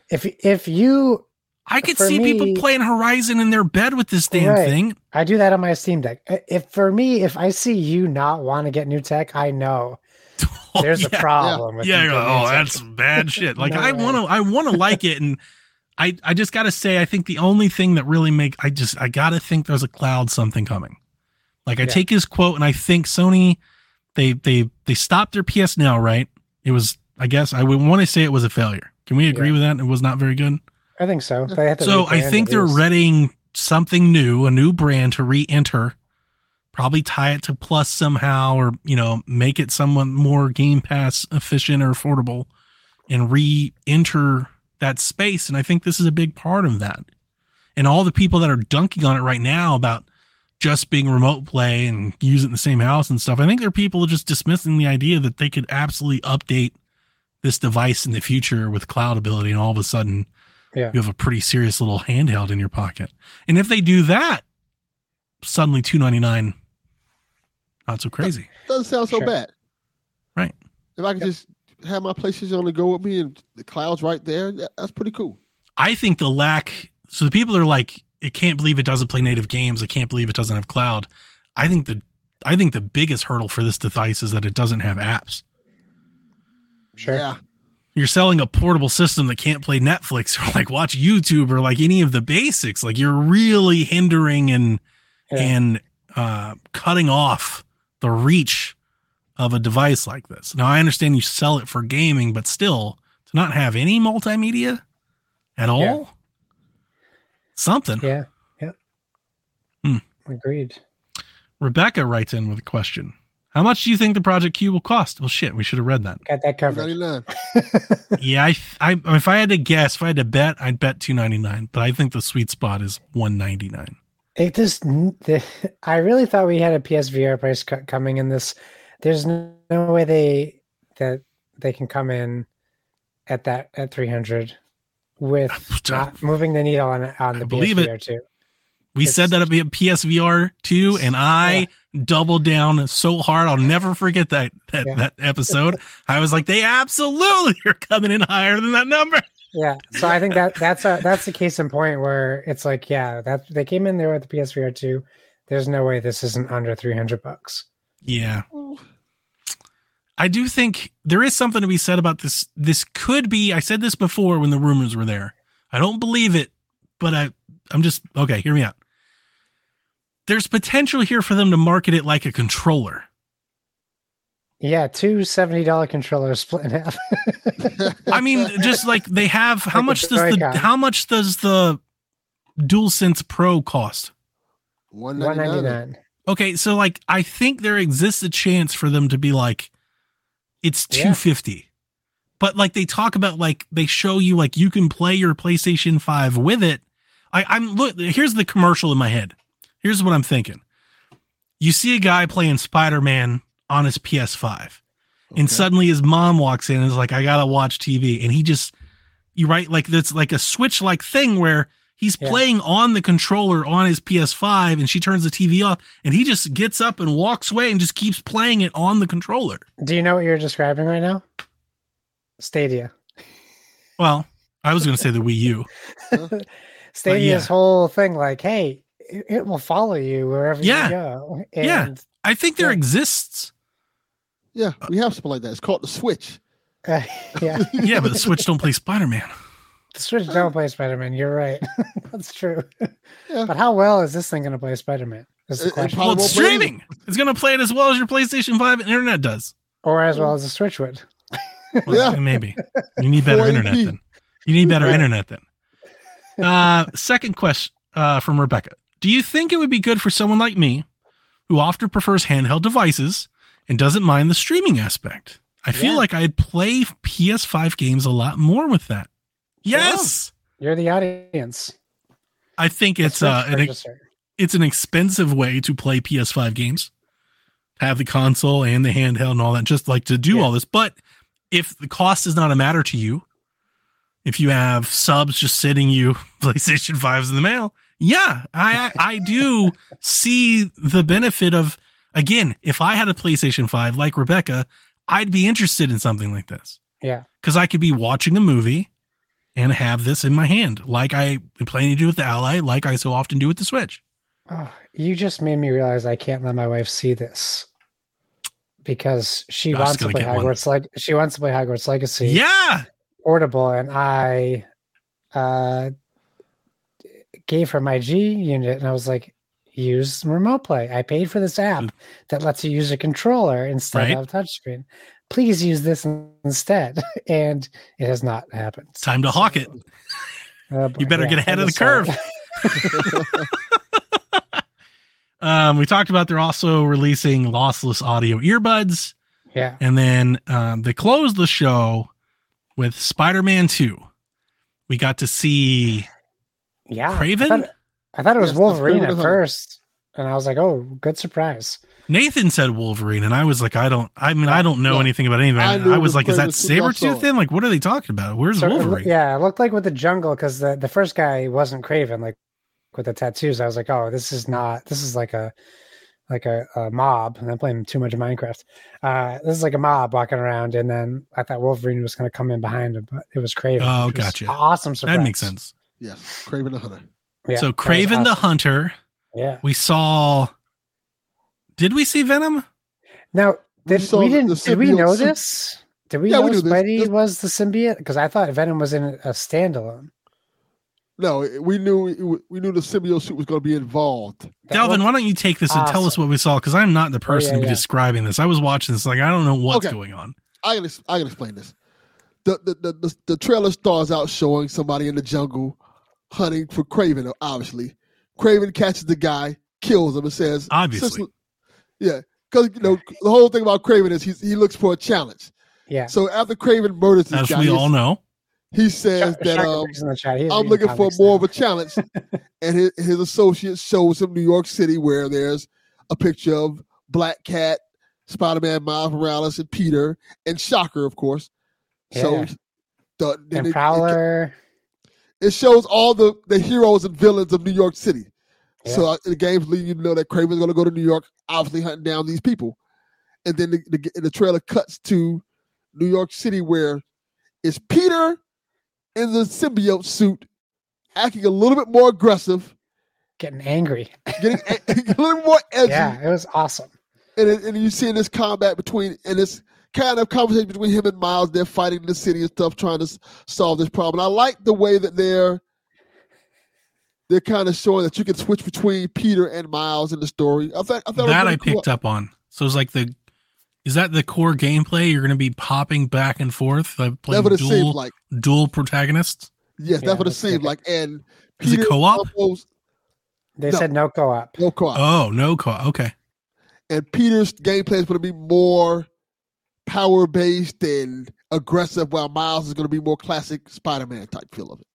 S3: if if you
S1: I could
S3: For
S1: see people
S3: me-
S1: playing Horizon in their bed with this damn
S3: Right.
S1: thing.
S3: I do that on my Steam Deck. I- If for me, if I see you not want to get new tech, I know
S1: Oh,
S3: there's
S1: yeah.
S3: a problem. with
S1: yeah,
S3: you
S1: you're
S3: getting
S1: like,
S3: new
S1: oh,
S3: tech."
S1: that's bad shit. Like
S3: No
S1: I
S3: way.
S1: want to, I want to like it, and I, I just gotta say, I think the only thing that really make, I just, I gotta think there's a cloud something coming. Like I
S3: Yeah.
S1: take his quote, and I think Sony, they, they, they stopped their PS now, right? It was, I guess, I would want to say it was a failure. Can we agree
S3: Yeah.
S1: with that? It was not very good.
S3: I think so. They have to
S1: So I
S3: rebrand
S1: think
S3: at
S1: they're
S3: least.
S1: readying something new, a new brand to re-enter. Probably tie it to Plus somehow, or you know, make it somewhat more Game Pass efficient or affordable, and re-enter that space. And I think this is a big part of that. And all the people that are dunking on it right now about just being remote play and use it in the same house and stuff, I think there are people just dismissing the idea that they could absolutely update this device in the future with cloud ability, and all of a sudden you have a pretty serious little handheld in your pocket. And if they do that, suddenly two ninety nine, not so crazy.
S2: Doesn't sound so
S3: Sure.
S2: bad.
S1: Right.
S2: If I could just have my PlayStation on the go with me and the clouds right there, that- that's pretty cool.
S1: I think the lack. So the people are like, I can't believe it doesn't play native games. I can't believe it doesn't have cloud. I think the I think the biggest hurdle for this device is that it doesn't have apps.
S3: Sure.
S2: Yeah.
S1: You're selling a portable system that can't play Netflix or like watch YouTube or like any of the basics. Like you're really hindering and
S3: Yeah.
S1: and uh, cutting off the reach of a device like this. Now, I understand you sell it for gaming, but still, to not have any multimedia at all, something.
S3: Yeah. Yeah.
S1: Hmm.
S3: Agreed.
S1: Rebecca writes in with a question How much do you think the Project Q will cost? Well, shit, we should have read that.
S3: Got that covered.
S2: 99.
S1: yeah, I, I, if I had to guess, if I had to bet, I'd bet 299 but I think the sweet spot is 199
S3: It just, the, I really thought we had a PSVR price cut coming in this. There's no, no way they that they can come in at that at 300 with not moving the needle on on the
S1: believe it.
S3: PSVR too.
S1: We
S3: It's-
S1: said that it'd be a PSVR two, and I doubled down so hard. I'll never forget that that,
S3: Yeah.
S1: that episode. I was like, they absolutely are coming in higher than that number.
S3: Yeah, so I think that that's a that's the case in point where it's like, yeah, that they came in there with the PSVR two. There's no way this isn't under three hundred bucks.
S1: Yeah, I do think there is something to be said about this. This could be. I said this before when the rumors were there. I don't believe it, but I I'm just okay. Hear me out. There's potential here for them to market it like a controller.
S3: Yeah, two seventy dollar controllers split in half.
S1: I mean, just like they have how
S3: Like a
S1: much does the
S3: Joy-Con.
S1: how much does the DualSense Pro cost?
S3: One ninety
S2: 199.
S3: nine.
S1: Okay, so like I think there exists a chance for them to be like it's
S3: Yeah.
S1: 250. But like they talk about like they show you like you can play your PlayStation 5 with it. I, I'm look here's the commercial in my head. Here's what I'm thinking. You see a guy playing Spider-Man on his PS5 and suddenly his mom walks in and is like, "I gotta watch TV," and he just you right like that's like a switch like thing where he's
S3: Yeah.
S1: playing on the controller on his PS5, and she turns the TV off, and he just gets up and walks away and just keeps playing it on the controller.
S3: Do you know what you're describing right now? Stadia.
S1: Well, I was gonna say the Wii U.
S3: Stadia's
S1: yeah.
S3: whole thing, like, hey, it, it will follow you wherever
S1: Yeah.
S3: you go. And
S1: Yeah. I think there
S3: Yeah.
S1: exists.
S2: Yeah, we have something like that. It's called the Switch.
S3: uh, yeah,
S1: Yeah, but the Switch don't play Spider Man.
S3: the Switch don't play Spider Man. You're right. that's true.
S2: Yeah.
S3: But how well is this thing going to play Spider Man? Is
S2: It-
S3: the
S2: it
S3: question.
S2: probably
S1: well, it's
S2: won't play
S1: streaming. It's gonna play it as well as your PlayStation Five and internet does.
S3: or as well as the Switch would.
S1: Well,
S2: Yeah.
S1: maybe you need better
S2: 480p.
S1: internet then. You need better
S3: Yeah.
S1: internet then. Uh, second question uh, from Rebecca: Do you think it would be good for someone like me, who often prefers handheld devices and doesn't mind the streaming aspect? I feel
S3: Yeah.
S1: like I'd play PS5 games a lot more with that. Yes,
S3: You're the audience.
S1: I think it's
S3: The
S1: uh,
S3: Switch
S1: an, ex-
S3: purchaser.
S1: it's an expensive way to play PS5 games. Have the console and the handheld and all that, just like to do
S3: Yeah.
S1: all this. But if the cost is not a matter to you, if you have subs just sending you PlayStation 5s in the mail, yeah, I I do see the benefit of again, if I had a PlayStation 5 like Rebecca, I'd be interested in something like this.
S3: Yeah.
S1: Because I could be watching a movie and have this in my hand, like I plan to do with the Ally, like I so often do with the Switch.
S3: Oh, you just made me realize I can't let my wife see this because she
S1: I was
S3: wants to
S1: gonna
S3: play
S1: get one.
S3: Hogwarts like she wants to play Hogwarts Legacy
S1: Yeah.
S3: portable, and I uh, gave her my G unit, and I was like, use remote play. I paid for this app
S1: Mm.
S3: that lets you use a controller instead
S1: Right.
S3: of touchscreen. Please use this in- instead, and it has not happened.
S1: It's time to hawk it.
S3: Oh,
S1: You
S3: boy,
S1: better
S3: yeah,
S1: get
S3: I
S1: ahead of the
S3: just saw it.
S1: curve. Um, we talked about they're also releasing lossless audio earbuds,
S3: yeah,
S1: and then um, they closed the show with Spider-Man Two. We got to see
S3: yeah. I
S1: Craven?
S3: thought- I thought it was
S2: Yes, that's
S3: Wolverine
S2: Craven
S3: at
S2: Hunter.
S3: first, and I was like, "Oh, good surprise!"
S1: Nathan said Wolverine, and I was like, I don't. I mean, I don't know
S2: Yeah.
S1: anything about anything.
S2: I
S1: I,
S2: knew it
S1: was
S2: was
S1: like, is
S2: Craven
S1: that
S2: as soon
S1: saber
S2: as I saw
S1: tooth
S2: it.
S1: thing? Like, what are they talking about? Where's
S3: So it loo-
S1: Wolverine?
S3: yeah, it looked like with the jungle because the the first guy wasn't Craven, like with the tattoos. I was like, "Oh, this is not. This is like a like a, a mob." And I'm playing too much Minecraft. Uh, this is like a mob walking around, and then I thought Wolverine was going to come in behind him, but it was Craven.
S1: Oh,
S3: which was
S1: gotcha.
S3: an Awesome surprise.
S1: That makes sense.
S2: Yes, Craven the Hunter.
S3: Yeah, that
S1: so
S3: was
S1: Craven the
S3: awesome.
S1: Hunter.
S3: Yeah.
S1: We saw. Did we see Venom?
S3: Now,
S2: We
S3: did
S2: saw
S3: we,
S2: the-
S3: didn't?
S2: the
S3: did we
S2: symbiote
S3: know
S2: sym-
S3: this? Did we
S2: Yeah,
S3: know
S2: we knew this.
S3: Spidey
S2: This-
S3: was the symbiote? Because I thought Venom was in a standalone.
S2: No, it- we knew it wa- we knew the symbiote suit was going to be involved.
S1: Delvin, why don't you take this and tell us
S3: awesome.
S1: what we saw? Because I'm not the person to be
S3: yeah.
S1: describing this. I was watching this, like I don't know what's
S2: Okay.
S1: going on.
S2: I can ex- I can explain this. The the, the the the trailer starts out showing somebody in the jungle hunting for Craven. Obviously, Craven catches the guy, kills him, and says,
S1: Obviously.
S2: "Since- yeah." Because you know the whole thing about Craven is he's, he looks for a challenge.
S3: Yeah.
S2: So after Craven murders this
S1: As
S2: guy,
S1: we
S2: he's-
S1: all know,
S2: he says
S3: Shaka-
S2: that
S3: Shaka
S2: um,
S3: agrees in the chat. He's
S2: I'm
S3: reading
S2: looking for
S3: comics
S2: more of
S3: now.
S2: a challenge. and his, his associate shows him New York City, where there's a picture of Black Cat, Spider Man, Miles Morales, and Peter, and Shocker, of course. So
S3: Yeah.
S2: the, then
S3: and
S2: it- it,
S3: Prowler.
S2: it shows all the, the heroes and villains of New York City. So
S3: Yeah.
S2: uh, the game's leading you to know that Craven's going to go to New York, obviously hunting down these people. And then the, the, the trailer cuts to New York City, where it's Peter in the symbiote suit, acting a little bit more aggressive,
S3: Getting angry.
S2: getting a, a little more edgy.
S3: Yeah, it was awesome.
S2: And, it- and you see this combat between, and this kind of conversation between him and Miles. They're fighting in the city and stuff, trying to s- solve this problem. I like the way that they're they're kind of showing that you can switch between Peter and Miles in the story. I thought I thought
S1: that
S2: it was
S1: I picked up on. So it's like the is that the core gameplay? You're going to be popping back and forth, like
S2: That's
S1: playing
S2: what it seemed
S1: dual
S2: like.
S1: dual protagonists.
S2: Yes,
S3: Yeah,
S2: that's what it
S3: that's
S2: seemed
S3: good.
S2: like. And
S1: Is it co-op?
S2: almost-
S3: They
S2: No.
S3: said no co-op.
S2: no co-op.
S1: Oh no, co- okay. Oh.
S2: and Peter's gameplay is going to be more power based and aggressive, while Miles is going to be more classic Spider-Man type feel of it.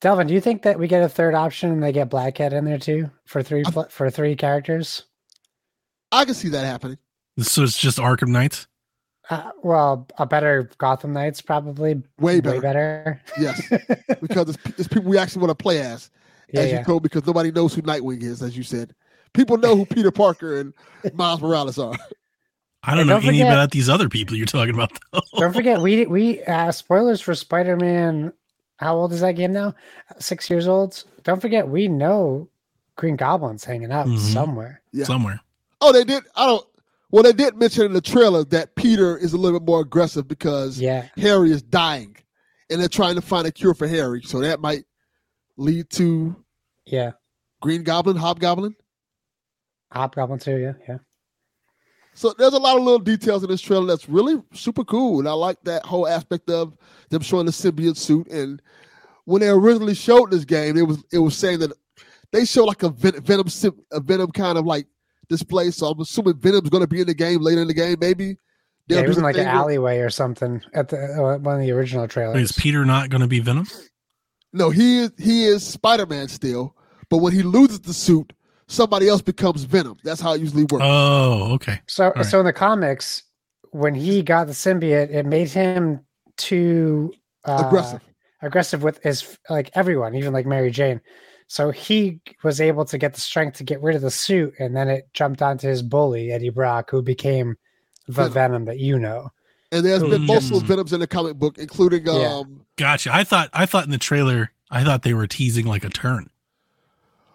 S3: Delvin, do you think that we get a third option and they get Black Cat in there too for three pl- for three characters?
S2: I can see that happening.
S1: So it's just Arkham Knights.
S3: Uh, well, a better Gotham Knights probably.
S2: Way better.
S3: Way better.
S2: Yes, because it's, it's people we actually want to play as,
S3: Yeah,
S2: as you
S3: yeah.
S2: told, because nobody knows who Nightwing is, as you said. People know who Peter Parker and Miles Morales are.
S1: I don't
S3: And
S1: know
S3: don't
S1: any
S3: forget-
S1: about these other people you're talking about. Though.
S3: Don't forget, we we uh, spoilers for Spider Man. How old is that game now? Six years old. Don't forget, we know Green Goblin's hanging out
S1: Mhm.
S3: somewhere.
S2: Yeah.
S1: Somewhere.
S2: Oh, they did. I don't. Well, they did mention in the trailer that Peter is a little bit more aggressive because
S3: Yeah,
S2: Harry is dying, and they're trying to find a cure for Harry. So that might lead to
S3: yeah.
S2: Green Goblin, Hobgoblin.
S3: Hobgoblin too. Yeah, yeah.
S2: So there's a lot of little details in this trailer that's really super cool, and I like that whole aspect of them showing the symbiote suit. And when they originally showed this game, it was it was saying that they show like a Ven- venom sym- a venom kind of like display. So I'm assuming Venom's going to be in the game later in the game, maybe.
S3: yeah
S2: They'll
S3: it
S2: do
S3: was in
S2: the
S3: like an
S2: thing where-
S3: alleyway or something at the uh, one of the original trailers.
S1: Is Peter not going to be Venom?
S2: No, he is he is Spider Man still, but when he loses the suit, somebody else becomes Venom. That's how it usually works.
S1: Oh, okay.
S3: So,
S1: right.
S3: so in the comics, when he got the symbiote, it made him too uh,
S2: Aggressive.
S3: aggressive with his like everyone, even like Mary Jane. So he was able to get the strength to get rid of the suit, and then it jumped onto his bully Eddie Brock, who became the
S2: Venom.
S3: Venom that you know.
S2: and there's been
S1: Mm.
S2: multiple Venoms in the comic book, including um.
S3: Yeah.
S1: Gotcha. I thought I thought in the trailer I thought they were teasing like a turn.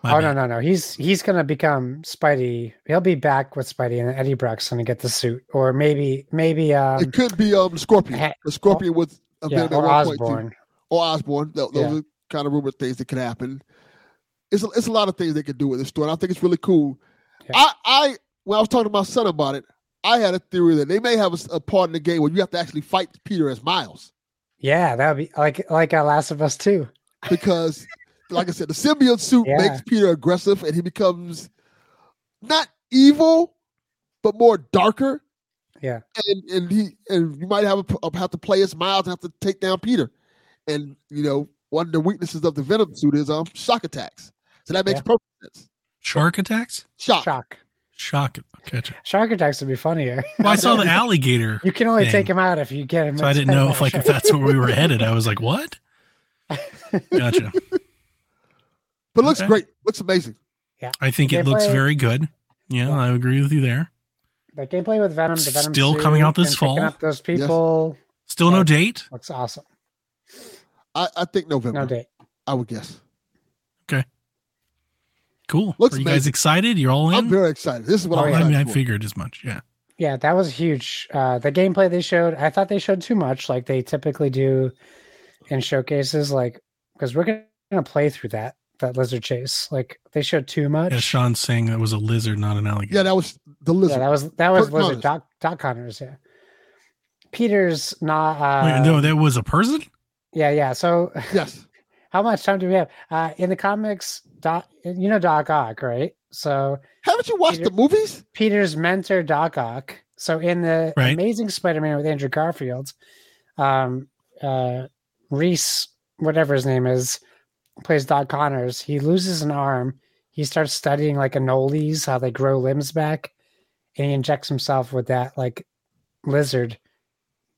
S1: My
S3: oh
S1: bad.
S3: no, no, no! He's he's gonna become Spidey. He'll be back with Spidey, and Eddie Brock's gonna get the suit, or maybe maybe um,
S2: it could be um Scorpion.
S3: Heh-
S2: The Scorpion was a
S3: yeah,
S2: Venom
S3: or
S2: at one point, too.
S3: Osborne.
S2: or Osborne. Tho- Those
S3: Yeah.
S2: are kind of rumored things that could happen. It's a, it's a lot of things they could do with this story. and I think it's really cool.
S3: Yeah.
S2: I, I when I was talking to my son about it, I had a theory that they may have a, s- a part in the game where you have to actually fight Peter as Miles
S3: Yeah, that would be like like uh, Last of Us too.
S2: because, like I said, the symbiote suit
S3: Yeah.
S2: makes Peter aggressive and he becomes not evil, but more darker.
S3: Yeah.
S2: and and he and you might have a, p- have to play as Miles and have to take down Peter, and you know one of the weaknesses of the Venom suit is um shock attacks. So that makes
S3: Yeah.
S2: perfect sense.
S1: Shark attacks?
S2: Shock.
S3: Shock.
S1: Shock. Gotcha.
S3: Shark attacks would be funnier.
S1: Well, I saw the alligator,
S3: You can only
S1: Dang.
S3: take him out if you get him.
S1: so I didn't
S3: inside
S1: know
S3: that
S1: if like if
S3: shark.
S1: that's where we were headed. I was like, what? Gotcha.
S2: But it looks
S1: Okay.
S2: great. Looks amazing.
S1: I think it
S3: They
S1: looks
S3: play-
S1: very good. Yeah, I agree with you there.
S3: the gameplay with Venom, the Venom
S1: Still
S3: suit,
S1: coming out this
S3: and picking
S1: fall?
S3: Up those
S2: Yes.
S3: people
S1: Still no
S3: Yeah.
S1: date.
S3: looks awesome.
S2: I, I think November.
S3: No date.
S2: I would guess.
S1: Cool.
S2: Looks
S1: Are you guys
S2: amazing.
S1: excited? You're all in.
S2: I'm very excited. This is what
S3: Oh,
S2: I'm
S1: I
S2: excited
S1: mean, I
S2: for.
S1: figured as much. Yeah.
S3: Yeah, that was huge. Uh, the gameplay they showed, I thought they showed too much, like they typically do in showcases, like because we're gonna play through that that lizard chase. Like they showed too much.
S1: Yeah, Sean's saying that was a lizard, not an alligator.
S2: Yeah, that was the
S3: Yeah,
S2: lizard.
S3: that was that was
S2: Kurt
S3: was
S2: Connors.
S3: it Doc Doc Connors. Yeah, Peter's not. Uh,
S1: Wait, no, that was a person?
S3: Yeah, yeah. So
S2: yes.
S3: How much time do we have? Uh, in the comics, Doc, you know Doc Ock, right? So
S2: Haven't you watched
S3: Peter-
S2: the movies?
S3: Peter's mentor, Doc Ock. So in the
S1: Right.
S3: Amazing Spider-Man with Andrew Garfield, um, uh, Reese, whatever his name is, plays Doc Connors. He loses an arm. He starts studying like anoles, how they grow limbs back, and he injects himself with that like lizard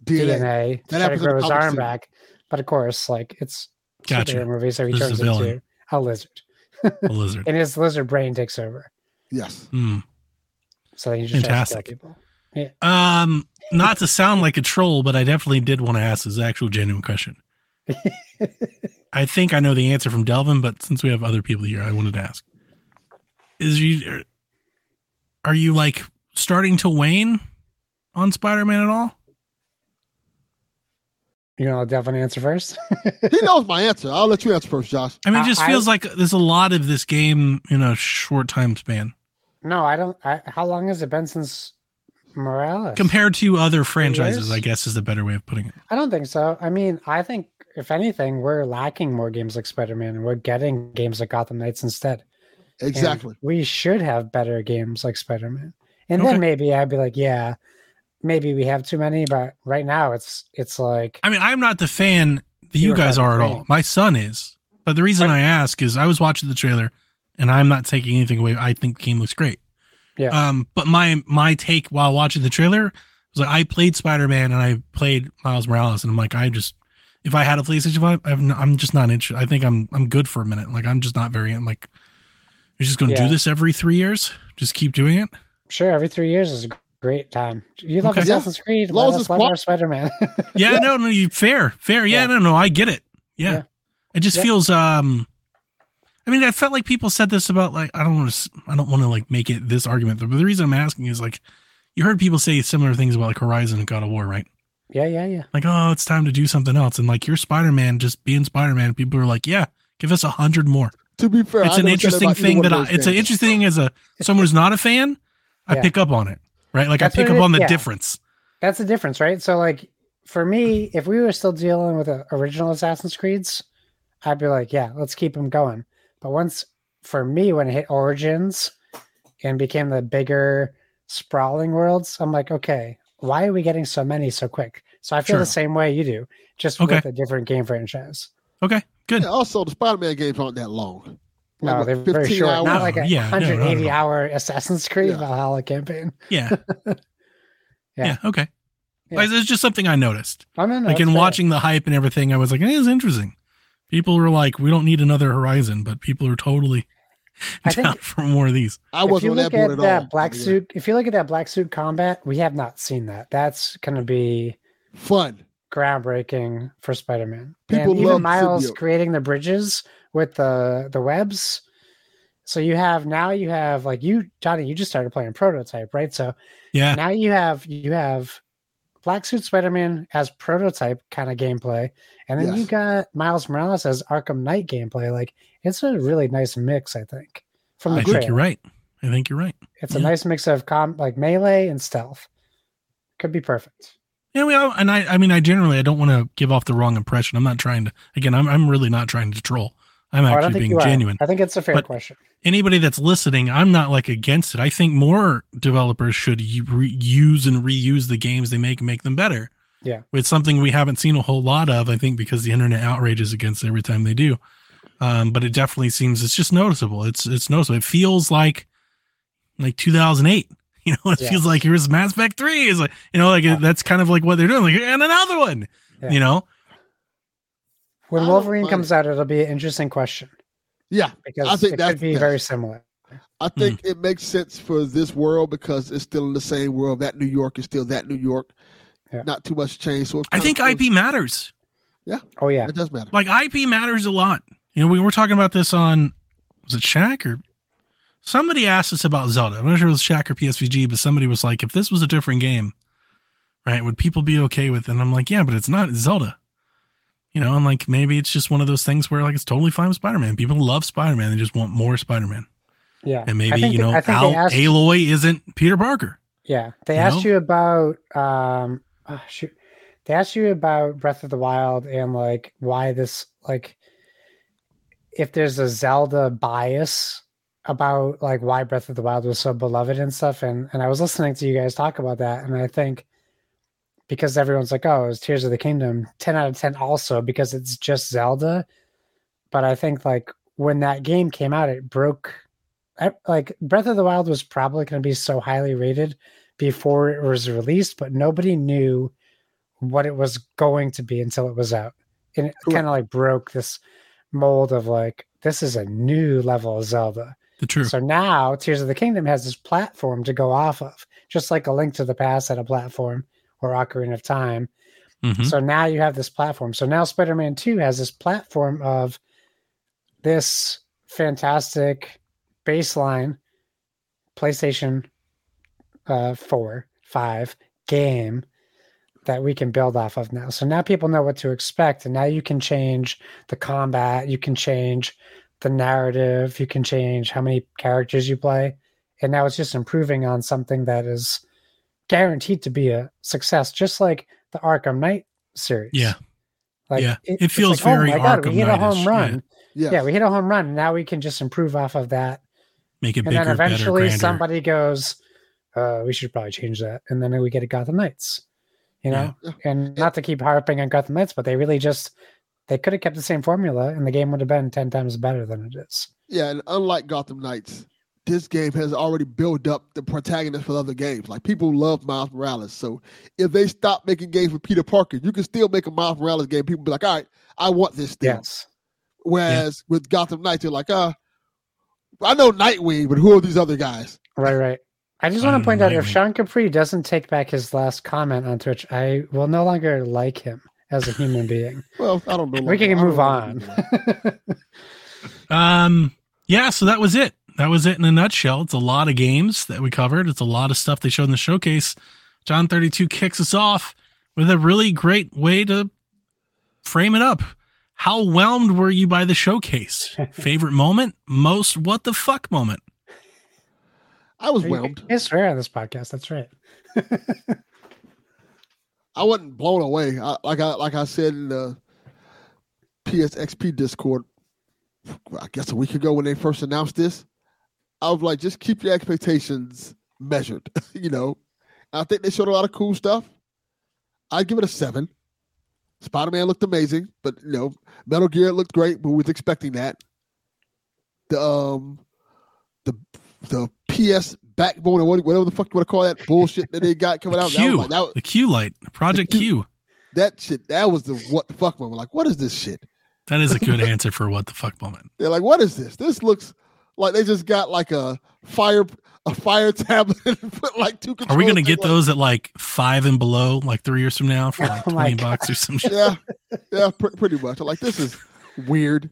S3: DNA,
S2: DNA.
S3: to
S2: That
S3: try to
S2: happens in
S3: grow his
S2: comic
S3: arm
S2: too.
S3: back. But of course, like it's
S1: Gotcha.
S3: superhero movie, so he
S1: This is
S3: turns
S1: the villain.
S3: into a lizard,
S1: A lizard.
S3: and his lizard brain takes over.
S2: Yes.
S1: Hmm.
S3: So then he just
S1: Fantastic.
S3: Fantastic. people.
S1: Um, not to sound like a troll, but I definitely did want to ask his actual genuine question. I think I know the answer from Delvin, but since we have other people here, I wanted to ask: Is you er, are you like starting to wane on Spider-Man at all?
S3: You know, I'll definitely answer first.
S2: He knows my answer. I'll let you answer first, Josh.
S1: I mean, it just
S3: I-
S1: feels like there's a lot of this game in a short time span
S3: no, I don't. I, how long has it been since Morales?
S1: compared to other franchises.
S3: years?
S1: I guess is the better way of putting it.
S3: I don't think so. I mean, I think if anything, we're lacking more games like Spider Man, and we're getting games like Gotham Knights instead. And
S2: Exactly.
S3: we should have better games like Spider Man, and
S1: Okay.
S3: then maybe I'd be like, yeah, maybe we have too many. But right now, it's it's like
S1: I mean, I'm not the fan that
S3: You
S1: you
S3: are
S1: guys
S3: not the
S1: are at all.
S3: fan.
S1: My son is. But the reason I ask is I was watching the trailer and I'm not taking anything away. I think the game looks great.
S3: Yeah.
S1: Um, but my my take while watching the trailer was like I played Spider Man and I played Miles Morales and I'm like I just if I had a PlayStation Five I've n- I'm just not interested. I think I'm I'm good for a minute. Like I'm just not very I'm like you're just gonna
S3: Yeah.
S1: do this every three years. Just keep doing it.
S3: sure every three years is a great time. You love
S1: Okay.
S3: Assassin's Creed,
S2: As long as
S3: let us
S2: it's
S3: love
S2: qual-
S3: our Spider Man.
S1: Yeah, no, no, you fair, fair. Yeah,
S3: Yeah.
S1: no, no, I get it. Yeah,
S3: Yeah.
S1: it just
S3: Yeah.
S1: feels. Um, I mean, I felt like people said this about like I don't want to, I don't want to like make it this argument, but the reason I'm asking is like you heard people say similar things about like Horizon and God of War, right?
S3: yeah, yeah, yeah.
S1: Like, oh, it's time to do something else, and like your Spider Man just being Spider Man, people are like, yeah, give us a hundred more.
S2: To be fair,
S1: it's
S2: I
S1: an
S2: never said
S1: interesting
S2: about either
S1: thing
S2: one of
S1: that I,
S2: those
S1: it's an
S2: games.
S1: interesting as a someone who's not a fan, I
S3: Yeah.
S1: pick up on it, right? Like
S3: That's
S1: I pick
S3: what
S1: up
S3: it-
S1: on the
S3: yeah.
S1: difference.
S3: That's the difference, right? So, like, for me, if we were still dealing with the original Assassin's Creeds, I'd be like, yeah, let's keep them going. But once, for me, when it hit Origins and became the bigger, sprawling worlds, I'm like, okay, why are we getting so many so quick? So I feel
S1: Sure.
S3: the same way you do, just
S1: Okay.
S3: with a different game franchise.
S1: Okay, good.
S2: Yeah, also, the Spider-Man games aren't that long.
S3: No,
S2: what,
S3: they're very
S2: 15
S3: short.
S1: hours?
S3: Not like a
S1: Yeah, no, not at
S3: 180
S1: all.
S3: hour Assassin's Creed
S2: Yeah.
S3: Valhalla campaign.
S1: Yeah. yeah.
S3: Yeah.
S1: Okay.
S3: Yeah.
S1: Like, it's just something I noticed.
S3: I don't know.
S1: like
S3: it's
S1: in
S3: fair.
S1: watching the hype and everything, I was like, eh, it's interesting. People were like, we don't need another Horizon, but people are totally
S3: I think-
S1: down for more of these.
S2: I
S3: if
S2: wasn't
S3: you
S2: on
S3: look
S2: that board
S3: at
S2: at
S3: that
S2: all.
S3: black
S2: Yeah.
S3: suit, if you look at that black suit combat, we have not seen that. That's going to be
S2: fun.
S3: groundbreaking for Spider-Man.
S2: People
S3: and
S2: love
S3: even Miles
S2: symbiote.
S3: creating the bridges with the the webs. So you have now you have like you Johnny, you just started playing prototype, right? So
S1: Yeah.
S3: now you have you have black suit Spider-Man as prototype kind of gameplay, and then you
S2: Yes.
S3: got Miles Morales as Arkham Knight gameplay. Like it's a really nice mix, I think. From the
S1: I
S3: trailer.
S1: think you're right. I think you're right.
S3: It's a
S1: Yeah.
S3: nice mix of com- like melee and stealth. Could be perfect.
S1: Yeah, we all, and I, I mean, I generally, I don't want to give off the wrong impression. I'm not trying to, again, I'm, I'm really not trying to troll. I'm
S3: Oh, I don't
S1: actually
S3: think
S1: being
S3: you are.
S1: genuine.
S3: I think it's a fair
S1: But-
S3: question.
S1: Anybody that's listening, I'm not like against it. I think more developers should u- re- use and reuse the games they make and make them better.
S3: Yeah.
S1: It's something we haven't seen a whole lot of, I think, because the internet outrages against it every time they do. Um, but it definitely seems it's just noticeable. It's it's noticeable. It feels like like 2008. You know, it
S3: Yeah.
S1: feels like here's Mass Effect Three. Is like you know, like
S3: Yeah.
S1: that's kind of like what they're doing. Like and another one.
S3: Yeah.
S1: You know,
S3: When
S2: I don't
S3: Wolverine
S2: mind
S3: comes out, it'll be an interesting question
S2: Yeah,
S3: because
S2: I think
S3: it
S2: that's
S3: could be
S2: the
S3: very
S2: best.
S3: similar.
S2: I
S3: Hmm.
S2: think it makes sense for this world because it's still in the same world. That New York is still that New York.
S3: Yeah.
S2: Not too much change. So it's
S1: I
S2: kinda
S1: think
S2: cool.
S1: IP matters.
S3: Oh yeah,
S2: It does matter.
S1: Like IP matters a lot. You know, we were talking about this on was it Shaq or somebody asked us about Zelda. I'm not sure if it was Shaq or PSVG, but somebody was like, if this was a different game, right, would people be okay with it? And I'm like, yeah, but it's not Zelda. You know, and like maybe it's just one of those things where like it's totally fine with Spider Man. People love Spider Man, they just want more Spider Man.
S3: yeah.
S1: And
S3: I
S1: maybe,
S3: think
S1: you
S3: th-
S1: know,
S3: I think
S1: Al-
S3: they asked,
S1: Aloy isn't Peter Parker.
S3: yeah, they
S1: you
S3: asked
S1: know?
S3: you about um, ah, shoot, they asked you about Breath of the Wild and like why this like if there's a Zelda bias about like why Breath of the Wild was so beloved and stuff. And and I was listening to you guys talk about that, and I think because everyone's like, oh, it's Tears of the Kingdom, ten out of ten, also because it's just Zelda. But I think like when that game came out, it broke. I, like Breath of the Wild was probably going to be so highly rated before it was released, but nobody knew what it was going to be until it was out, and it
S2: Correct.
S3: kind of like broke this mold of like this is a new level of Zelda.
S1: The truth.
S3: So now Tears of the Kingdom has this platform to go off of, just like a Link to the Past had a platform or Ocarina of Time.
S1: Mhm.
S3: So now you have this platform. So now Spider Man 2 has this platform of this fantastic baseline PlayStation uh, 4, 5 game that we can build off of now. So now people know what to expect. And now you can change the combat, you can change the narrative, you can change how many characters you play. And now it's just improving on something that is guaranteed to be a success, just like the Arkham Knight series.
S1: Yeah. Yeah. It
S3: it's
S1: feels
S3: like,
S1: very
S3: oh my God,
S1: Arkham
S3: we hit a
S1: Knight-ish,
S3: home run.
S2: Yeah.
S3: Yeah. we hit a home run. Now we can just improve off of that.
S1: Make it
S3: And
S1: bigger,
S3: then eventually
S1: better, grander.
S3: somebody goes, uh, we should probably change that. And then we get a Gotham Knights. You know?
S2: Yeah.
S3: And not to keep harping on Gotham Knights, but they really just they could have kept the same formula and the game would have been ten times better than it is.
S2: Yeah, and unlike Gotham Knights, this game has already built up the protagonist for other games. Like people love Miles Morales, so if they stop making games with Peter Parker, you can still make a Miles Morales game. People be like, "All right, I want this still."
S3: Yes.
S2: Whereas with Gotham Knights, you're like, "Uh, I know Nightwing, but who are these other guys?"
S3: Right, right. I just
S1: I
S3: want
S1: don't
S3: to point
S1: know,
S3: out if
S1: Nightwing.
S3: Sean Capri doesn't take back his last comment on Twitch, I will no longer like him as a human being.
S2: Well, I don't know.
S3: we can
S2: I don't
S3: move
S2: know.
S3: on.
S1: Um, yeah, so that was it. That was it in a nutshell. It's a lot of games that we covered. It's a lot of stuff they showed in the showcase. John 32 kicks us off with a really great way to frame it up. How whelmed were you by the showcase? Favorite moment? Most what the fuck moment?
S2: I was
S3: Are you-
S2: whelmed.
S3: I swear on this podcast. That's right.
S2: I wasn't blown away. I, like I like I said in the PSXP Discord, I guess a week ago when they first announced this, I was like, just keep your expectations measured. you know, I think they showed a lot of cool stuff. I'd give it a seven. Spider Man looked amazing, but you know, Metal Gear looked great. but We was expecting that. The um, the the PS backbone or whatever the fuck you want to call that bullshit that they got coming
S1: The
S2: out. That was
S1: Q,
S2: like- that was-
S1: the Q light, Project
S2: The
S1: Q.
S2: that shit, that was the what the fuck moment. Like, what is this shit?
S1: That is a good answer for what the fuck moment.
S2: They're like, what is this? This looks like they just got like a fire a fire tablet and put like two
S1: Are
S2: controls.
S1: we gonna
S2: in
S1: get
S2: one.
S1: those at like five and below, like three years from now, for like
S3: Oh my
S1: twenty
S3: God.
S1: bucks or some shit?
S2: Yeah, yeah, pr- pretty much. I'm like, this is weird.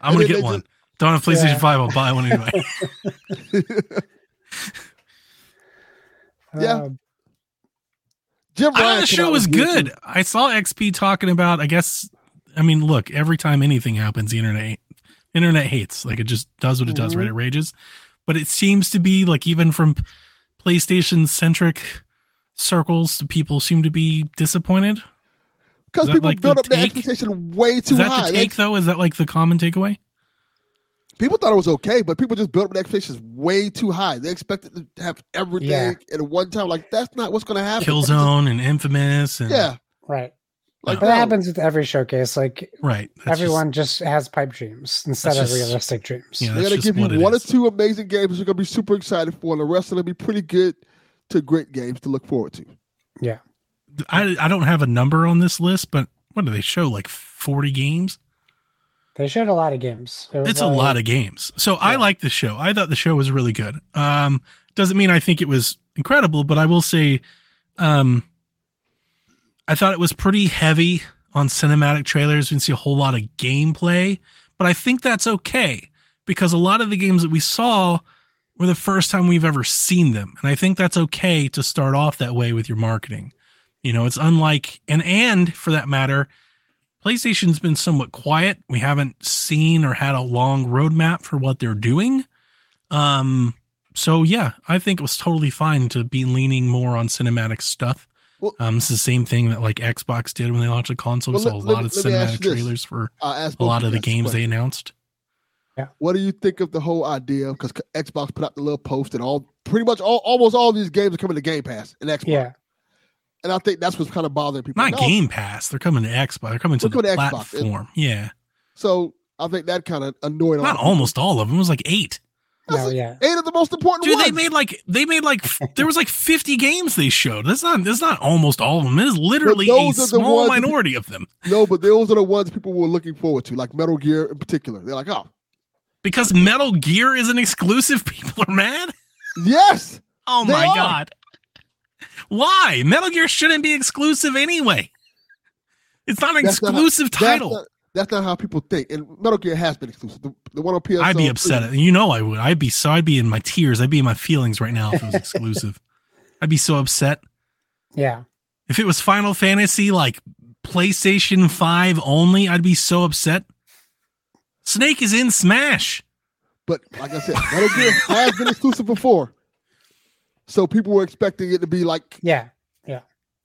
S1: I'm gonna
S2: And
S1: get
S2: then they
S1: one. Don't have PlayStation
S3: Yeah.
S1: Five. I'll buy one anyway.
S2: Yeah.
S3: Um,
S2: Jim
S1: I thought
S2: Ryan
S1: the
S2: came
S1: show
S2: out
S1: was
S2: with YouTube.
S1: good. I saw XP talking about. I guess. I mean, look. Every time anything happens, the internet internet hates. Like it just does what it does.
S3: Mhm.
S1: Right?
S2: Mm-hmm.
S1: It rages. But it seems to be like even from PlayStation centric circles, the people seem to be disappointed. Is
S2: because
S1: that
S2: people
S1: like
S2: built
S1: the
S2: up their
S1: take?
S2: expectation way too
S1: is that
S2: high.
S1: the take though? Is that like the common takeaway?
S2: Like, people thought it was okay, but people just built up their expectations way too high. They expected to have everything at one time. Like, that's not what's going to happen.
S1: Killzone and Infamous and
S2: Yeah,
S3: right.
S2: like
S3: But that
S2: no.
S3: happens with every showcase. Like
S1: right. That's just-
S3: everyone just, has pipe dreams instead
S1: that's
S3: of
S1: just-
S3: realistic dreams.
S1: yeah,
S2: They're
S1: that's
S2: gonna
S1: just
S2: give you
S1: what it
S2: one or
S1: is.
S2: two amazing games you're gonna be super excited for, and the rest are gonna be pretty good to great games to look forward to.
S1: I I don't have a number on this list, but what do they show? Like forty games.
S3: They showed a lot of games. It was
S1: It's a
S3: like-
S1: lot of games. So I
S3: Yeah.
S1: like the show. I thought the show was really good. Um, doesn't mean I think it was incredible, but I will say, um, I thought it was pretty heavy on cinematic trailers. We didn't see a whole lot of gameplay, but I think that's okay because a lot of the games that we saw were the first time we've ever seen them, and I think that's okay to start off that way with your marketing. You know, it's unlike and and for that matter, PlayStation's been somewhat quiet. We haven't seen or had a long roadmap for what they're doing. Um, so yeah, I think it was totally fine to be leaning more on cinematic stuff.
S2: Well-
S1: um, it's the same thing that like Xbox did when they launched the console. We
S2: Well,
S1: saw a
S2: let- let
S1: lot
S2: me-
S1: of
S2: let me ask
S1: cinematic
S2: you this.
S1: trailers for
S2: I asked
S1: a
S2: both
S1: lot of the
S2: you guys this
S1: games they
S2: question.
S1: announced.
S2: What do you think of the whole idea? Because Xbox put out the little post, and all pretty much all, almost all of these games are coming to Game Pass and Xbox.
S3: Yeah.
S2: And I think that's what's kind of bothering people.
S1: Not
S2: No,
S1: Game Pass. They're coming to Xbox. They're coming to
S2: Look what
S1: the
S2: Xbox is.
S1: platform. Yeah,
S2: So I think that kind of annoyed. a lot
S1: not
S2: of people.
S1: almost all of them. It was like eight.
S3: No,
S2: That's
S3: yeah.
S2: Eight of the most important
S1: Dude,
S2: ones.
S1: they made like they made like f- there was like fifty games they showed. That's not that's not almost all of them. It is literally a
S2: those are the
S1: small
S2: ones-
S1: minority of them
S2: no, but those are the ones people were looking forward to, like Metal Gear in particular. They're like, oh,
S1: because Metal Gear is an exclusive. People are mad.
S2: yes,
S1: Oh
S2: They
S1: my
S2: are.
S1: god! Why Metal Gear shouldn't be exclusive anyway? It's not an
S2: That's not how-
S1: exclusive title.
S2: That's not, that's not how people think. And Metal Gear has been exclusive. The, the one on PS.
S1: I'd be upset. at- You know, I would. I'd be so. I'd be in my tears. I'd be in my feelings right now if it was exclusive. I'd be so upset
S3: Yeah.
S1: if it was Final Fantasy like PlayStation Five only. I'd be so upset. Snake is in Smash.
S2: But like I said, Metal Gear has been exclusive before. So people were expecting it to be like
S3: Yeah.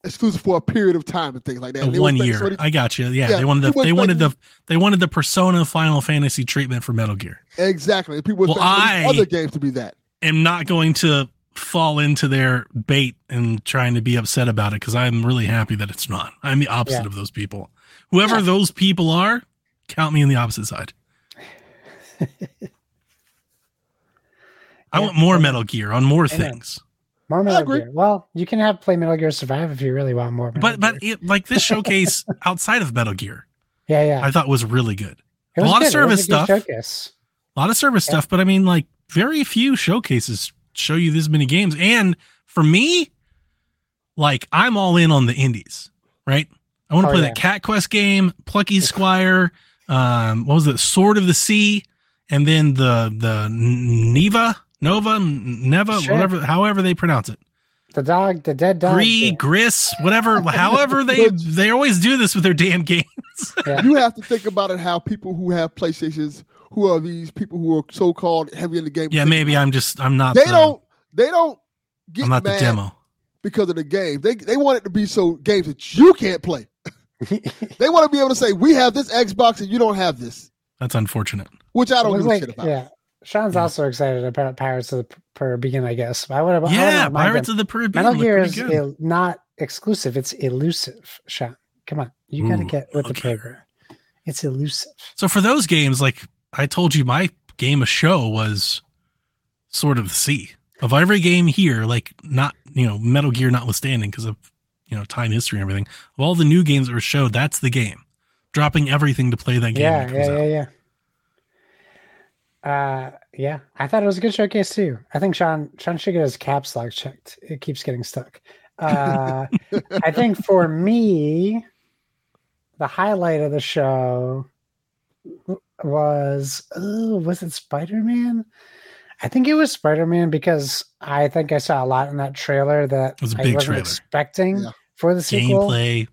S2: exclusive for a period of time and things like that.
S1: The
S2: They were
S1: one
S2: expecting
S1: year.
S2: somebody-
S1: I got you. Yeah,
S2: Yeah,
S1: they wanted
S2: you
S1: the
S2: were
S1: they wanted the
S2: expecting-
S1: they wanted the Persona Final Fantasy treatment for Metal Gear.
S2: exactly. People were
S1: Well,
S2: expecting all these
S1: I-
S2: other games to be that.
S1: Am not going to fall into their bait and trying to be upset about it because I'm really happy that it's not. I'm the opposite
S3: Yeah.
S1: of those people. Whoever those people are, count me on the opposite side. I
S3: Yeah.
S1: want more Metal Gear on more
S3: Amen.
S1: things.
S3: More Metal
S2: agree.
S3: Gear. Well, you can have play Metal Gear Survive if you really want more. Metal
S1: But but
S3: Gear.
S1: it, like this showcase outside of Metal Gear,
S3: yeah, yeah.
S1: I thought was really good. a
S3: It was
S1: lot of
S3: good. It was
S1: service
S3: a good
S1: stuff.
S3: Showcase.
S1: a lot of service
S3: Yeah.
S1: stuff, but I mean, like, very few showcases show you this many games. And for me, like, I'm all in on the indies, right? I want to
S3: Oh,
S1: play
S3: yeah.
S1: that Cat Quest game, Plucky Squire, um, what was it, Sword of the Sea, and then the the N- Neva, Nova, N- Neva,
S3: Sure.
S1: whatever, however they pronounce it.
S3: The dog, the dead dog.
S1: Gree, Gris, whatever, however they they always do this with their damn games.
S3: Yeah.
S2: You have to think about it how people who have PlayStations, who are these people who are so called heavy in the game.
S1: Yeah, maybe I'm just I'm not.
S2: They
S1: the-
S2: don't they don't get
S1: I'm not the
S2: mad
S1: demo.
S2: because of the game. They they want it to be so games that you can't play. they want to be able to say, We have this Xbox and you don't have this,
S1: That's unfortunate.
S2: which I don't
S3: It was
S2: give
S3: like-
S2: a shit about.
S3: Yeah. Sean's
S1: Yeah.
S3: also excited about Pirates of the Caribbean, I guess. I would have.
S1: yeah, Pirates of the Caribbean.
S3: Metal
S1: look
S3: Gear
S1: pretty
S3: is
S1: good.
S3: il- not exclusive; it's elusive. Sean, come on, you gotta
S1: Ooh,
S3: get with the
S1: okay.
S3: program. It's elusive.
S1: So for those games, like I told you, my game of show was sort of the sea of every game here. Like not you know Metal Gear notwithstanding because of you know time history and everything. Of all the new games that were showed, that's the game. Dropping everything to play that game. when
S3: Yeah,
S1: it comes
S3: yeah,
S1: out.
S3: yeah, yeah. Uh, yeah. I thought it was a good showcase too. I think Sean Sean should get his caps lock checked. It keeps getting stuck. Uh, I think for me, the highlight of the show w- was oh, was it Spider Man? I think it was Spider Man because I think I saw a lot in that trailer that
S1: It was a
S3: I
S1: big
S3: wasn't
S1: trailer.
S3: expecting
S2: Yeah.
S3: for the sequel
S1: Gameplay.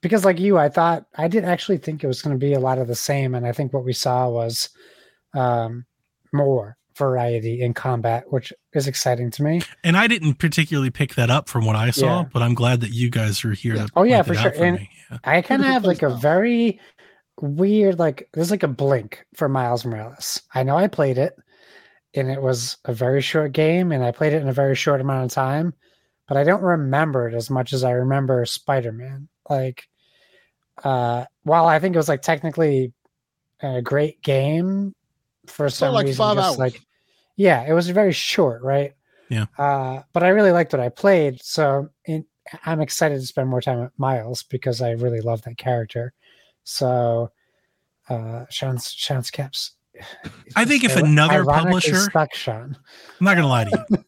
S3: because like you i thought i did actually think it was going to be a lot of the same and i think what we saw was um more variety in combat which is exciting to me
S1: And I didn't particularly pick that up from what I saw,
S3: Yeah.
S1: but I'm glad that you guys are here.
S2: Yeah.
S1: To
S3: Oh, yeah,
S1: point
S3: for
S1: it out
S3: sure. And-
S1: me. Yeah.
S3: i kind of
S2: the
S3: have like a
S2: first round.
S3: very weird like there's like a blink for miles morales i know i played it and it was a very short game and i played it in a very short amount of time but i don't remember it as much as i remember spider-man like uh while i think it was like technically a great game for
S2: So
S3: some
S2: like
S3: reason
S2: five
S3: just
S2: hours.
S3: like yeah it was very short right
S1: Yeah.
S3: uh but i really liked what i played so it, i'm excited to spend more time with miles because i really love that character so uh sean's sean's caps
S1: I think if
S3: Iro-
S1: another
S3: ironically
S1: publisher-
S3: stuck sean
S1: I'm not gonna lie to you.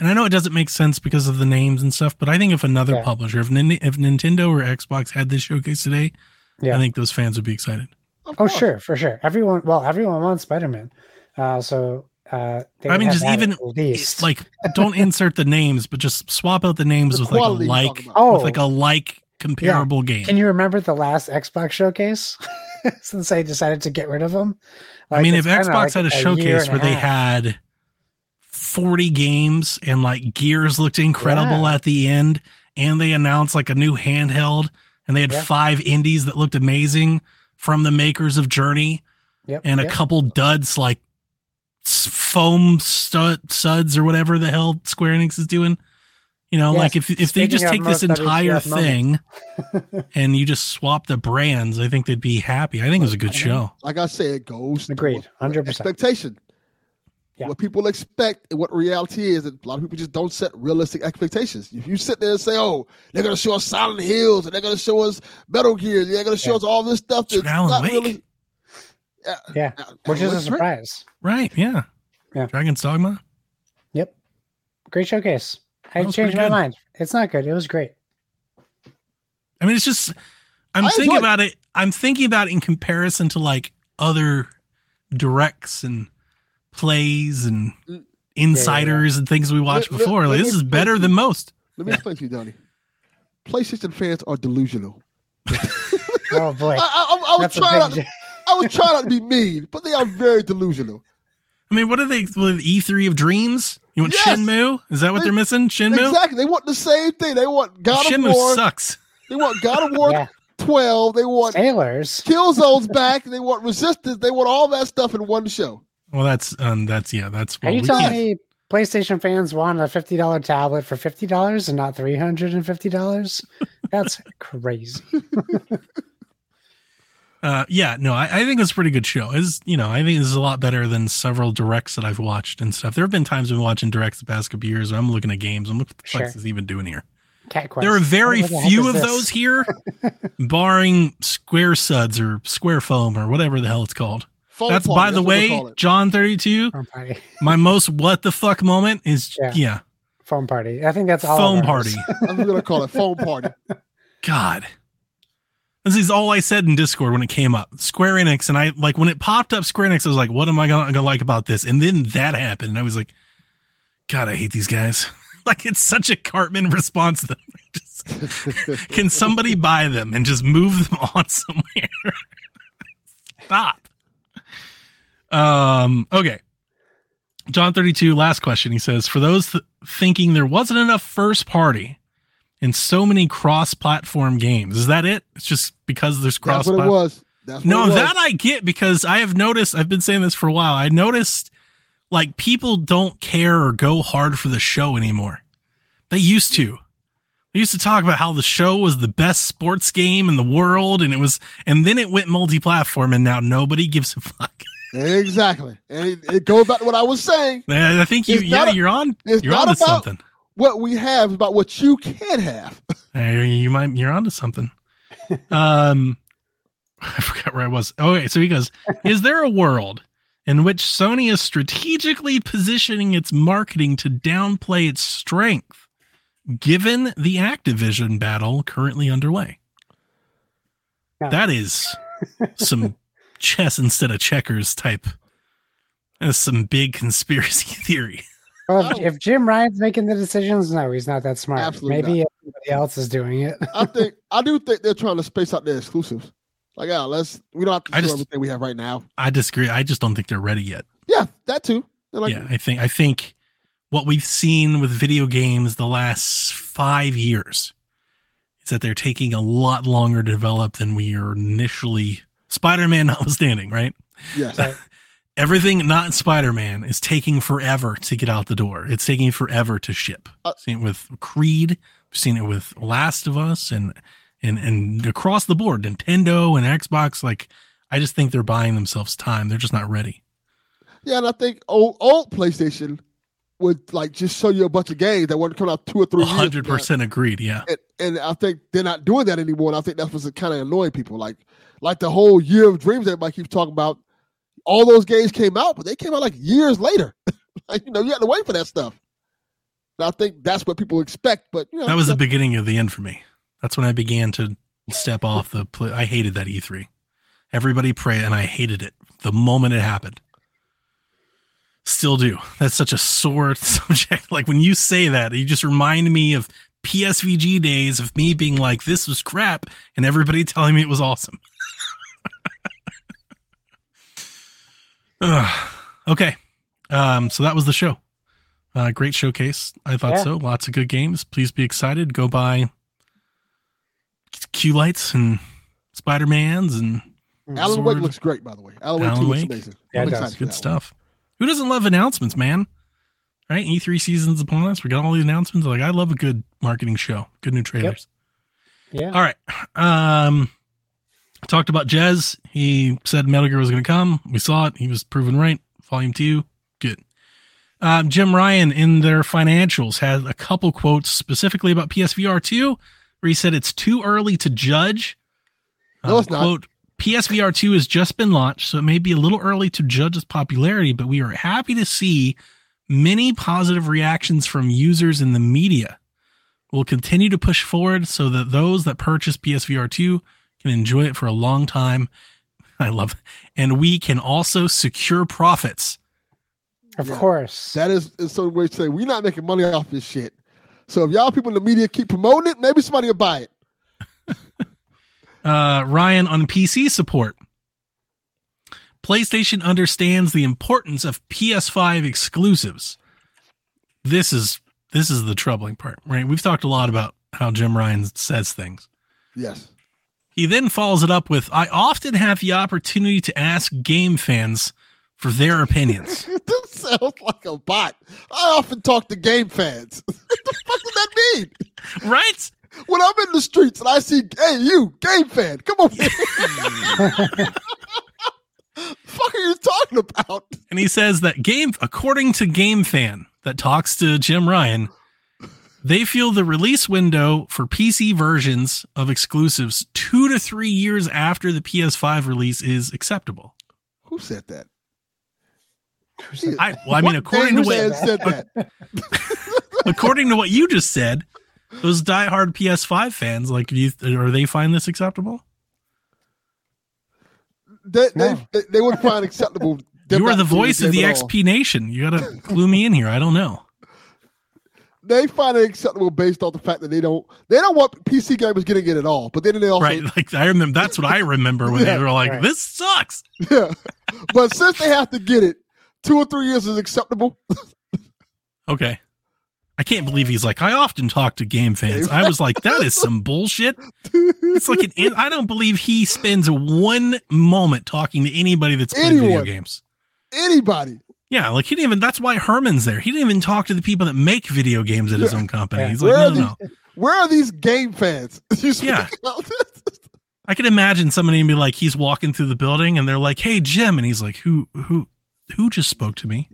S1: And I know it doesn't make sense because of the names and stuff, but I think if another
S3: Yeah.
S1: publisher, if, Nin- if Nintendo or Xbox had this showcase today,
S3: Yeah.
S1: I think those fans would be excited.
S2: Of
S3: oh
S2: course.
S3: sure for sure everyone well everyone wants spider-man uh so uh they
S1: I
S3: would
S1: mean,
S3: have
S1: just
S3: that at
S1: even-
S3: least
S1: Like, don't insert the names, but just swap out the names
S2: The
S1: with like a
S2: quality you're
S1: like,
S2: talking about.
S3: oh
S1: with like a like comparable game.
S3: Can you remember the last Xbox showcase? Since I decided to get rid of them,
S1: I mean, if Xbox had a showcase where they had 40 games and like Gears looked incredible
S3: Yeah.
S1: at the end, and they announced like a new handheld, and they had
S3: Yeah.
S1: five indies that looked amazing from the makers of Journey,
S3: yep,
S1: and a
S3: yep.
S1: couple duds like s- foam stu- suds or whatever the hell Square Enix is doing. You know,
S3: Yes.
S1: like if if they
S3: Speaking
S1: just
S3: of
S1: take this
S3: most
S1: entire
S3: WTF
S1: thing
S3: moments.
S1: and you just swap the brands, I think they'd be happy. I think it was a good
S3: I know.
S1: show.
S2: Like I said, it goes to
S3: Agreed,
S2: what-
S3: 100%.
S2: expectation.
S3: Yeah.
S2: What people expect and what reality is, and a lot of people just don't set realistic expectations. If you sit there and say, "Oh, they're gonna show us Silent Hills, and they're gonna show us Metal Gear, they're gonna show
S3: Yeah.
S2: us all this stuff,"
S1: Shoot
S2: that's
S1: Alan
S2: not
S1: Wake.
S2: really, yeah,
S3: Yeah, which is a surprise.
S1: Right? Yeah.
S3: Yeah.
S1: Dragon's Dogma.
S3: Yep, great showcase. I
S1: That was
S3: changed
S1: pretty
S3: my
S1: good.
S3: mind. It's not good. It was great.
S1: I mean, it's just I'm
S2: I
S1: thinking
S2: enjoyed it.
S1: about it. I'm thinking about it in comparison to like other directs and plays and
S2: Mm.
S1: insiders and things we watched
S2: Let- let-
S1: before.
S2: let
S1: Like
S2: me
S1: this is
S2: put
S1: better
S2: you-
S1: than most.
S2: Let me explain to you, Donnie. PlayStation fans are delusional.
S3: Oh boy,
S2: I, I, I, I was
S3: that's
S2: trying
S3: a
S2: not,
S3: big.
S2: I was trying not to be mean, but they are very delusional.
S1: I mean, what are they with E3 of Dreams? You want
S2: Yes!
S1: Shinmu? Is that what
S2: They-
S1: they're missing? Shinmu?
S2: Exactly, they want the same thing. They want God of
S1: Shinmu
S2: War.
S1: sucks.
S2: They want God of War
S3: Yeah.
S2: twelve. They want
S3: Sailors.
S2: kill zones back. They want resistance. They want all that stuff in one show.
S1: Well, that's um, that's yeah, that's
S3: Are
S1: what
S3: you
S1: we
S3: telling
S1: can't.
S3: me PlayStation fans want a fifty dollar tablet for fifty dollars and not three hundred and fifty dollars? That's crazy.
S1: Uh, yeah, no, I, I think it's a pretty good show. Is you know, I think this is a lot better than several directs that I've watched and stuff. There have been times I've been watching directs the past couple years. and I'm looking at games. I'm looking, what the
S3: Sure.
S1: fuck is he even doing here?
S3: Cat Quest.
S1: There are very
S3: What the heck
S1: few
S3: is
S1: of
S3: this?
S1: those here, barring square suds or square foam or whatever the hell it's called.
S2: Phone
S1: that's
S2: party,
S1: by the
S2: what they
S1: way,
S2: call it.
S1: John 32.
S3: Phone party.
S1: My most what the fuck moment is yeah,
S3: Yeah, Phone party. I think that's all. of
S1: foam
S3: ours.
S1: party.
S2: I'm gonna call it phone party.
S1: God. This is all I said in Discord when it came up. Square Enix and I like when it popped up Square Enix, I was like, what am I gonna, gonna like about this? And then that happened. And I was like, God, I hate these guys. like it's such a Cartman response. Though. Just- can somebody buy them and just move them on somewhere? Stop. Um. Okay. John thirty two. Last question. He says, for those th- thinking there wasn't enough first party in so many cross platform games, is that it? It's just because there's cross.
S2: That's what it was. That's what it
S1: No,
S2: was.
S1: that I get because I have noticed, I've been saying this for a while. I noticed like people don't care or go hard for the show anymore. They used to. They used to talk about how the show was the best sports game in the world and it was, and then it went multi platform and now nobody gives a fuck.
S2: exactly. And it, it goes back to what I was saying.
S1: And I think you,
S2: It's
S1: yeah,
S2: not a-
S1: you're on,
S2: it's
S1: you're
S2: not
S1: on to
S2: about-
S1: something.
S2: What we have is about what you can have.
S1: Uh, You might you're onto something. Um I forgot where I was. Oh, Okay, so he goes, Is there a world in which Sony is strategically positioning its marketing to downplay its strength given the Activision battle currently underway?
S3: No.
S1: That is some chess instead of checkers type. That's some big conspiracy theory.
S3: Well, if,
S2: Oh.
S3: if Jim Ryan's making the decisions, no, he's not that smart.
S2: Absolutely
S3: Maybe everybody else is doing it.
S2: I think I do think they're trying to space out their exclusives. Like, yeah, let's we don't have to
S1: I
S2: show
S1: just-
S2: everything we have right now.
S1: I disagree. I just don't think they're ready yet.
S2: Yeah, that too. They're like,
S1: yeah, I think I think what we've seen with video games the last five years is that they're taking a lot longer to develop than we are initially. Spider-Man notwithstanding, right?
S2: yes,
S3: Right.
S1: Everything not Spider-Man is taking forever to get out the door. It's taking forever to ship.
S2: Uh,
S1: seen it with Creed, we've seen it with Last of Us, and and and across the board, Nintendo and Xbox. Like, I just think they're buying themselves time. They're just not ready.
S2: yeah, and I think old old PlayStation would like just show you a bunch of games that weren't coming out two or three. years from now.
S1: Hundred percent agreed. Yeah.
S2: and, and I think they're not doing that anymore. And I think that's what's kind of annoying people. Like, like the whole year of dreams that everybody keeps talking about. All those games came out, but they came out like years later. like, you know, you had to wait for that stuff. And I think that's what people expect. But you know,
S1: that was the
S2: that's-
S1: beginning of the end for me. That's when I began to step off the. Pl- I hated that E3. Everybody pray, and I hated it the moment it happened. Still do. That's such a sore subject. Like when you say that, you just remind me of PSVG days of me being like, "This was crap," and everybody telling me it was awesome. Ugh. okay, um, so that was the show. Uh, great showcase. I thought
S3: Yeah.
S1: so. Lots of good games. Please be excited. Go buy Q lights and Spider Mans and
S2: Alan Wake
S1: Sword.
S2: looks great, by the way. Alan Wake
S1: Alan
S2: 2
S1: Wake?
S2: looks amazing.
S3: Yeah,
S2: I'm
S3: it does.
S2: excited for
S1: good
S2: that
S1: stuff. Who doesn't love announcements, man? Right? E3 seasons upon us. We got all these announcements. Like I love a good marketing show. Good new trailers.
S3: Yeah.
S1: All right. Um I talked about Jez. He said Metal Gear was gonna come. We saw it. He was proven right. Volume two. Good. Um, Jim Ryan in their financials had a couple quotes specifically about PSVR 2 where he said it's too early to judge. Uh,
S2: No, it's not.
S1: Quote, PSVR 2 has just been launched, so it may be a little early to judge its popularity, but we are happy to see many positive reactions from users in the media. We'll continue to push forward so that those that purchase PSVR 2 can enjoy it for a long time. I love it. And we can also secure profits.
S3: Of
S2: Yeah.
S3: course.
S2: That is, is so way to say we're not making money off this shit. So if y'all people in the media keep promoting it, maybe somebody will buy it.
S1: uh, Ryan on PC support. PlayStation understands the importance of PS5 exclusives. This is this is the troubling part, right? We've talked a lot about how Jim Ryan says things.
S2: Yes.
S1: He then follows it up with I often have the opportunity to ask game fans for their opinions.
S2: this sounds like a bot. I often talk to game fans. what the fuck does that mean?
S1: right?
S2: When I'm in the streets and I see, hey, you, game fan, come on. here." fuck are you talking about?
S1: And he says that game, according to Game Fan, that talks to Jim Ryan, they feel the release window for PC versions of exclusives two to three years after the PS5 release is acceptable.
S2: Who said that?
S1: I, well, I mean,
S2: What
S1: according to
S2: game
S1: what,
S2: fan said that?
S1: according to what you just said, those diehard PS5 fans, like, do you, are they find this acceptable?
S2: They, they,
S3: No.
S2: they, they would find acceptable. them
S1: you are
S2: not
S1: the
S2: doing
S1: voice of
S2: game
S1: the
S2: at all.
S1: XP Nation. You got to clue me in here. I don't know.
S2: they find it acceptable based off the fact that they don't they don't want PC gamers getting it at all. But then they also
S1: right? Like I remember that's what I remember when
S2: Yeah,
S1: they were like,
S3: right.
S1: "This sucks."
S2: yeah. But since they have to get it, two or three years is acceptable.
S1: Okay. I can't believe he's like, I often talk to game fans. I was like, that is some bullshit. It's like an, in- I don't believe he spends one moment talking to anybody that's played video
S2: Anyone.
S1: games.
S2: Anybody.
S1: Yeah, like he didn't even, that's why Herman's there. He didn't even talk to the people that make video games at his own company.
S3: Yeah.
S1: He's like,
S2: Where
S1: no,
S2: are
S1: no, no.
S2: Where are these game fans? You speak
S1: Yeah.
S2: about this?
S1: I can imagine somebody be like, he's walking through the building and they're like, hey, Jim. And he's like, who, who, who just spoke to me?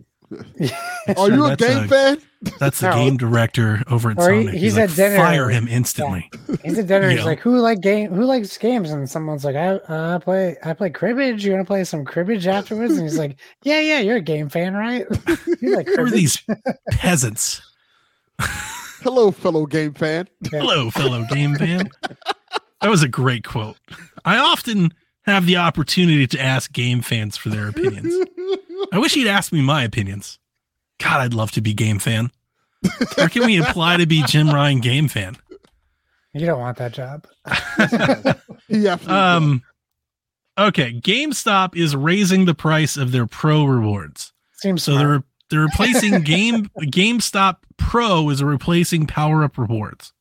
S2: Are you a
S1: That's
S2: game
S1: a-
S2: fan?
S1: That's the
S3: No.
S1: game director over at
S3: Or he-
S1: Sonic.
S3: he's
S1: He's like,
S3: at dinner.
S1: fire him instantly.
S3: He's at dinner.
S1: Yeah.
S3: He's like, "Who like game? Who likes games?" And someone's like, "I uh, I play I play cribbage. You want to play some cribbage afterwards?" And he's like, "Yeah, yeah, you're a game fan, right? you like
S1: Who are
S3: cribbage?
S1: these peasants?
S2: Hello, fellow game fan.
S3: Yeah.
S1: Hello, fellow game fan. That was a great quote. I often have the opportunity to ask game fans for their opinions. I wish he'd asked me my opinions. God, I'd love to be game fan. Or can we apply to be Jim Ryan game fan?
S3: You don't want that job."
S2: He absolutely does.
S1: Um, okay, GameStop is raising the price of their pro rewards.
S3: Seems
S1: So
S3: smart.
S1: they're they're replacing game GameStop Pro is replacing Power Up Rewards.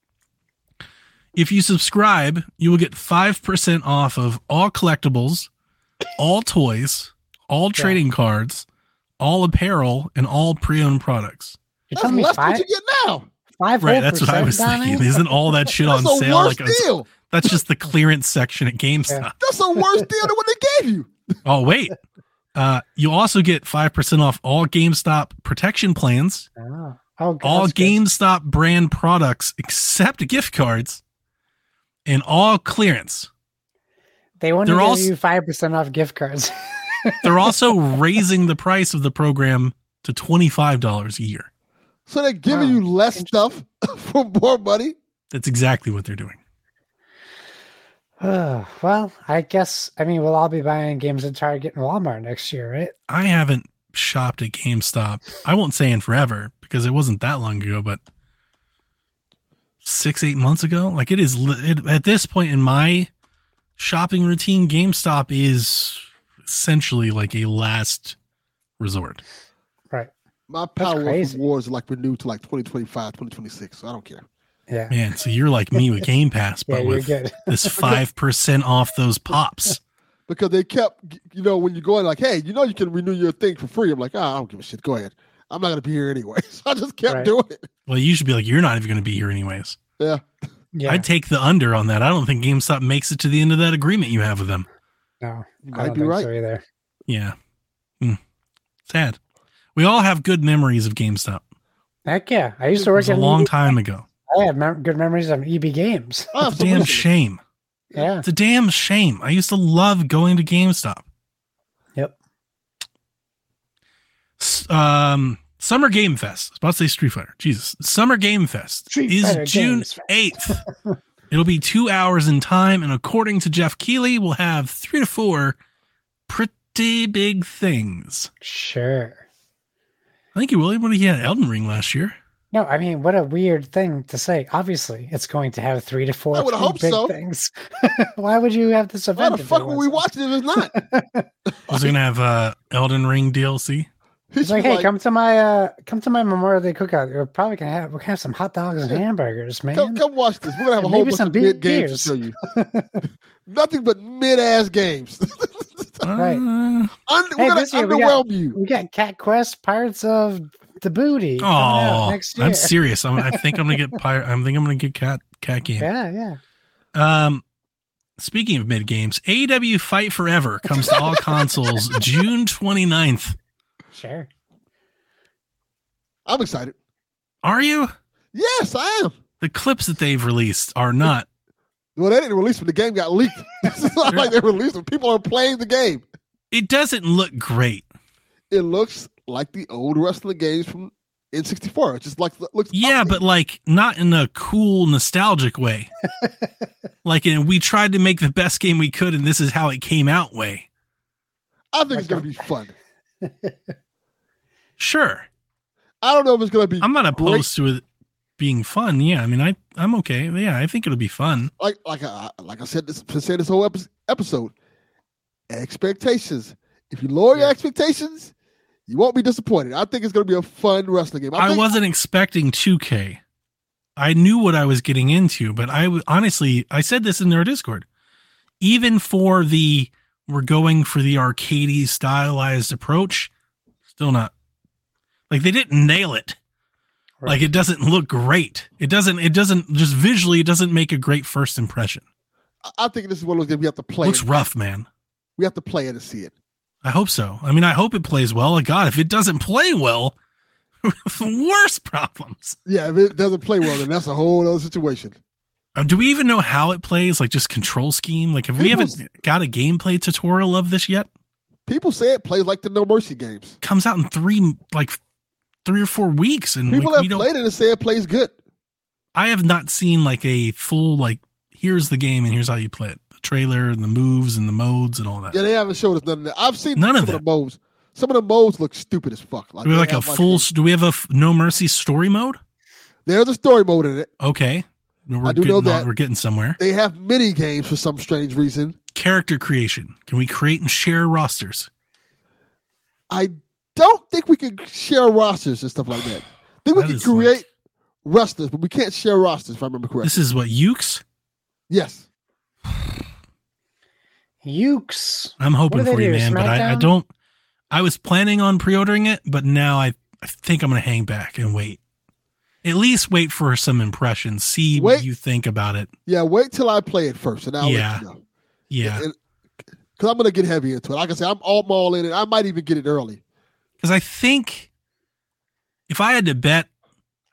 S1: If you subscribe, you will get five percent off of all collectibles, all toys, all
S3: Yeah.
S1: trading cards, all apparel, and all pre-owned products.
S3: You're
S2: that's
S3: telling me
S2: less
S3: five
S2: what you get now.
S3: five
S1: Right,
S3: whole
S1: that's what I
S3: percent,
S1: was
S3: Donnie?
S1: thinking. Isn't all that shit on
S2: That's a
S1: sale?
S2: worse
S1: Like it's-
S2: deal.
S1: that's just the clearance section at GameStop.
S2: That's a worse deal than what they gave you.
S1: Oh wait, uh, you also get five percent off all GameStop protection plans.
S3: Oh, oh,
S1: all
S3: that's good.
S1: GameStop brand products except gift cards and all clearance.
S3: They want
S1: they're
S3: to give
S1: all s-
S3: you five percent off gift cards.
S1: They're also raising the price of the program to $25 a year.
S2: So they're giving
S3: Wow.
S2: you less stuff for more money.
S1: That's exactly what they're doing.
S3: Ugh, well, I guess I mean we'll all be buying games at Target and Walmart next year, right?
S1: I haven't shopped at GameStop. I won't say in forever because it wasn't that long ago, but six, eight months ago. Like it is li- it, at this point in my shopping routine, GameStop is essentially like a last resort.
S2: My
S3: That's
S2: power
S3: crazy.
S2: rewards are like renewed to like 2025, 2026. So I don't care.
S3: Yeah,
S1: Man, so you're like me with Game Pass,
S3: yeah,
S1: but
S3: you're
S1: with
S3: good.
S1: this five percent off those pops.
S2: Because they kept, you know, when you go in, like, hey, you know, you can renew your thing for free. I'm like, ah, I don't give a shit. Go ahead. I'm not going to be here anyway. So I just kept
S3: Right.
S2: doing it.
S1: Well, you should be like, you're not even going to be here anyways.
S2: Yeah.
S3: Yeah,
S1: I'd take the under on that. I don't think GameStop makes it to the end of that agreement you have with them.
S3: no,
S2: You might
S3: I don't
S2: be
S3: think
S2: right.
S3: so either.
S1: Yeah, Hmm. sad. We all have good memories of GameStop.
S3: Heck yeah, I used to
S1: It
S3: work
S1: was a
S3: at
S1: long time ago.
S3: I have mem- good memories of EB Games.
S2: I have some
S1: Damn
S2: wisdom.
S1: shame.
S3: Yeah,
S1: It's a damn shame. I used to love going to GameStop.
S3: Yep.
S1: S- Um, Summer Game Fest. I was about to say Street Fighter. Jesus, Summer Game Fest
S3: Street
S1: is
S3: Fighter
S1: June
S3: Games Fest.
S1: 8th. It'll be two hours in time, and according to Jeff Keeley, we'll have three to four pretty big things.
S3: sure.
S1: I think he will. What did he had Elden Ring last year?
S3: No, I mean, what a weird thing to say. Obviously, it's going to have three to four
S2: I would
S3: pretty
S2: hope
S3: big
S2: so.
S3: things. Why would you have this
S2: Why
S3: event?
S2: the
S3: if
S2: fuck
S3: it
S2: would we
S3: wasn't?
S2: watch it if it's not?
S1: Was he gonna have uh, Elden Ring DLC?
S2: He
S3: It's
S2: should
S3: like,
S2: be
S3: hey,
S2: like,
S3: come to my uh, come to my Memorial Day cookout. We're probably gonna have we're gonna have some hot dogs and hamburgers, man.
S2: come, come watch this. We're going to have a
S3: And
S2: whole
S3: maybe
S2: bunch
S3: some
S2: of mid games to
S3: beers.
S2: show you. Nothing but mid ass games.
S3: Right.
S1: Uh,
S2: Un-
S3: Hey,
S2: we're going
S3: this
S2: to
S3: year we got-
S2: underwhelm you.
S3: We got Cat Quest, Pirates of the Booty. coming out
S1: Oh,
S3: next year.
S1: I'm serious. I'm, I think I'm gonna get pirate. I think I'm gonna get cat cat game.
S3: Yeah, yeah.
S1: Um, speaking of mid games, AEW Fight Forever comes to all consoles June 29th.
S3: Sure.
S2: I'm excited.
S1: Are you?
S2: Yes, I am.
S1: The clips that they've released are not.
S2: Well, they didn't release when the game got leaked. it's not like they released when people are playing the game.
S1: It doesn't look great.
S2: It looks like the old wrestling games from N64. It just like looks.
S1: Yeah, but like not in a cool, nostalgic way. like, and we tried to make the best game we could, and this is how it came out way.
S2: I think it's gonna be fun.
S1: Sure,
S2: I don't know if it's gonna be.
S1: I'm not
S2: great.
S1: opposed to it being fun, yeah, I mean, I I'm okay. Yeah, I think it'll be fun.
S2: like like I like I said this been saying this whole epi- episode. Expectations. If you lower your expectations, you won't be disappointed. I think it's going to be a fun wrestling game.
S1: I,
S2: think-
S1: wasn't expecting 2K. I knew what I was getting into, but I w- honestly, I said this in their Discord. Even for the we're going for the arcadey stylized approach, still not. Like they didn't nail it. Like it doesn't look great. It doesn't. It doesn't just visually. It doesn't make a great first impression.
S2: I- I think this is one of those games we have to play.
S1: Looks
S2: it.
S1: rough, man.
S2: We have to play it and see it.
S1: I hope so. I mean, I hope it plays well. Oh, God, if it doesn't play well, worse problems.
S2: Yeah, if it doesn't play well, then that's a whole other situation.
S1: Uh, Do we even know how it plays? Like just control scheme? Like have we
S2: People-
S1: haven't got a gameplay tutorial of this yet?
S2: People say it plays like the No Mercy games.
S1: Comes out in three like three or four weeks, and
S2: People
S1: like, Mm, we
S2: have
S1: don't.
S2: played it and say it plays good.
S1: I have not seen like a full like here's the game and here's how you play it. The trailer and the moves and the modes and all that.
S2: Yeah, they haven't showed us none of that. I've seen
S1: None
S2: some
S1: of
S2: of, the
S1: that.
S2: modes. Some of the modes look stupid as fuck.
S1: do we
S2: they
S1: have like a
S2: have,
S1: full? s do we have a f- no mercy story mode?
S2: There's a story mode in it.
S1: Okay, we're
S2: I do
S1: getting
S2: know
S1: on-
S2: that.
S1: we're getting somewhere.
S2: They have mini games for some strange reason.
S1: Character creation. Can we create and share rosters?
S2: I don't think we can share rosters and stuff like that. I think we
S1: That
S2: can
S1: is like-
S2: create rosters, but we can't share rosters if I remember correctly.
S1: This is what Ukes.
S2: yes.
S3: Ukes.
S1: I'm hoping
S3: What do
S1: for
S3: they
S1: you,
S3: do,
S1: man, but I, I
S3: SmackDown?
S1: don't. I was planning on pre-ordering it, but now I, I think I'm gonna hang back and wait. At least wait for some impressions. See
S2: Wait.
S1: what you think about it.
S2: Yeah, wait till I play it first and I'll
S1: Yeah.
S2: let you know.
S1: Yeah,
S2: Because I'm gonna get heavy into it. Like I said, I'm all I'm all in it. I might even get it early.
S1: because I think if I had to bet,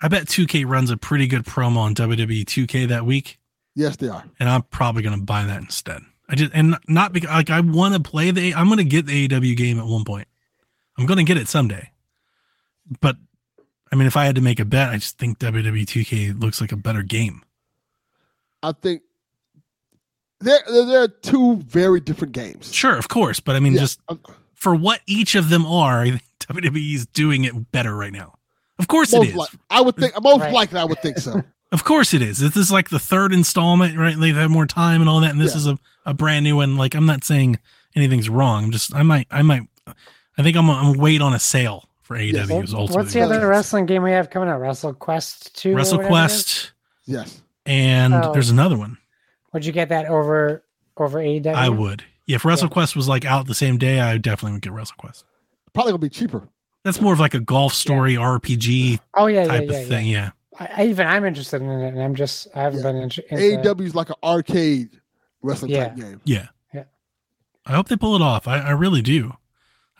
S1: I bet 2K runs a pretty good promo on WWE 2K that week,
S2: Yes, they are.
S1: and I'm probably gonna buy that instead. I just and not because like I want to play the. I'm gonna get the AEW game at one point. I'm gonna get it someday, but. I mean, if I had to make a bet, I just think WWE 2K looks like a better game.
S2: I think there there there are two very different games.
S1: Sure, of course, but I mean,
S2: Yeah.
S1: just
S2: Um,
S1: for what each of them are, I think WWE is doing it better right now. Of course it
S2: Most
S1: is.
S2: like, I would think most
S3: Right.
S2: likely I would think so.
S1: Of course it is. This is like the third installment, right? They've had more time and all that, and this
S2: Yeah.
S1: is a, a brand new one. Like I'm not saying anything's wrong. I'm just I might I might I think I'm gonna- I'm gonna wait on a sale for AEW. is
S2: Yes.
S1: ultimately
S3: What's the
S2: Ultimate
S3: other
S2: Fighter.
S3: wrestling game we have coming out? Wrestle Quest 2? or whatever it is?
S1: WrestleQuest
S2: yes.
S1: and
S3: Oh.
S1: there's another one.
S3: Would you get that over over AEW?
S1: I would. Yeah, if WrestleQuest was like out the same day, I definitely would get WrestleQuest.
S2: Probably gonna be cheaper.
S1: That's more of like a golf story RPG
S3: Oh yeah, yeah,
S1: type
S3: yeah.
S1: of thing.
S3: yeah.
S1: Yeah.
S3: I, I even I'm interested in it, and I'm just I
S2: Yeah.
S3: haven't been inter- into
S2: AEW E is like an arcade wrestling type
S3: Yeah.
S2: game.
S1: Yeah.
S3: Yeah.
S1: I hope they pull it off. I, I really do.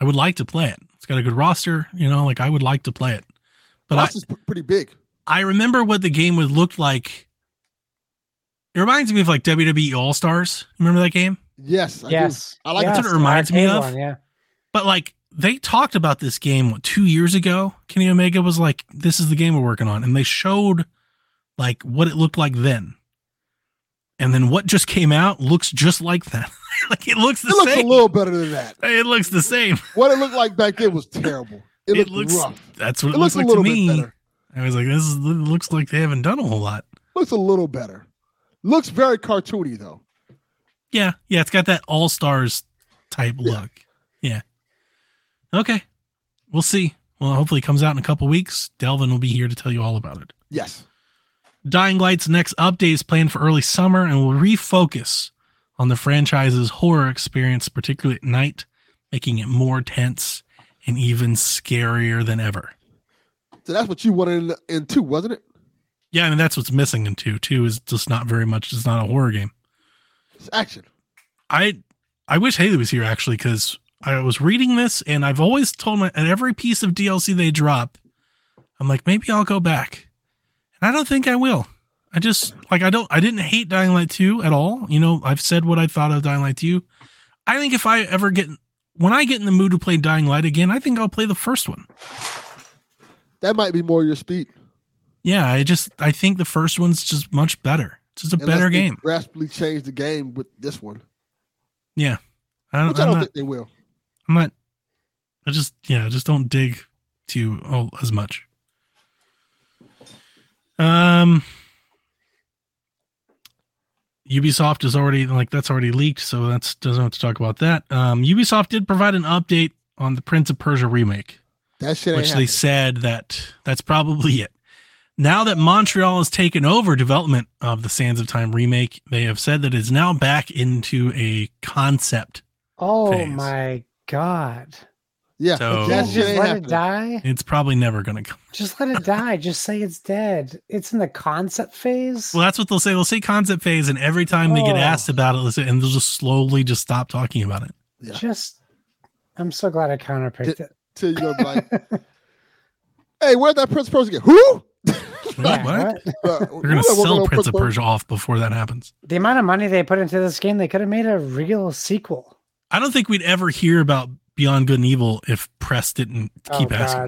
S1: I would like to play it. It's got a good roster, you know, like I would like to play it. But I,
S2: That's just pretty big.
S1: I remember what the game would look like. It reminds me of like WWE All Stars. Remember that game?
S2: Yes, I do.
S3: yes.
S2: I like
S3: yes,
S1: That's what it reminds me
S3: arcade
S1: of.
S3: one, yeah.
S1: But like they talked about this game what, two years ago. Kenny Omega was like, "This is the game we're working on," and they showed like what it looked like then. And then what just came out looks just like that. like it looks the
S2: It looks
S1: same.
S2: a little better than that.
S1: it looks the same.
S2: What it looked like back then was terrible. It,
S1: It
S2: looked
S1: looks-
S2: rough.
S1: That's what
S2: It,
S1: it,
S2: looks,
S1: looks,
S2: a
S1: like to
S2: little bit
S1: me.
S2: better.
S1: I was like, this is, it looks like they haven't done a whole lot.
S2: Looks a little better. Looks very cartoony though.
S1: Yeah, yeah, it's got that all stars type
S2: Yeah.
S1: look. Yeah. Okay, we'll see. Well, hopefully, it comes out in a couple weeks. Delvin will be here to tell you all about it.
S2: Yes.
S1: Dying Light's next update is planned for early summer and will refocus on the franchise's horror experience, particularly at night, making it more tense and even scarier than ever.
S2: So that's what you wanted in, in two, wasn't it?
S1: Yeah, I mean that's what's missing in two. Two is just not very much. It's not a horror game.
S2: It's action.
S1: I I wish Haley was here actually because I was reading this and I've always told my at every piece of DLC they drop, I'm like maybe I'll go back, and I don't think I will. I just like I don't I didn't hate Dying Light two at all. You know I've said what I thought of Dying Light two. I think if I ever get when I get in the mood to play Dying Light again, I think I'll play the first one.
S2: That might be more your speed.
S1: Yeah, I just I think the first one's just much better. It's just a
S2: Unless
S1: better
S2: they
S1: game.
S2: Drastically change the game with this one,
S1: I don't,
S2: which I
S1: I'm
S2: don't
S1: not-
S2: think they will.
S1: I'm not. I just yeah, I just don't dig to all as much. Um, Ubisoft is already like that's already leaked, so that's doesn't have to talk about that. Um, Ubisoft did provide an update on the Prince of Persia remake,
S2: That shit ain't
S1: which they
S2: happening.
S1: said that that's probably it. Now that Montreal has taken over development of the Sands of Time remake, they have said that it's now back into a concept.
S3: Oh
S1: Phase. Oh.
S3: my god!
S2: Yeah,
S1: So-
S2: that
S3: Just
S2: shit
S3: let
S2: ain't happening.
S3: it die.
S1: It's probably never going to come.
S3: Just let it die. Just say it's dead. It's in the concept phase.
S1: Well, that's what they'll say. They'll say concept phase, and every time they get
S3: Oh.
S1: asked about it, they'll say, and they'll just slowly just stop talking about it.
S2: Yeah.
S3: Just, I'm so glad I counterpicked it.
S2: Till you're gonna be like, hey, where'd that Prince of Persia get? Who?
S1: Like, what?
S3: right?
S2: Uh,
S1: They're gonna
S2: who that working
S1: sell
S2: on
S1: Prince of
S2: Persia?
S1: Persia off before that happens.
S3: The amount of money they put into this game, they could have made a real sequel.
S1: I don't think we'd ever hear about Beyond Good and Evil if press didn't keep
S3: oh,
S1: asking.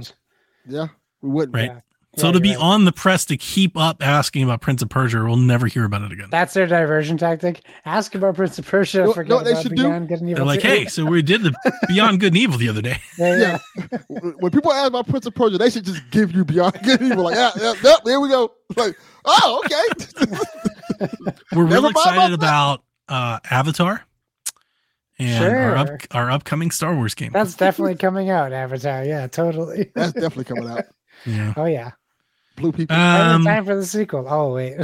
S3: God.
S2: Yeah, we wouldn't.
S1: Right.
S3: Yeah,
S1: So to
S3: you're
S1: be
S3: right.
S1: on the press to keep up asking about Prince of Persia, we'll never hear about it again.
S3: That's their diversion tactic. Ask about Prince of Persia.
S2: know-
S3: forget
S2: know what they
S3: about
S2: should do?
S3: Beyond Good and
S1: They're
S3: Evil
S1: like,
S3: 2.
S1: hey, so we did the Beyond Good and Evil the other day.
S3: Yeah, yeah.
S2: When people ask about Prince of Persia, they should just give you Beyond Good and Evil. Like, yeah, yeah, yeah, there we go. Like, oh, okay.
S1: We're real
S2: Never mind
S1: excited
S2: about
S1: about uh, Avatar and our, up,
S3: Sure.
S1: our upcoming Star Wars game.
S3: That's definitely coming out, Avatar. Yeah, totally.
S2: That's definitely coming out.
S1: yeah.
S3: oh yeah.
S2: Blue people.
S3: Um,
S1: Um,
S3: time for the sequel. Oh wait.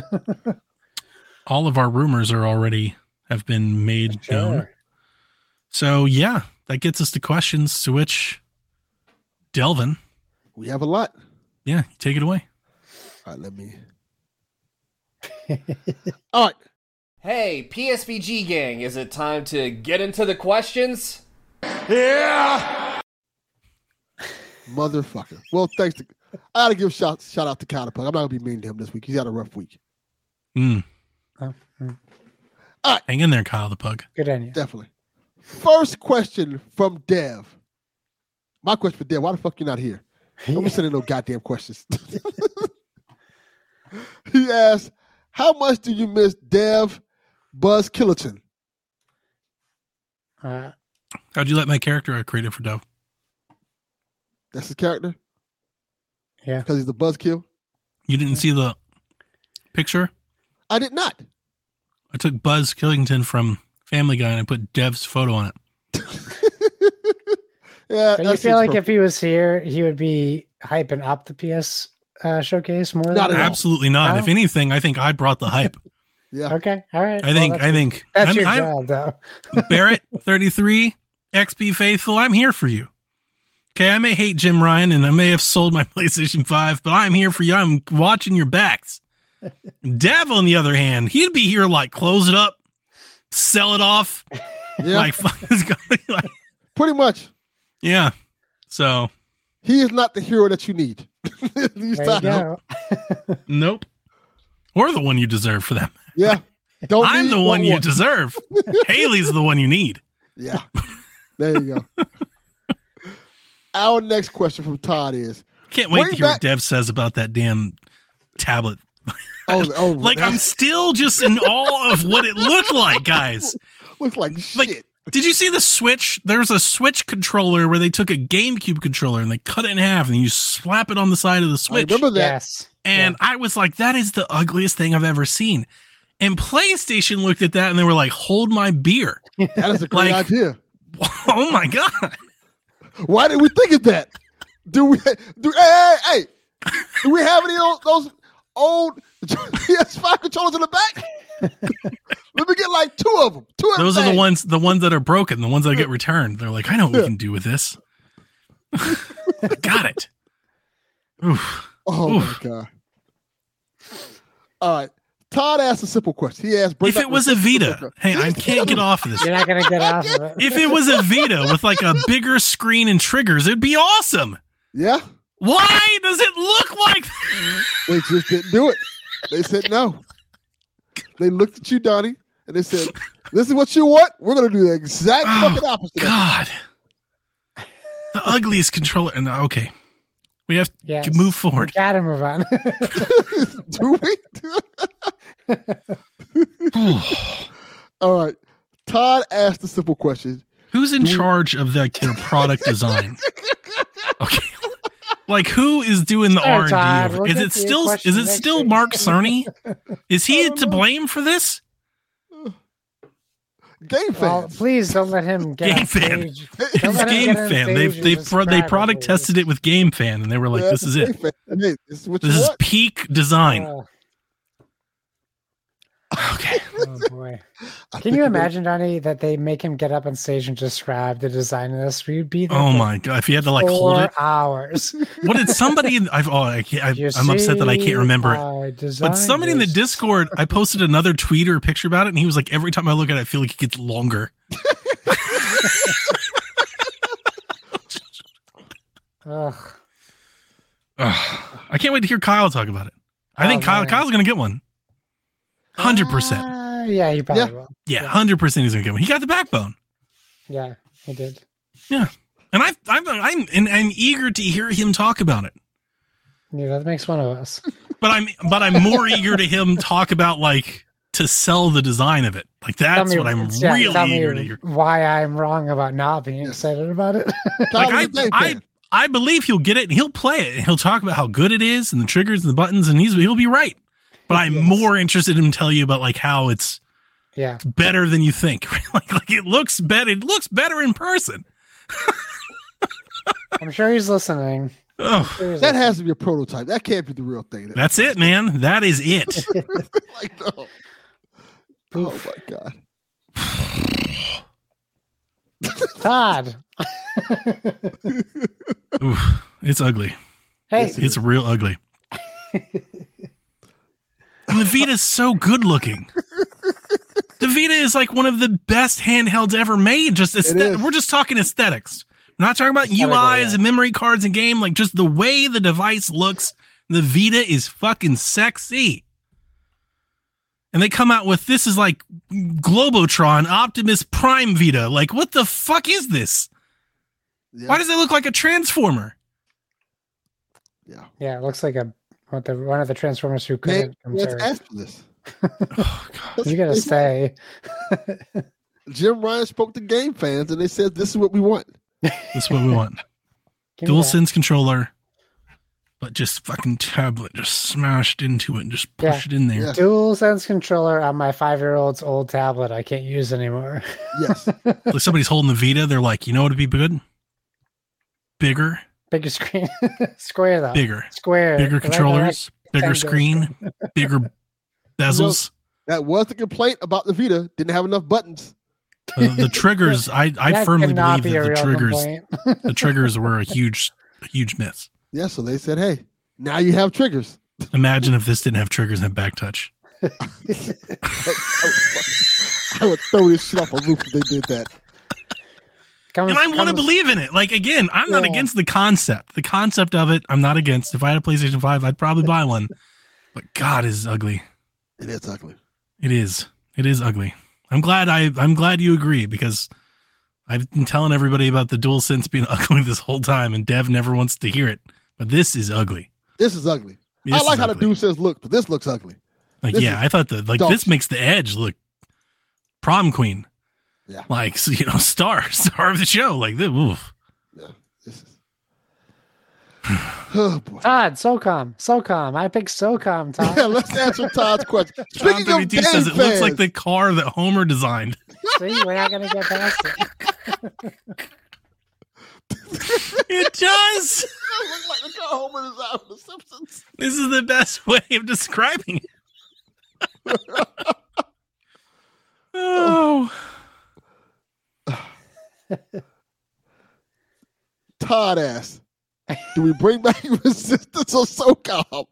S1: all of our rumors are already have been made known.
S3: sure.
S1: So yeah, that gets us to questions to which Delvin,
S2: we have a lot.
S1: yeah, take it away.
S2: All right, let me. All right.
S6: Hey, PSVG gang, is it time to get into the questions?
S2: Motherfucker. Well, thanks to I gotta give shout shout out to Counterpunk. I'm not gonna be mean to him this week. He's had a rough week.
S1: Mm.
S3: Oh, mm.
S2: Alright.
S1: Hang in there, Kyle the Pug.
S3: Good on you.
S2: Definitely. First question from Dev. My question for Dev, why the fuck you not here? Don't be sending no goddamn questions. he asked, How much do you miss Dev Buzz Killerton?
S3: Uh,
S1: How'd you let my character I created for Dove?
S2: That's his character?
S3: Yeah.
S2: Because he's the buzzkill?
S1: You didn't see the picture?
S2: I did not.
S1: I took Buzz Killington from Family Guy and I put Dev's photo on it.
S2: Yeah,
S3: do you
S2: that
S3: feel
S2: seems
S3: like
S2: perfect.
S3: if he was here, he would be hyping up the PS uh, showcase more?
S2: Not
S3: than
S2: at all.
S1: Absolutely not.
S3: Wow.
S1: If anything, I think I brought the hype.
S2: yeah.
S3: Okay. All right.
S1: I think
S3: Well,
S1: I think
S3: that's, that's
S1: I'm,
S3: your
S1: I'm-
S3: job, though.
S1: Barrett 33 XP faithful. I'm here for you. Okay, I may hate Jim Ryan and I may have sold my PlayStation 5, but I'm here for you. I'm watching your backs. Dev, on the other hand, he'd be here like close it up, sell it off,
S2: Yeah.
S1: like, like
S2: pretty much.
S1: Yeah. So
S2: He is not the hero that you need. He's
S3: There you
S2: not.
S3: go.
S1: nope. Or the one you deserve for them.
S2: Oh, Yeah. Don't
S1: I'm
S2: need
S1: the one you
S2: want.
S1: deserve. Haley's the one you need.
S2: Yeah. There you go. Our next question from Todd is
S1: Can't wait
S2: Way
S1: to hear
S2: back-
S1: what Dev says about that damn tablet.
S2: Oh, oh
S1: Like I'm
S2: that
S1: still just in awe of what it looked like, guys.
S2: looks like
S1: like-
S2: shit.
S1: Did you see the Switch? There's a Switch controller where they took a GameCube controller and they cut it in half and you slap it on the side of the
S2: I
S1: Switch.
S2: remember that.
S3: Yes.
S1: And I was like, that is the ugliest thing I've ever seen. And PlayStation looked at that and they were like, hold my beer.
S2: That is a great
S1: Like-
S2: idea.
S1: Oh my God.
S2: Why did we think of that? Do we do hey hey, hey. do we have any of those old PS5 controllers in the back? Let me get like two of them. Two of
S1: Those are the
S2: everything.
S1: ones the ones that are broken, the ones that get returned. They're like, I know what we can do with this. Got it. Oof.
S2: Oh
S1: Oof.
S2: my god! All right, Todd asked a simple question. He asked, bring
S1: If
S2: back
S1: it was a
S2: reciprocal
S1: Vita,
S2: circle.
S1: hey, I can't get off of this.
S3: You're not gonna get off of it.
S1: If it was a Vita with like a bigger screen and triggers, it'd be awesome.
S2: Yeah,
S1: Why does it look like
S2: they just didn't do it. They said no. They looked at you, Donnie, and they said, "This is what you want. We're gonna do the exact
S1: Oh,
S2: fucking opposite." of it."
S1: God? The ugliest controller. And okay, we have
S3: Yeah.
S1: to move forward.
S3: Gotta move on.
S2: do we? All right, Todd asked a simple question.
S1: Who's in charge of like their product design? Okay. Like who is doing the
S3: Sorry,
S1: R
S3: Todd,
S1: and D?
S3: we'll
S1: Is
S3: get
S1: it
S3: to your
S1: still
S3: question
S1: is it
S3: next
S1: still
S3: week.
S1: Mark Cerny? Is
S2: I
S1: he
S2: don't
S1: to
S2: know.
S1: blame for this?
S2: Game
S3: Well,
S2: fans.
S3: please don't let him get
S1: Game
S3: on
S1: fan.
S3: stage. Don't
S1: It's
S3: let him
S1: Game
S3: get on
S1: Fan.
S3: stage
S1: They
S3: and
S1: they pro- they
S3: describe
S1: product
S3: it.
S1: tested it with Game Fan, and they were like,
S2: Yeah,
S1: "This is
S2: game
S1: it.
S2: fan. Hey, this is what
S1: This
S2: you
S1: is
S2: want.
S1: peak design."
S3: Oh,
S1: Okay.
S3: oh boy.
S2: I
S3: Can
S2: think
S3: you
S2: it
S3: imagine, Donnie, that they make him get up on stage and describe the design of this? We'd be there
S1: Oh
S3: for
S1: my god! If you had to like
S3: four
S1: hold it,
S3: hours.
S1: what did somebody? in- I've oh, I can't, I, I'm upset that I can't remember it. But somebody in the Discord, I posted another tweet or picture about it, and he was like, "Every time I look at it, I feel like it gets longer."
S3: Ugh.
S1: Ugh. I can't wait to hear Kyle talk about it. I
S3: Oh,
S1: think Kyle
S3: man.
S1: Kyle's gonna get one. Hundred percent.
S3: Uh, yeah, he probably
S2: Yeah.
S3: will.
S1: Yeah, hundred percent. He's gonna get one. He got the backbone,
S3: Yeah, he did.
S1: and I, I'm, I'm, and I'm eager to hear him talk about it.
S3: Yeah, that makes one of us.
S1: But I'm, but I'm more eager to him talk about like to sell the design of it. Like
S3: Tell
S1: that's
S3: me-
S1: what I'm
S3: yeah,
S1: really
S3: tell me
S1: eager to hear.
S3: Why I'm wrong about not being excited about it.
S2: Tyler
S1: Like,
S2: the game
S1: I, I,
S2: fan.
S1: I believe he'll get it and he'll play it and he'll talk about how good it is and the triggers and the buttons and he's he'll be right. But I'm
S3: Yes.
S1: more interested in him tell you about like how it's
S3: yeah,
S1: better than you think. like, like it looks better. It looks better in person.
S3: I'm sure he's listening.
S1: Oh,
S3: Sure he's
S2: that
S3: listening.
S2: has to be a prototype. That can't be the real thing.
S1: that's it, man. That is it.
S2: like, no. Oh my god.
S3: Todd.
S1: Oof, it's ugly.
S3: Hey,
S1: It's real ugly. and the Vita's so good looking. The Vita is like one of the best handhelds ever made. Just aesthet-
S2: is.
S1: we're just talking aesthetics. We're not talking about
S3: Aesthetically,
S1: UIs
S3: yeah.
S1: and memory cards and game. Like just the way the device looks. The Vita is fucking sexy. And they come out with this is like Globotron Optimus Prime Vita. Like what the fuck is this?
S2: Yeah.
S1: Why does it look like a transformer?
S2: yeah.
S3: yeah, it looks like a what the one of the Transformers who
S2: Man,
S3: couldn't come
S2: let's
S3: through.
S2: ask for this.
S1: Oh god.
S3: You gotta stay.
S2: Jim Ryan spoke to game fans and they said this is what we want.
S1: That's what we want.
S3: Give me
S1: dual
S3: that.
S1: sense controller but just fucking tablet just smashed into it and just
S3: Yeah.
S1: pushed it in there
S2: Yeah.
S3: dual sense controller on my five year old's old tablet I can't use anymore.
S2: Yes.
S1: like somebody's holding the vita they're like you know what would be good bigger
S3: Bigger screen. Square though.
S1: bigger
S3: Square.
S1: bigger
S3: Right, right.
S1: controllers bigger
S3: rectangle
S1: screen bigger bezels
S2: That was the complaint about the Vita. Didn't have enough buttons.
S1: Uh, the triggers i i
S3: That
S1: firmly
S3: cannot
S1: believe that
S3: be a
S1: the
S3: real
S1: triggers
S3: complaint.
S1: the triggers were a huge a huge miss
S2: Yeah, so they said, hey, now you have triggers.
S1: imagine if this didn't have triggers and back touch
S2: I would throw this shit off a roof if they did that.
S3: Comes-
S1: and I want to
S3: comes-
S1: believe in it. Like again, I'm not
S3: Yeah.
S1: against the concept. The concept of it, I'm not against. If I had a PlayStation Five, I'd probably buy one. But God it is ugly.
S2: It is ugly.
S1: It is. It is ugly. I'm glad I. I'm glad you agree because I've been telling everybody about the dual sense being ugly this whole time, and Dev never wants to hear it. But this is ugly.
S2: This is ugly.
S1: This
S2: I like
S1: is
S2: how the
S1: ugly.
S2: dude says look, but this looks ugly.
S1: Like
S2: this
S1: yeah,
S2: is
S1: I thought the like
S2: dog
S1: this
S2: shit.
S1: makes the edge look prom queen.
S2: Yeah.
S1: Like so, you know, star star of the show. Like this. Oof.
S2: This is Oh boy.
S3: Todd, SOCOM, SOCOM. I picked SOCOM,
S2: Yeah,
S3: Todd.
S2: let's answer Todd's question.
S1: Tom
S2: Speaking of
S1: WT
S2: game
S1: says it looks like
S2: fans,
S1: the car that Homer designed.
S3: See, we're not gonna get past it.
S1: It does.
S2: It looked like the car Homer is out of The Simpsons.
S1: This is the best way of describing it. oh,
S2: Todd asked, "Do we bring back Resistance or SoCom?"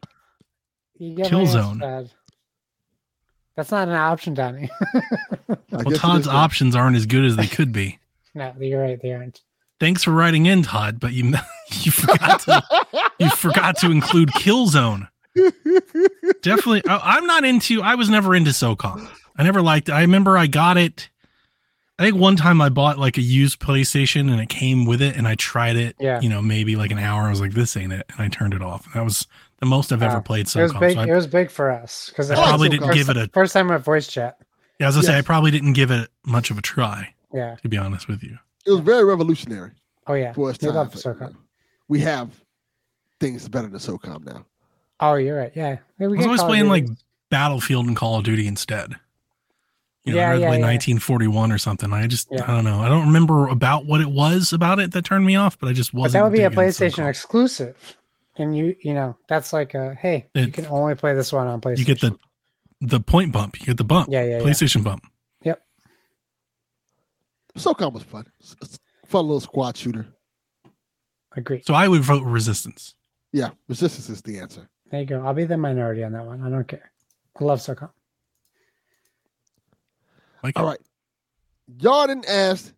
S3: You get
S1: Kill
S3: my answer,
S1: zone.
S3: Todd. That's not an option, Donnie.
S2: I guess it
S1: well,
S2: is
S1: Todd's
S2: that.
S1: options aren't as good as they could be.
S3: no, you're right. They aren't.
S1: Thanks for writing in, Todd, but you you forgot to you forgot to include Killzone. Definitely, I, I'm not into. I was never into SOCOM. I never liked. it. I remember I got it. I think one time I bought like a used PlayStation and it came with it, and I tried it.
S3: Yeah.
S1: you know, maybe like an hour. I was like, "This ain't it," and I turned it off. That was the most I've ever
S3: Wow.
S1: played
S3: it was
S1: SOCOM.
S3: big.
S1: so I,
S3: it was big for us because
S2: I probably
S1: didn't give it a-
S3: first time with voice chat.
S1: yeah, I was gonna say I
S2: Yes.
S1: probably didn't give it much of a try,
S3: Yeah.
S1: to be honest with you.
S2: It was very revolutionary
S3: Oh yeah.
S2: for its
S3: We
S2: time.
S3: love
S2: but
S3: SOCOM.
S2: We have things better than SOCOM now.
S3: Oh, you're right. Yeah,
S1: I
S3: Yeah, we
S1: was
S3: get
S1: always
S3: Call of
S1: playing like
S3: Duty.
S1: Battlefield and Call of Duty instead. You know,
S3: Yeah,
S1: I remember
S3: yeah,
S1: like
S3: yeah.
S1: 1941 or something. I just,
S3: Yeah.
S1: I don't know. I don't remember about what it was about it that turned me off, but I just
S3: but
S1: wasn't.
S3: that would be a
S1: digging
S3: PlayStation
S1: SOCOM.
S3: exclusive, and you you know that's like a hey, you
S1: It-
S3: can only play this one on PlayStation.
S1: You get the the point bump. You get the bump.
S3: Yeah, yeah, yeah.
S1: PlayStation bump.
S2: SOCOM was fun. It's- it's a fun little squad shooter.
S3: agree.
S1: So I would vote Resistance.
S2: Yeah, Resistance is the answer.
S3: There you go. I'll be the minority on that one. I don't care. I love SOCOM.
S1: Like,
S2: All right. Yarden asked,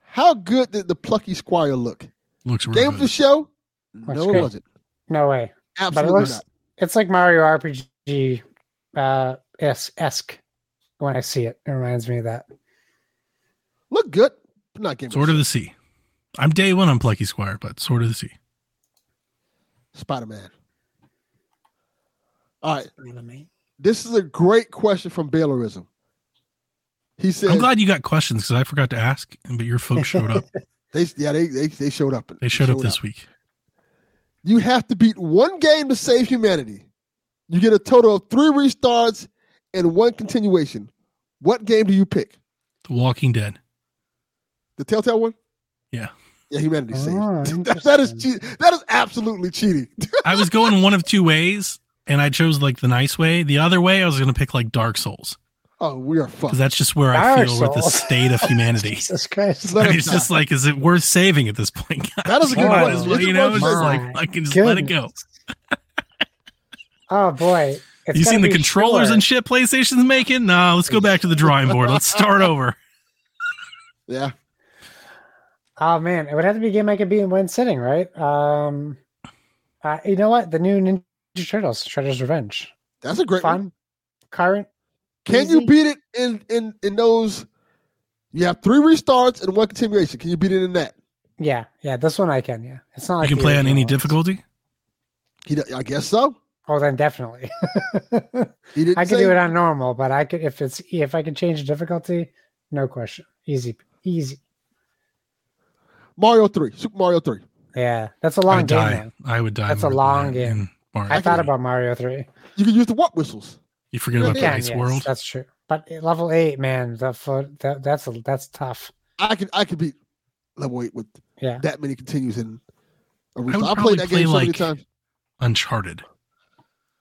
S2: "How good did the plucky squire look?
S1: looks real
S2: Game of
S1: good.
S2: the show?
S3: Looks
S2: No, it
S3: great.
S2: wasn't.
S3: No way. But it
S2: Absolutely
S3: looks
S2: not.
S3: it's like Mario RPG uh es- esque when I see it. It reminds me of that.
S2: Look good, but not Game
S1: Sword
S2: of
S1: of the Sea. I'm day one on Plucky Squire, but Sword of the Sea.
S2: the Spider Man. All right, this is a great question from Baylorism. He said,
S1: I'm glad you got questions because I forgot to ask, but your folks showed up.
S2: "They yeah, they they, they showed up.
S1: They showed up this week.
S2: You have to beat one game to save humanity. You get a total of three restarts and one continuation. What game do you pick?
S1: The Walking Dead.
S2: The Telltale one?
S1: Yeah.
S2: Yeah, humanity
S3: Oh,
S2: saved. That- that is
S3: interesting.
S2: cheat. That is absolutely cheating.
S1: I was going one of two ways, and I chose like the nice way. The other way, I was going to pick like Dark Souls
S2: oh, we are
S1: because
S2: fucked.
S1: that's just where I
S3: Dark
S1: feel with the
S3: Souls.
S1: state of humanity.
S3: Jesus Christ.
S2: Let
S1: I mean,
S2: us
S1: it's
S2: not.
S1: just like, is it worth saving at this point? guys?
S2: That is a good
S1: Come on,
S3: one.
S1: just
S3: It's
S1: let-
S2: a
S1: you know,
S2: good
S1: it's just
S3: one.
S1: like I can just
S3: My
S1: let it go.
S3: Oh boy. It's
S1: you
S3: gotta
S1: seen the
S3: be
S1: controllers
S3: short.
S1: and shit PlayStation's making? No, let's go back to the drawing board. Let's start over.
S2: yeah.
S3: Oh man, it would have to be a game I could be in one sitting, right? Um uh, you know what? The new Ninja Turtles, Shredder's Revenge.
S2: That's a great one.
S3: Fun. Current.
S2: Can you
S3: easy.
S2: beat it in in in those? You have three restarts and one continuation. Can you beat it in that?
S3: Yeah, yeah, this one I can, yeah. It's not
S1: You
S3: like
S1: can
S3: the
S1: play on any
S3: original ones.
S1: difficulty.
S2: He, d- I guess so.
S3: Oh then definitely.
S2: He didn't
S3: I could
S2: say-
S3: do it on normal, but I could if it's if I can change the difficulty, no question. Easy, easy.
S2: Mario Three, Super Mario Three.
S3: Yeah, that's a
S1: I
S3: long
S1: would
S3: game.
S1: die.
S3: though.
S1: I would die.
S3: That's a
S1: more than
S3: long
S1: that
S3: game.
S1: in Mario
S3: I thought
S1: Kart.
S3: about Mario Three.
S2: You can use the what whistles.
S1: You forget
S2: Yeah,
S1: about the
S2: yeah,
S1: Ice
S3: yes,
S1: World.
S3: That's true. But at level eight, man, the foot that, that's a, that's tough.
S2: I could I could beat level eight with
S3: Yeah.
S2: that many continues in. A
S1: would
S2: restart. I
S1: probably
S2: played that
S1: play,
S2: game so many
S1: like-
S2: times.
S1: Uncharted.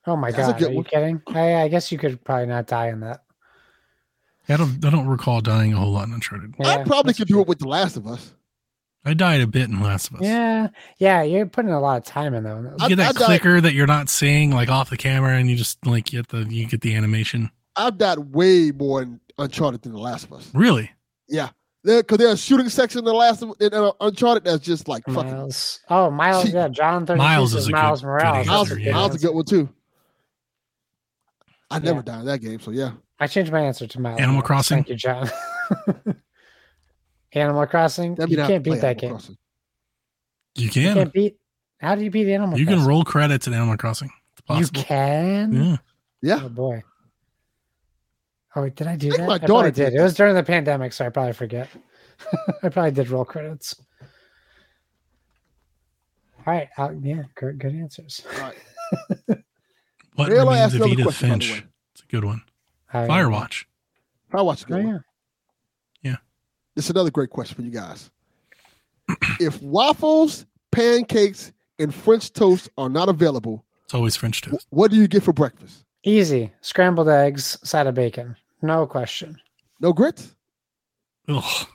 S3: Oh my
S2: That's a
S3: god,
S2: good
S3: are you
S2: one.
S3: kidding? I, I guess you could probably not die in that.
S1: I don't. I don't recall dying a whole lot in Uncharted.
S2: I
S3: Yeah,
S2: probably
S3: that's
S2: could
S3: true.
S2: do it with The Last of Us.
S1: I died a bit in Last of Us.
S3: Yeah, yeah, you're putting a lot of time in though.
S1: You
S2: I-
S1: get that
S2: died-
S1: clicker that you're not seeing, like off the camera, and you just like get the you get the animation.
S2: I've died way more in Uncharted than The Last of Us.
S1: Really?
S2: Yeah, because there's a shooting section in The Last of in, uh, Uncharted that's just like fucking.
S3: Miles. Oh, Miles.
S2: See,
S3: Yeah, John. 32
S1: Miles is
S3: says
S1: a good-
S3: Miles
S1: good
S3: Morales.
S1: answer,
S3: That's
S2: Miles,
S3: a
S1: yeah.
S2: Miles is a good one too. I never
S3: Yeah.
S2: died in that game, so yeah.
S3: I changed my answer to Miles.
S1: Animal
S3: Morales.
S1: Crossing?
S3: Thank you, John. Animal Crossing.
S2: That'd be
S3: you
S2: nice
S3: can't
S2: to play
S3: beat that
S2: Animal
S3: game.
S2: Crossing.
S1: You
S3: You
S1: can.
S3: can't beat. How do you beat Animal
S1: You can
S3: Crossing?
S1: roll credits in Animal Crossing. It's possible.
S3: You can.
S1: Yeah.
S2: Yeah.
S3: Oh boy. Oh, wait, did I do
S2: I think
S3: that?
S2: my
S3: I probably
S2: daughter did
S3: did. It
S2: that.
S3: was during the pandemic, so I probably forget. I probably did roll credits. All right. I'll, yeah. Good, good answers.
S2: All right.
S1: What
S2: Rayla
S1: remains
S2: asked
S1: of
S2: another
S1: Edith
S2: question, by the
S1: Finch?
S2: way.
S1: It's a good one.
S3: All right.
S1: Firewatch.
S2: I watched the
S3: Oh,
S2: game.
S3: yeah.
S2: It's another great question for you guys. if waffles, pancakes, and French toast are not available,
S1: It's always French
S2: wh-
S1: toast.
S2: what do you get for breakfast?
S3: Easy. Scrambled eggs, side of bacon. No question.
S2: No grits?
S1: Oh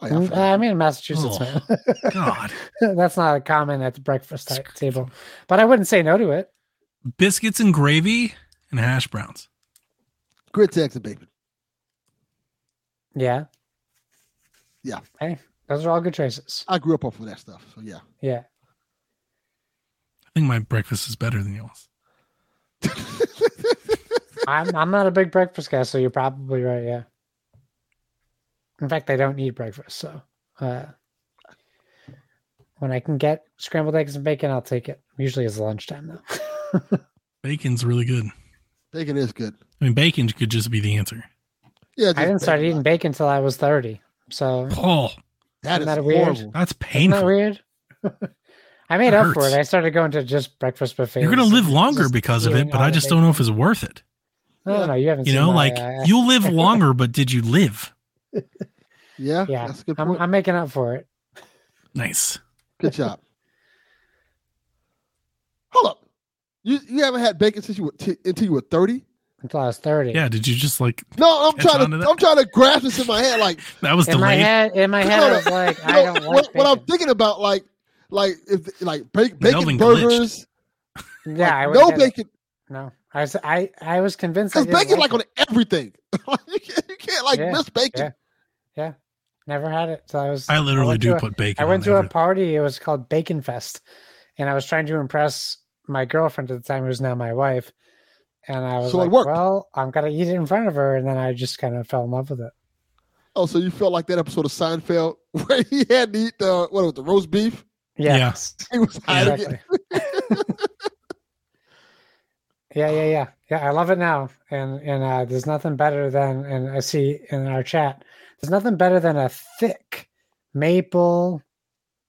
S2: Oh, yeah, I
S3: Mm,
S2: forgot.
S3: I mean, in Massachusetts,
S1: Oh. God.
S3: man. That's not common at the breakfast ti- table, but I wouldn't say no to it.
S1: Biscuits and gravy and hash browns.
S2: grits, eggs, and bacon.
S3: Yeah.
S2: Yeah.
S3: Hey, those are all good choices.
S2: I grew up off of that stuff. So yeah.
S3: Yeah.
S1: I think my breakfast is better than yours.
S3: I'm, I'm not a big breakfast guy, so you're probably right. Yeah. In fact, I don't eat breakfast, so uh, when I can get scrambled eggs and bacon, I'll take it. Usually it's lunchtime, though.
S1: Bacon's really good.
S2: Bacon is good.
S1: I mean, bacon could just be the answer.
S2: Yeah,
S3: I didn't
S2: just
S3: start
S2: bacon.
S3: eating bacon until I was 30. So
S1: Paul,
S2: That
S3: Isn't
S2: is
S3: that weird?
S2: horrible.
S1: that's
S3: Isn't that
S1: painful.
S3: weird? I made
S1: It
S3: up for
S1: hurts.
S3: it. I started going to just breakfast buffets.
S1: You're gonna live longer
S3: Just
S1: because of
S3: eating
S1: it, but
S3: all
S1: I
S3: the
S1: just
S3: big-
S1: don't know if it's worth it.
S3: No, no, you haven't.
S1: You
S3: seen
S1: know,
S3: my,
S1: like
S3: uh,
S1: you'll live longer, but did you live?
S2: Yeah,
S3: Yeah,
S2: that's a good
S3: I'm,
S2: point.
S3: I'm making up for it.
S1: Nice.
S2: Good job. Hold up, you you haven't had bacon since you were t- until you were thirty.
S3: Until I was thirty.
S1: Yeah. Did you just like
S2: No, I'm
S1: Catch
S2: trying
S1: on to
S2: to,
S1: that.
S2: I'm trying to grasp this in my head. Like
S1: that was
S3: In my
S1: delayed?
S3: head, in my head, I was like,
S2: you know,
S3: I don't like
S2: what, what I'm
S3: bacon.
S2: thinking about, like like if like bacon,
S1: Melvin
S2: bacon
S1: glitched.
S2: burgers,
S3: Yeah, I would
S2: no
S3: get it.
S2: bacon,
S3: No, I was, I, I was convinced. I
S2: because bacon
S3: didn't
S2: like
S3: like it.
S2: on everything. you can't you can't like
S3: Yeah,
S2: miss bacon.
S3: never had it. So I was.
S1: I literally
S3: went
S1: do
S3: to a-
S1: put bacon.
S3: I went
S1: on
S3: to a
S1: everything.
S3: party. It was called Bacon Fest, and I was trying to impress my girlfriend at the time, who's now my wife. And I was
S2: So it
S3: like,
S2: worked.
S3: "Well, I'm gonna eat it in front of her," and then I just kind of fell in love with it.
S2: Oh, so you felt like that episode of Seinfeld where he had to eat the what was it, the roast beef?
S1: Yeah.
S3: Yes,
S2: He was hiding it.
S3: exactly. yeah, yeah, yeah, yeah. I love it now, and and uh, there's nothing better than, and I see in our chat, there's nothing better than a thick maple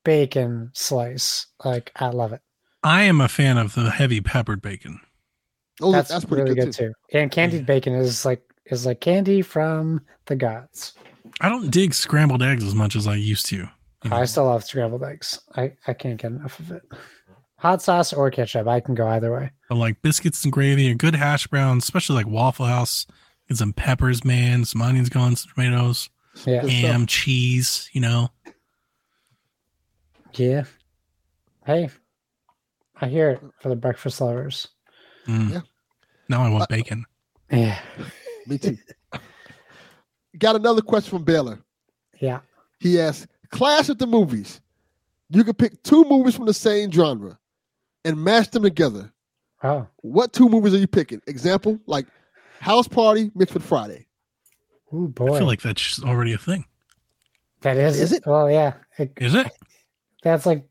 S3: bacon slice. Like I love it.
S1: I am a fan of the heavy peppered bacon.
S2: Those-
S3: that's,
S2: Oh, that's, pretty
S3: really
S2: good,
S3: good,
S2: too.
S3: too. And candied bacon is like is like candy from the gods.
S1: I don't dig scrambled eggs as much as I used to. you know.
S3: I still love scrambled eggs. I I can't get enough of it. Hot sauce or ketchup, I can go either way.
S1: I like biscuits and gravy, a good hash brown, especially like Waffle House. Get some peppers, man, some onions, gone, some tomatoes,
S3: Yeah,
S2: Good stuff.
S1: ham, cheese. You know,
S3: yeah. Hey, I hear it for the breakfast lovers.
S1: Mm.
S2: Yeah.
S1: Now I want
S3: Uh,
S1: bacon.
S3: Yeah,
S2: Me too. Got another question from Baylor.
S3: yeah.
S2: He asks, Clash at the movies. You can pick two movies from the same genre and mash them together.
S3: Oh,
S2: What two movies are you picking? Example, like House Party mixed with Friday.
S3: ooh
S1: I
S3: boy,
S1: feel like that's just already a thing.
S3: that is,
S2: Is it?
S3: Well, yeah, it-
S1: Is it?
S3: that's like.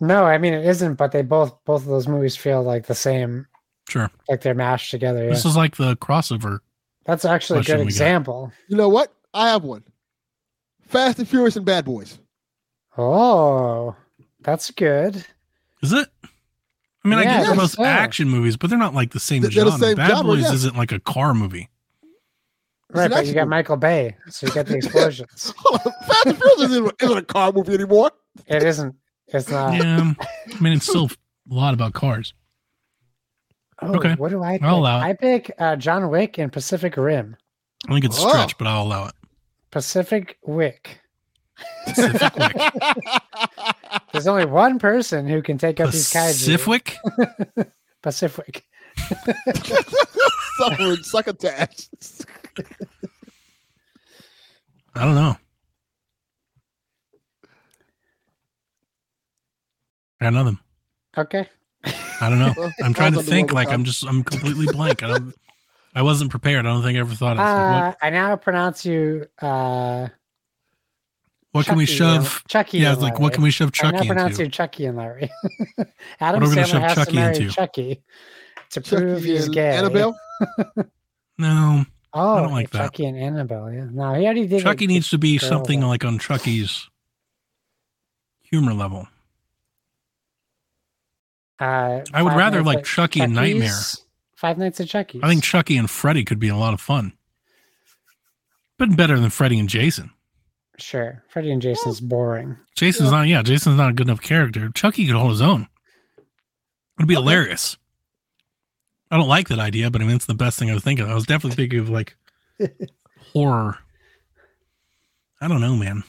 S3: No, I mean it isn't. But they both both of those movies feel like the same,
S1: Sure.
S3: like they're mashed together. Yeah,
S1: This is like the crossover.
S3: that's actually a
S1: question
S3: good
S1: we got.
S3: example.
S2: You know what? I have one. Fast and Furious and Bad Boys.
S3: Oh, that's good.
S1: Is it? I mean, I
S3: Yeah,
S1: guess they're
S2: I
S1: both
S3: think so.
S1: action movies, but they're not like the same
S2: They're the
S1: genre.
S2: same
S1: Bad
S2: genre,
S1: Boys
S2: yeah.
S1: isn't like a car movie.
S2: It's an
S3: Right, but you got
S2: action
S3: Michael Bay, so you got the explosions.
S2: Hold on. Fast and Furious isn't, isn't a car movie anymore.
S3: it isn't. It's not.
S1: Yeah. I mean, it's still a lot about cars.
S3: Oh,
S1: Okay.
S3: What do I? Pick?
S1: I'll allow it.
S3: I pick uh, John Wick and Pacific Rim.
S1: I think it's a
S2: Oh.
S1: stretch, but I'll allow it.
S3: Pacific Wick.
S1: Pacific Wick.
S3: There's only one person who can take out these kaiju.
S1: Pacific?
S3: Pacific.
S2: Suffering succotash.
S1: I don't know. I got nothing.
S3: Okay.
S1: I don't know. I'm trying to
S2: Sounds
S1: think.
S2: underwhelming,
S1: Like I'm
S2: Tom.
S1: just. I'm completely blank. I don't. I wasn't prepared. I don't think I ever thought of. it. Like,
S3: Uh, I now pronounce you. Uh,
S1: what what can we
S3: Chucky and-
S1: shove?
S3: Chucky.
S1: Yeah,
S3: and
S1: it's like
S3: Larry.
S1: what can we shove
S3: I now
S1: Chucky
S3: pronounce
S1: into?
S3: you Chucky and Larry. Adam
S1: What are we gonna
S3: Sandler
S1: shove
S3: has
S1: Chucky
S3: to marry
S1: into?
S3: Chucky to prove
S2: Chucky
S3: he's
S2: and
S3: gay.
S2: Annabelle.
S1: No,
S3: Oh,
S1: don't like that.
S3: Chucky and Annabelle. Yeah. No, he already did. it
S1: Chucky
S3: with
S1: needs to be
S3: girl,
S1: something
S3: though.
S1: like on Chucky's humor level.
S3: Uh,
S1: I would
S3: Five
S1: rather
S3: Nights
S1: like
S3: at
S1: Chucky and Nightmare.
S3: Chucky's- Five Nights at Chucky's.
S1: I think Chucky and Freddy could be a lot of fun. Been better than Freddy and Jason.
S3: sure. Freddy and Jason's boring.
S1: Jason's not. Yeah, Jason's not a good enough character. Chucky could hold his own. It'd be hilarious. I don't like that idea, but I mean, it's the best thing I was thinking. I was definitely thinking of like horror. I don't know, man.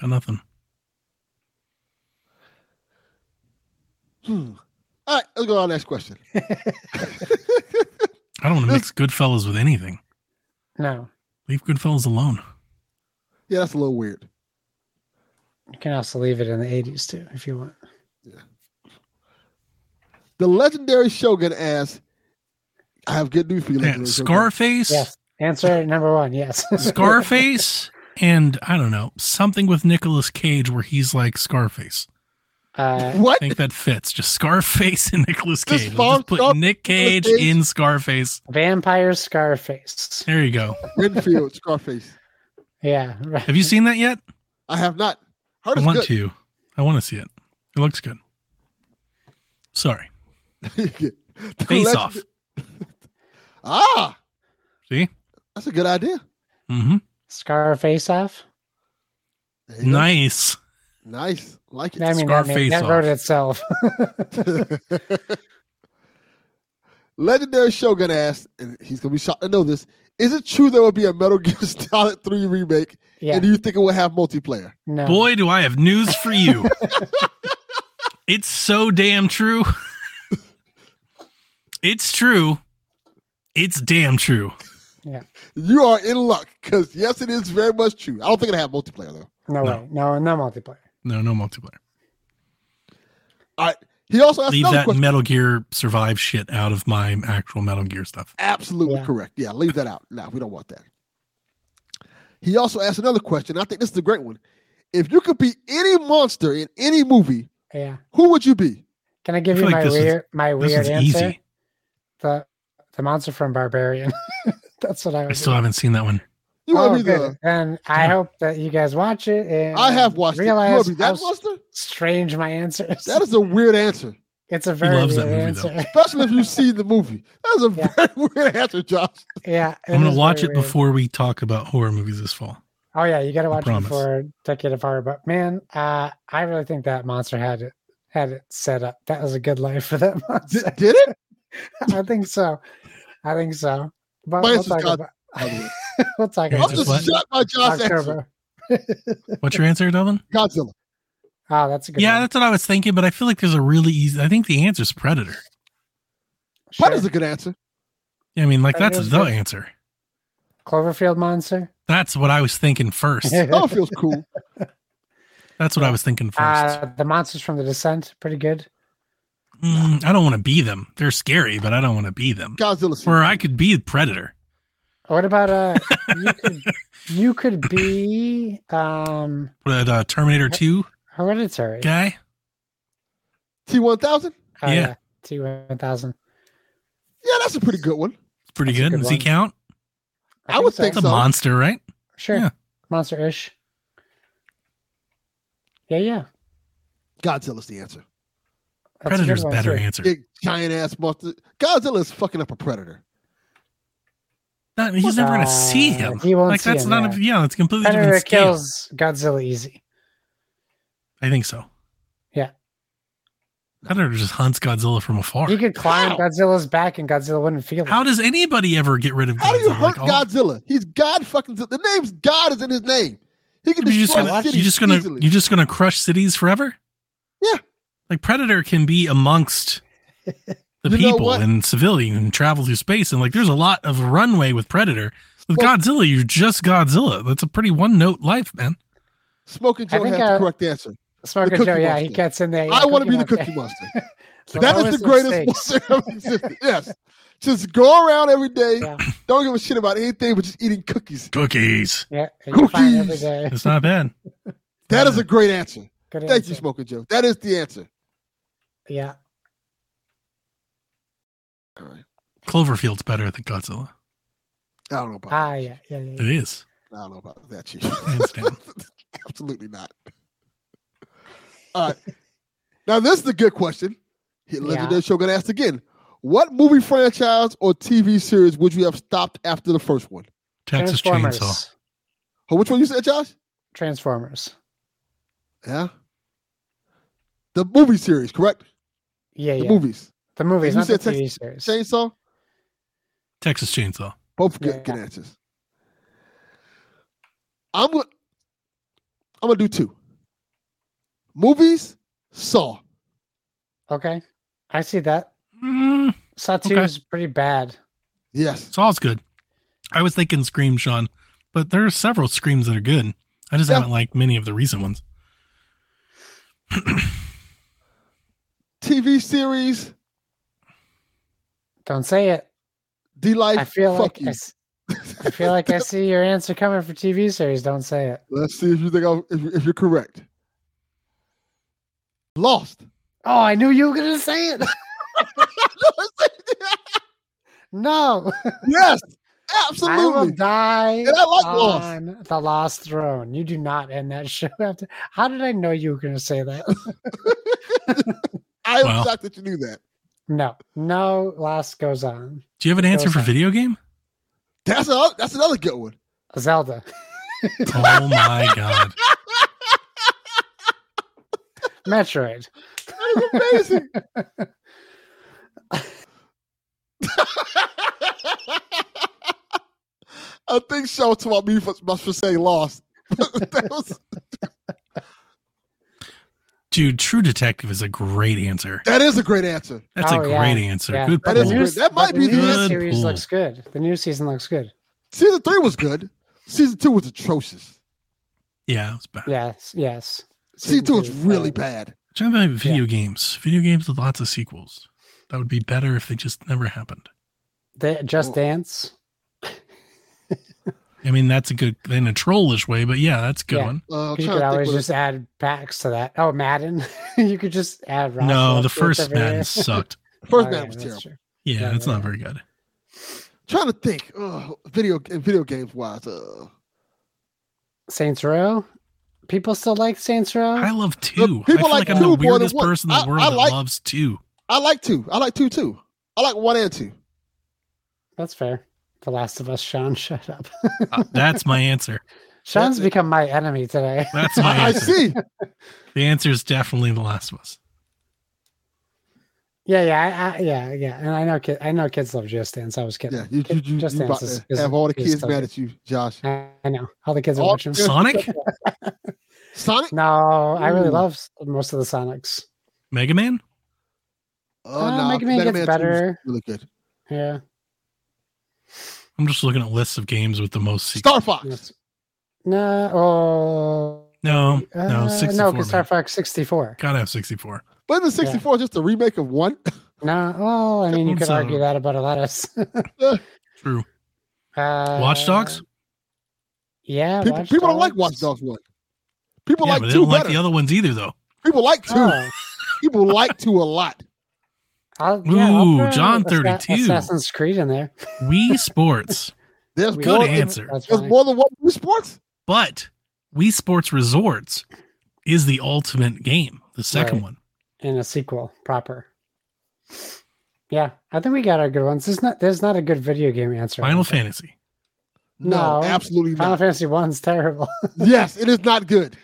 S1: Got nothing.
S2: Hmm. All right, let's go to our next question.
S1: I don't want to mix Goodfellas with anything.
S3: No,
S1: Leave Goodfellas alone.
S2: Yeah, that's a little weird.
S3: you can also leave it in the eighties too if you want.
S2: The legendary Shogun asks, I have good news for you.
S1: Yeah,
S2: legendary Shogun."
S1: Scarface,
S3: Yes. Answer number one. Yes.
S1: Scarface, and I don't know something with Nicolas Cage where he's like Scarface.
S3: uh,
S1: I
S2: What?
S1: think that fits. Just Scarface and Nicolas
S2: Just
S1: Cage. We'll just
S2: Scar-
S1: put Nick Cage
S2: Cage.
S1: in Scarface.
S3: vampire Scarface.
S1: There you go.
S2: Renfield Scarface.
S3: Yeah. right.
S1: Have you seen that yet?
S2: I have not heard
S1: I
S2: it's
S1: want
S2: good.
S1: to. I want to see it. It looks good. Sorry.
S2: The
S1: Face
S2: legend-
S1: off.
S2: Ah,
S1: See?
S2: that's a good idea.
S1: hmm
S3: Scar face off.
S2: There you go.
S1: Nice.
S2: nice, like it.
S3: I mean,
S1: Scar
S3: that, made,
S1: Face
S3: that
S1: Off.
S3: wrote itself.
S2: Legendary Shogun asked, and he's gonna be shocked to know this. Is it true there will be a Metal Gear Solid 3 remake?
S3: yeah.
S2: And do you think it will have multiplayer?
S3: no.
S1: Boy, do I have news for you. it's so damn true. it's true. It's damn true.
S2: You are in luck, because yes, it is very much true. I don't think it'll have multiplayer though.
S3: No,
S1: No.
S3: way. No, no multiplayer.
S1: No, no multiplayer.
S2: He also asked
S1: Leave
S2: another
S1: that
S2: question.
S1: Metal Gear Survive shit out of my actual Metal Gear stuff.
S2: Absolutely
S3: Yeah.
S2: correct. Yeah, leave that out. No, we don't want that. He also asked another question. I think this is a great one. If you could be any monster in any movie,
S3: Yeah.
S2: who would you be?
S3: Can I give
S1: I
S3: you
S1: feel like
S3: my
S1: this is-
S3: weird my
S1: This
S3: weird
S1: is
S3: answer?
S1: easy.
S3: The the monster from Barbarian. That's what I
S1: I
S3: was.
S1: still haven't seen that one.
S2: You want to be the?
S3: good. And I
S1: Yeah.
S3: hope that you guys watch it. And
S2: I have watched it. You want
S3: realize
S2: to be
S3: how
S2: that
S3: s-
S2: monster?
S3: strange my answer is.
S2: That is a weird answer,
S3: it's a very
S1: loves
S3: weird
S1: that movie, though.
S3: answer.
S2: especially if you've seen the movie. That's a
S3: Yeah.
S2: very weird answer, Josh.
S3: yeah.
S1: I'm
S3: is
S1: gonna
S3: very
S1: watch it
S3: weird.
S1: before we talk about horror movies this fall.
S3: Oh yeah, you got to watch it
S1: promise.
S3: before Decade of Horror. But man, uh, I really think that monster had it had it set up. That was a good life for that
S2: Did,
S3: monster.
S2: did it?
S3: I think so. I think so. But
S2: My
S3: we'll
S2: answer's
S3: talk,
S2: God.
S3: about, we'll talk
S1: Your
S2: I'm
S3: about
S1: answer's
S3: it
S2: just
S1: what?
S2: shocked by
S3: in
S2: Josh's answer.
S3: October.
S1: What's your answer, Delvin?
S2: Godzilla.
S3: Oh, that's a good.
S1: Yeah,
S3: one.
S1: that's what I was thinking, but I feel like there's a really easy. I think the answer's Predator.
S2: That
S3: Sure.
S2: is a good answer.
S1: I mean, like that's
S3: Predator's
S1: the
S3: good.
S1: answer.
S3: Cloverfield monster.
S1: That's what I was thinking first.
S2: That feels cool.
S1: That's what I was thinking first.
S3: Uh, the monsters from the descent, pretty good.
S1: Mm, I don't want to be them. They're scary, but I don't want to be them.
S2: Godzilla.
S1: Or I could be a predator.
S3: What about uh? You could, you could be um
S1: But uh, Terminator Two
S3: hereditary.
S1: guy.
S2: T1000?
S3: Oh,
S1: yeah.
S3: T one thousand.
S2: Yeah, that's a pretty good one.
S1: It's pretty
S3: That's a
S1: good.
S3: good
S1: Does he
S3: one.
S1: count?
S2: I would think
S1: It's a
S2: so.
S1: monster, right?
S3: Sure,
S1: yeah.
S3: monster ish. Yeah, yeah.
S2: Godzilla's the answer.
S3: That's a good
S1: Predator's
S3: one,
S1: better
S3: too.
S1: answer.
S2: Big giant ass monster. Godzilla is fucking up a predator.
S1: Not- he's never gonna
S3: Uh,
S1: see him.
S3: He won't
S1: Like
S3: see
S1: that's
S3: him,
S1: not
S3: yeah.
S1: a yeah. That's a completely
S3: Predator
S1: different scale.
S3: kills Godzilla easy.
S1: I think so.
S3: Yeah.
S1: Predator just hunts Godzilla from afar.
S3: He could climb
S2: How?
S3: Godzilla's back and Godzilla wouldn't feel it.
S1: How does anybody ever get rid of Godzilla?
S2: How do you hurt
S1: Like, oh. all-
S2: Godzilla? He's God fucking. The name's God is in his name. He can
S1: You're
S2: destroy
S1: just gonna,
S2: cities
S1: you're just gonna,
S2: easily.
S1: you're just gonna crush cities forever.
S2: Yeah.
S1: like Predator can be amongst the
S2: You know
S1: people
S2: what?
S1: and civilian and travel through space, and like there's a lot of runway with Predator. With
S2: Well-
S1: Godzilla, you're just Godzilla. That's a pretty one note life, man.
S2: Smoking
S3: I
S2: Joe
S3: think,
S2: has
S3: uh,
S2: the correct answer.
S3: Smoker
S2: Cookie
S3: Joe? Yeah, he
S2: Monster.
S3: gets in there.
S2: I want to be the
S3: Monster.
S2: cookie monster.
S3: The
S2: that is
S3: lowest
S2: the
S3: of
S2: greatest
S3: stakes.
S2: monster ever existed. Yes. Just go around every day.
S3: Yeah.
S2: Don't give a shit about anything but just eating cookies.
S1: Cookies.
S3: Yeah, you find every
S2: Cookies.
S3: day.
S1: It's not bad.
S2: That is a great answer.
S3: Good
S2: Thank you,
S3: answer.
S2: Smoking Joe. That is the answer.
S3: Yeah.
S2: All right.
S1: Cloverfield's better than Godzilla.
S2: I don't know about
S3: Ah, yeah, yeah, yeah.
S1: It is.
S2: I don't know about that, Chief.
S1: Hands down.
S2: Absolutely not. All right. Now this is a good question. He legendary Shogun asked again. What movie franchise or TV series would you have stopped after the first one?
S1: Texas
S3: Transformers.
S1: Chainsaw.
S2: Oh, which one you said, Josh?
S3: Transformers.
S2: Yeah. The movie series, correct?
S3: Yeah,
S2: The
S3: yeah.
S2: movies.
S3: The movies,
S2: You
S3: not the
S2: said Tex-
S3: TV series.
S2: Chainsaw?
S1: Texas Chainsaw.
S2: Both good,
S3: Yeah.
S2: good answers. I'm gonna I'm gonna do two. Movies, Saw.
S3: Okay, I see that.
S1: Mm,
S3: Saw two
S1: Okay.
S3: is pretty bad.
S2: Yes.
S1: Saw's good. I was thinking Scream, Sean, but there are several Screams that are good. I just
S2: Yeah.
S1: haven't liked many of the recent ones.
S2: TV series,
S3: Don't say it.
S2: D Life.
S3: I feel
S2: fuck
S3: like
S2: you.
S3: I, s- I feel like I see your answer coming for TV series. Don't say it.
S2: Let's see if you think I'm, if, if you're correct. Lost.
S3: Oh, I knew you were gonna say it. No.
S2: yes, Absolutely.
S3: I will die
S2: And I like Lost.
S3: on the Lost Throne. You do not end that show after. How did I know you were going to say that?
S2: I am
S1: Wow.
S2: shocked that you knew that.
S3: no, no, Lost goes on.
S1: Do you have an answer for
S3: Okay.
S1: video game?
S2: That's another, that's another good one.
S3: Zelda.
S1: Oh my god.
S3: Metroid.
S2: That is amazing. I think so was about me for, for saying lost. that was,
S1: Dude, True Detective is a great answer.
S2: that is a great answer.
S1: That's a
S3: Oh, yeah.
S1: great answer.
S3: Yeah.
S1: Good
S2: That
S3: The
S2: is
S1: pull.
S3: new-
S2: That might
S3: but
S2: be
S3: the
S2: the
S3: new
S1: Good
S3: series
S1: pull.
S3: looks good. The new season looks good.
S2: Season three was good. Season two was atrocious.
S1: Yeah, it's bad.
S3: Yes, yes.
S2: Season two was
S3: is
S2: really
S3: fine.
S2: bad.
S1: Trying to think of video games. Video games with lots of sequels. That would be better if they just never happened.
S3: They, just
S2: Oh.
S3: Dance.
S1: I mean, that's a good in a trollish way, but yeah, that's a good
S3: Yeah.
S1: one.
S2: Uh, I'm
S3: You
S2: trying to
S3: could
S2: think
S3: always
S2: what it-
S3: just add backs to that. Oh, Madden. you could just add.
S1: no,
S3: Roswell
S1: the
S3: to it
S1: first
S3: every year.
S1: Madden sucked.
S2: first
S3: Oh,
S2: man
S3: yeah,
S2: was
S3: that's
S2: terrible.
S3: true.
S1: Yeah,
S3: Yeah,
S1: that's
S3: yeah.
S1: not very good.
S2: Trying to think. Uh, video in video games wise. Uh,
S3: Saints Row. People still like Saints Row.
S1: I love two. I
S2: people
S1: feel
S2: like
S1: like I'm the
S2: two more than
S1: weirdest
S2: one.
S1: person in the
S2: I-
S1: world
S2: I like-
S1: that loves two.
S2: I like two. I like two too. I like one and two.
S3: That's fair. The Last of Us. Sean, shut up.
S1: Uh, That's my answer.
S3: Sean's
S2: it.
S3: become my enemy today.
S1: That's my
S2: I, I
S1: answer.
S2: see.
S1: The answer is definitely The Last of Us.
S3: Yeah, yeah, I, I, yeah, yeah. And I know, kid, I know, kids love Just Dance. I was kidding.
S2: Yeah, you, you, you,
S3: Just
S2: you about
S3: Dance is-
S2: to
S3: is- Uh,
S2: have all the
S3: is
S2: kids
S3: so
S2: mad
S3: good.
S2: at you, Josh.
S3: I, I know. All the kids are
S2: All-
S3: watching.
S1: Sonic?
S2: Sonic.
S3: No, I really
S2: Ooh.
S3: love s- most of the Sonics.
S1: Mega Man?
S2: Oh
S3: Uh,
S2: nah,
S3: Mega Man gets
S2: 2 was
S3: better.
S2: Really good.
S3: Yeah.
S1: I'm just looking at lists of games with the most sequels.
S2: Star Fox.
S3: Yes. No. Oh.
S1: No, no,
S3: uh,
S1: 64.
S3: no,
S1: man.
S3: because Star Fox 64.
S1: Gotta have 64.
S2: But the 64 is just a remake of one.
S3: No, well, I mean, you
S1: Mm,
S3: could
S1: so-
S3: argue that about a lot of. s-
S1: True.
S3: uh,
S1: Watch Dogs?
S3: Yeah,
S2: People,
S3: Watch
S2: people don't like
S3: Dogs.
S2: Watch Dogs 1. People
S1: yeah,
S2: like
S1: but they
S2: 2
S1: don't
S2: better.
S1: like the other ones either, though.
S2: people like 2.
S3: Oh,
S2: People like 2 a lot.
S3: I'll, yeah, I'll
S1: Ooh,
S3: throw
S1: John
S3: Assa-
S1: 32.
S3: Assassin's Creed in there.
S1: Wii Sports,
S2: There's,
S3: We
S1: good
S2: more,
S3: love it.
S2: than,
S1: answer.
S3: That's
S2: there's
S3: fine.
S2: more than one Wii Sports?
S1: but Wii Sports Resorts is the ultimate game, the second
S3: Right.
S1: one.
S3: in a sequel proper. Yeah, I think we got our good ones. There's not there's not a good video game answer. I
S1: Final
S3: don't think.
S1: Fantasy.
S2: No,
S3: No.
S2: absolutely
S3: Final
S2: not.
S3: Fantasy One's terrible.
S2: yes, it is not good.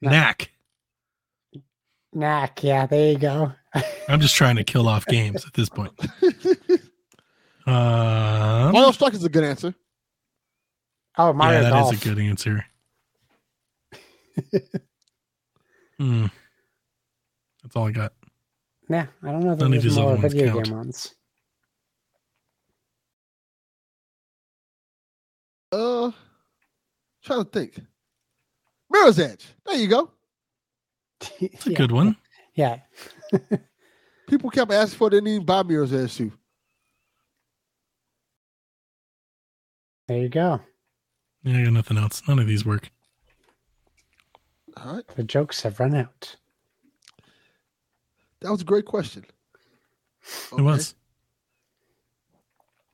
S3: No.
S1: Knack.
S3: Knack, yeah, there you go.
S1: I'm just trying to kill off games at this point. Uh,
S2: Mario Strike is a good answer.
S3: Oh, Mario
S1: yeah, that is
S3: Golf.
S1: a good answer. Hmm. That's all I got.
S3: Yeah, I don't know that
S1: None of
S3: there's
S1: these other
S3: more
S1: ones
S3: video
S1: count.
S3: game ones.
S2: Uh, trying to think. Mirror's Edge. There you go.
S1: It's a good one.
S3: Yeah,
S2: People kept asking for it. They didn't even buy Mirror's Edge 2.
S3: there you go.
S1: Yeah, I got nothing else. None of these work.
S2: All right.
S3: The jokes have run out.
S2: That was a great question.
S1: It
S2: Okay.
S1: was.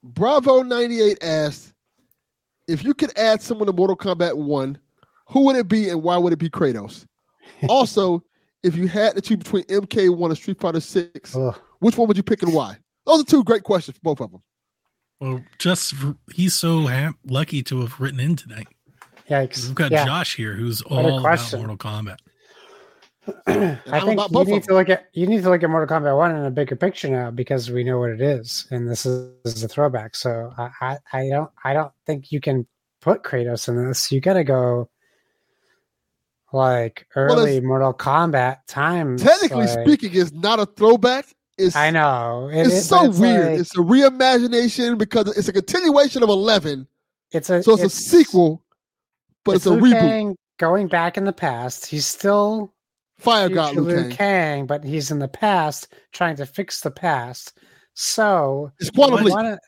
S2: Bravo 98 asked if you could add someone to Mortal Kombat 1, who would it be and why would it be Kratos? also, if you had to choose between MK1 and Street Fighter 6,
S3: Ugh.
S2: which one would you pick and why? Those are two great questions for both of them.
S1: Well, just for- he's so ha- lucky to have written in tonight.
S3: Yikes.
S1: We've got
S3: yeah.
S1: Josh here, who's
S3: a
S1: all about
S3: question.
S1: Mortal Kombat.
S2: I
S3: I
S2: don't
S3: think
S2: buy
S3: you
S2: both of
S3: need to look at you need to look at Mortal Kombat One in a bigger picture now because we know what it is, and this is, this is a throwback. So I, I, I don't I don't think you can put Kratos in this. You got to go like
S2: Well,
S3: early
S2: it's-
S3: Mortal Kombat times.
S2: Technically
S3: like-
S2: speaking, it's not a throwback. It's,
S3: I know it-
S2: it's
S3: it- but
S2: so weird.
S3: like-
S2: it's a reimagination because it's a continuation of 11.
S3: it's a
S2: So it's, a sequel, but it's, a
S3: Liu
S2: reboot.
S3: Kang going back in the past. He's still
S2: Fire
S3: future
S2: God Liu Kang.
S3: Kang, but he's in the past trying to fix the past. So
S2: It's Quantum
S3: you
S2: Leap.
S3: want to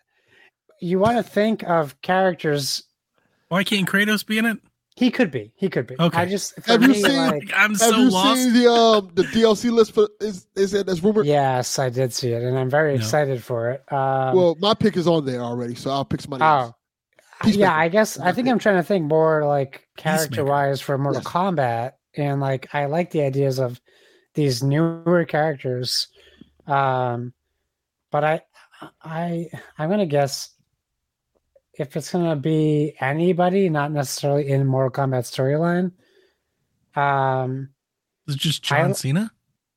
S3: you want to think of characters
S1: Why can't Kratos be in it?
S3: he could be he could be
S1: Okay.
S3: i just for
S2: Have you
S3: me,
S2: seen-
S3: like,
S1: I'm
S2: Have
S1: so
S2: you
S1: lost.
S2: seen the um the DLC list for is is it that's rumored?
S3: yes i did see it and i'm very
S1: No.
S3: excited for it um,
S2: well, my pick is on there already, so I'll pick somebody
S3: oh
S2: else. Peacemaker.
S3: yeah, I guess I think I'm trying to think more like
S1: Peacemaker.
S3: character wise for Mortal
S2: Yes.
S3: Kombat, and like I like the ideas of these newer characters, um, but I, I, I'm gonna guess if it's gonna be anybody, not necessarily in Mortal Kombat storyline. Um,
S1: Is it just
S3: I-
S1: John Cena?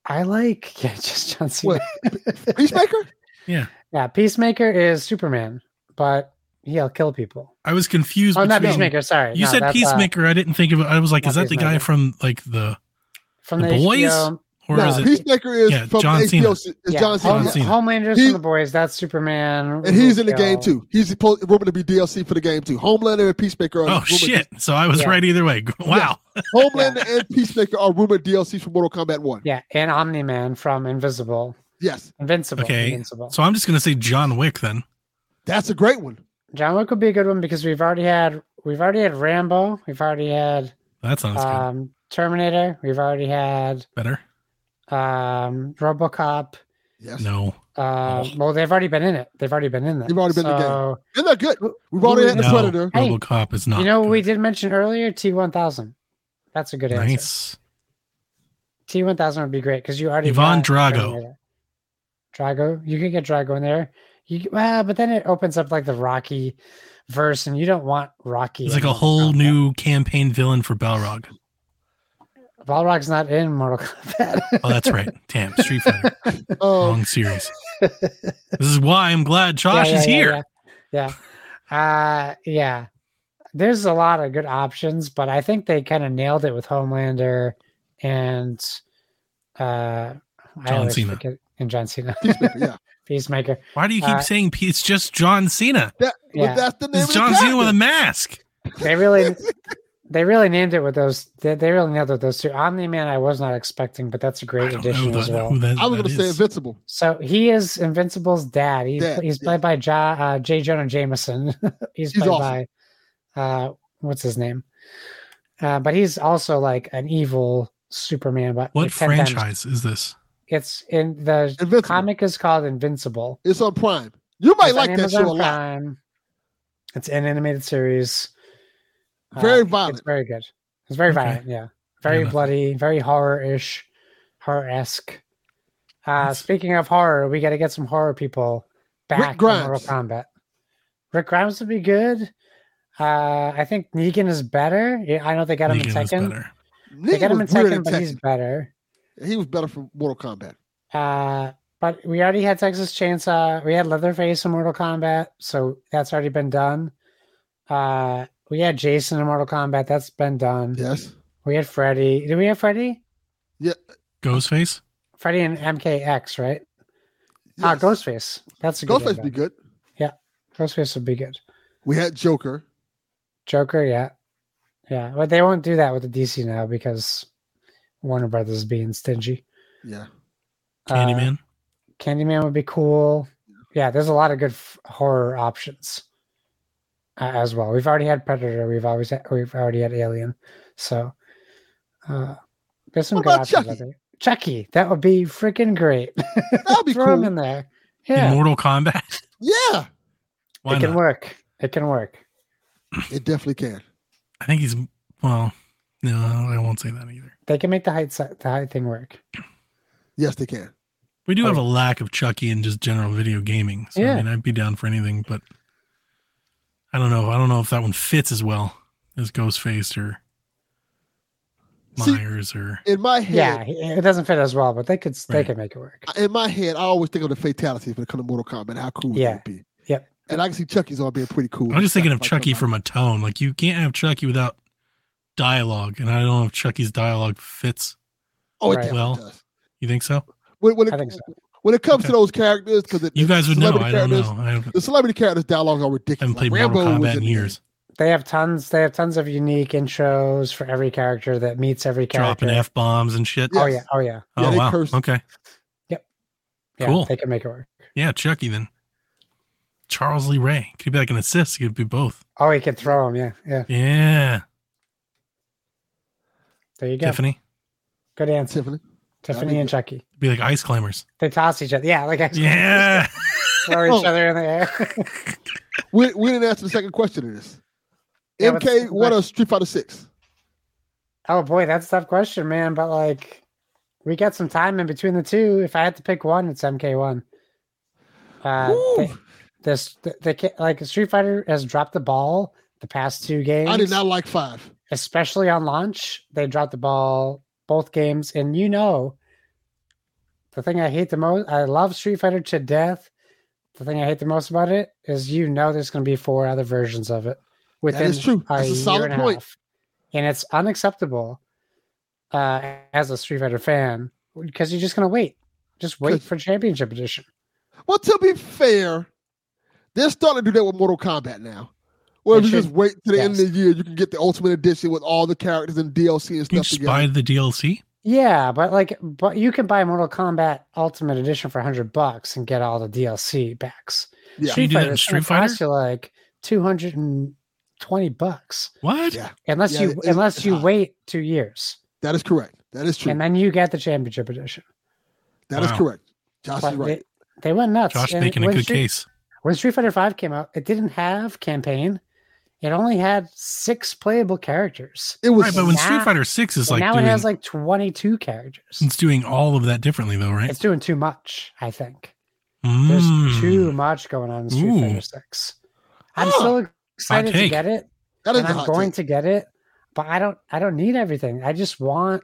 S3: I like yeah, just John Cena.
S2: What? Peacemaker?
S3: Yeah, Peacemaker is Superman, but he'll kill people.
S1: I was confused.
S3: Oh, not
S1: between-
S3: Peacemaker. Sorry,
S1: You
S3: No,
S1: said
S3: that's, uh,
S1: Peacemaker. I didn't think of it. I was like,
S3: not
S1: is that the guy
S3: Peacemaker.
S1: from like the
S3: from
S1: The
S3: the,
S1: Boys?
S3: HBO
S1: or
S2: no,
S1: is it?
S2: Peacemaker is
S1: Yeah,
S2: from
S1: John
S2: HBO.
S1: Cena.
S2: Is John
S1: John
S2: Cena.
S3: Home-
S1: Cena.
S3: Homelander's
S2: He-
S3: from the boys. That's Superman,
S2: And he's in the
S3: Rufio.
S2: game too. He's supposed rumored to be DLC for the game too. Homelander and Peacemaker. Are
S1: Oh
S2: rumored-
S1: shit! So I was
S3: Yeah.
S1: right either way. Wow.
S2: Homelander and Peacemaker are rumored DLCs for Mortal Kombat One.
S3: Yeah, and Omni Man from Invisible,
S2: Yes,
S3: Invincible,
S1: Okay,
S3: Invincible.
S1: So I'm just gonna say John Wick then.
S2: that's a great one.
S3: John Wick would be a good one because we've already had we've already had Rambo, we've already had
S1: That sounds good.
S3: um, Terminator, we've already had
S1: better.
S3: um, RoboCop.
S2: Yes,
S1: No.
S3: Uh,
S1: Oh.
S3: Well, they've already been in it. They've already been in that.
S2: They've already been in the game.
S3: So,
S2: and they're good. We've already had the
S1: No.
S2: Predator.
S3: Hey,
S1: RoboCop is not.
S3: You know what we
S1: good.
S3: did mention earlier? T one thousand. That's a good answer.
S1: Nice.
S3: T one thousand would be great because you already
S1: Ivan
S3: got
S1: Drago.
S3: Terminator. Drago, you could get Drago in there. You well, but then it opens up like the Rocky verse, and you don't want Rocky.
S1: It's
S3: in
S1: like a
S3: Mortal
S1: whole
S3: Kombat.
S1: new campaign villain for Balrog.
S3: Balrog's not in Mortal Kombat.
S1: Oh, that's right. Damn, Street Fighter,
S2: Um,
S1: long series. This is why I'm glad Josh
S3: yeah,
S1: is
S3: yeah,
S1: here.
S3: Yeah. yeah. Uh, yeah. There's a lot of good options, but I think they kind of nailed it with Homelander and uh, I
S1: John
S3: always
S1: Cena.
S3: forget- and John Cena,
S2: Peacemaker, yeah.
S3: Peacemaker.
S1: Why do you keep
S3: Uh,
S1: saying P- it's just John Cena?
S2: That, but
S3: Yeah.
S2: that's the name
S1: It's
S2: of
S1: John
S2: the
S1: Cena with a
S2: character.
S1: mask.
S3: They really, they really named it with those. They, they really nailed it with those two. Omni Man, I was not expecting, but that's a
S1: I
S3: great
S1: don't know
S3: addition
S1: the-
S3: as well.
S1: who that,
S2: I was
S1: that
S2: going to say
S1: is.
S2: Invincible.
S3: So he is Invincible's dad. He's
S2: Dad,
S3: he's
S2: yeah.
S3: played by ja, uh, J. Jonah Jameson.
S2: He's
S3: he's, played
S2: awesome.
S3: by uh, what's his name? Uh, but he's also like an evil Superman. But
S1: What
S3: like 10 times-
S1: franchise is this?
S3: It's in the
S2: Invincible.
S3: comic is called Invincible.
S2: It's on Prime. You might
S3: It's on
S2: like that show a
S3: Amazon
S2: lot.
S3: Prime. It's an animated series. Uh,
S2: Very
S3: It's
S2: violent.
S3: very good. It's very
S1: Okay.
S3: violent. Yeah. Very
S1: enough.
S3: bloody. Very horror-ish, horror-esque. Uh,
S1: That's-
S3: speaking of horror, we got to get some horror people back in Mortal
S2: Grimes.
S3: Kombat. Rick Grimes would be good. Uh, I think Negan is better. Yeah, I know they got him in
S1: Negan is
S3: second.
S1: better.
S3: They
S2: Negan
S3: got him in
S2: was weird
S3: second, but he's
S2: Tekken.
S3: better.
S2: He was better for Mortal Kombat.
S3: Uh, but we already had Texas Chainsaw. We had Leatherface in Mortal Kombat, so that's already been done. Uh, we had Jason in Mortal Kombat. That's been done.
S2: Yes.
S3: We had Freddy. Did we have Freddy?
S1: Ghostface.
S3: Freddy and MKX, right? Ah,
S2: yes.
S3: Ghostface. That's a good
S2: Ghostface
S3: Ghostface.
S2: be good.
S3: Ghostface would be good.
S2: We had Joker.
S3: Joker, yeah, yeah. But they won't do that with the DC now because Warner Brothers is being stingy.
S2: Yeah.
S3: Uh,
S1: Candyman.
S3: Candyman would be cool. Yeah, there's a lot of good f- horror options uh, as well. We've already had Predator. We've always had, we've already had Alien. So uh, there's some
S2: What
S3: good
S2: about
S3: options. out
S2: Chucky?
S3: there. Chucky, that would be freaking great.
S2: That'd be
S3: Throw him
S2: cool.
S3: in there. Yeah,
S1: Immortal Kombat.
S2: Yeah.
S1: Why
S3: it can
S1: not?
S3: work. It can work.
S2: It definitely can.
S1: I think he's well. No, I won't say that either.
S3: They can make the height si- the height thing work.
S2: Yes, they can.
S1: We do have a
S3: Like-
S1: lack of Chucky and just general video gaming. So I
S3: Yeah.
S1: mean, I'd be down for anything, but I don't know. I don't know if that one fits as well as Ghostface or
S2: See-
S1: Myers or
S2: In my
S3: Yeah,
S2: head,
S3: it doesn't fit as well, but they could s they
S1: Right.
S3: could make it work.
S2: in my head, I always think of the fatalities when it comes to Mortal Kombat. How cool
S3: Yeah.
S2: it would be.
S3: Yep.
S2: And I can see Chucky's all being pretty cool.
S1: I'm just thinking of
S2: Like,
S1: Chucky
S2: somebody.
S1: from a tone. Like you can't have Chucky without dialogue, and I don't know if Chucky's dialogue fits.
S2: Oh, it
S3: Right.
S2: definitely
S1: Well,
S2: does.
S1: you think so?
S2: When, when
S3: I
S2: it,
S3: think so.
S2: when it comes
S1: Okay.
S2: to those characters, because
S1: You guys would know. I don't
S2: characters,
S1: know. I haven't,
S2: The celebrity characters' dialogues are ridiculous.
S1: haven't played
S2: Like,
S1: Mortal
S2: was
S1: Kombat in
S2: the game.
S1: years.
S3: They have tons. They have tons of unique intros for every character that meets every character.
S1: Dropping f bombs and shit.
S3: Oh yeah,
S2: Yes.
S3: oh yeah,
S2: Yeah,
S1: oh
S2: they
S1: wow.
S2: curse.
S1: Okay.
S3: yeah.
S1: Cool.
S3: They can make it work.
S1: Yeah, Chucky then. Charles Lee Ray could be like an assist. He could be both.
S3: Oh, he could throw them. Yeah, yeah.
S1: Yeah.
S3: There you go.
S1: Tiffany
S3: Good answer,
S2: Tiffany.
S3: Tiffany
S2: think
S3: and Chucky.
S1: be like ice climbers.
S3: They toss each other. Yeah, like I
S1: Yeah.
S3: throw each
S2: Oh.
S3: other in the air.
S2: We, we didn't answer the second question of this.
S3: Yeah, but-
S2: MK, what a Street Fighter Six.
S3: Oh boy, that's a tough question, man. But like, we got some time in between the two. If I had to pick one, it's MK1. Uh, they, this the, the ca- like Street Fighter has dropped the ball the past two games.
S2: I did not like five.
S3: especially on launch, they dropped the ball both games. And you know, the thing I hate the most, I love Street Fighter to death. The thing I hate the most about it is you know there's going to be four other versions of it within
S2: is true.
S3: a
S2: That's a
S3: year
S2: solid
S3: and a
S2: point.
S3: half, and it's unacceptable uh, as a Street Fighter fan because you're just going to wait, just wait
S2: Good.
S3: for Championship Edition.
S2: Well, to be fair, they're starting to do that with Mortal Kombat now. Where
S3: They
S2: if you just
S3: should.
S2: wait to the end of the
S3: Yes.
S2: year, you can get the Ultimate Edition with all the characters and DLC and
S1: You
S2: stuff
S1: can just buy
S2: together.
S1: the DLC.
S3: Yeah, but like, but you can buy Mortal Kombat Ultimate Edition for hundred bucks and get all the DLC packs.
S2: Yeah.
S1: You do that in
S3: Fighter's
S1: Street
S3: gonna
S1: Fighter?
S3: cost you like two hundred and twenty bucks,
S1: What?
S2: Yeah.
S3: unless
S2: Yeah,
S3: you
S2: it's-
S3: unless
S2: it's
S3: you
S2: high.
S3: wait two years
S2: That is correct. That is true.
S3: and then you get the championship edition.
S2: That is
S1: Wow.
S2: correct. Josh
S3: But
S2: is right.
S3: they, they went nuts.
S1: Josh
S3: And
S1: making a
S3: when
S1: good
S3: Street,
S1: case.
S3: When Street Fighter Five came out, it didn't have campaign. It only had six playable characters.
S2: It was
S1: Right, but when Street
S3: now-
S1: Fighter Six is
S3: And
S1: like
S3: now
S1: doing,
S3: it has like twenty-two characters.
S1: it's doing all of that differently though, right?
S3: It's doing too much, I think. There's
S1: Mm.
S3: too much going on in Street
S1: Ooh.
S3: Fighter Six. I'm
S2: Huh.
S3: still excited to
S1: take.
S3: get it,
S2: that is
S3: and
S2: the
S3: I'm
S2: hot
S3: going
S2: take.
S3: to get it, but I don't. I don't need everything. I just want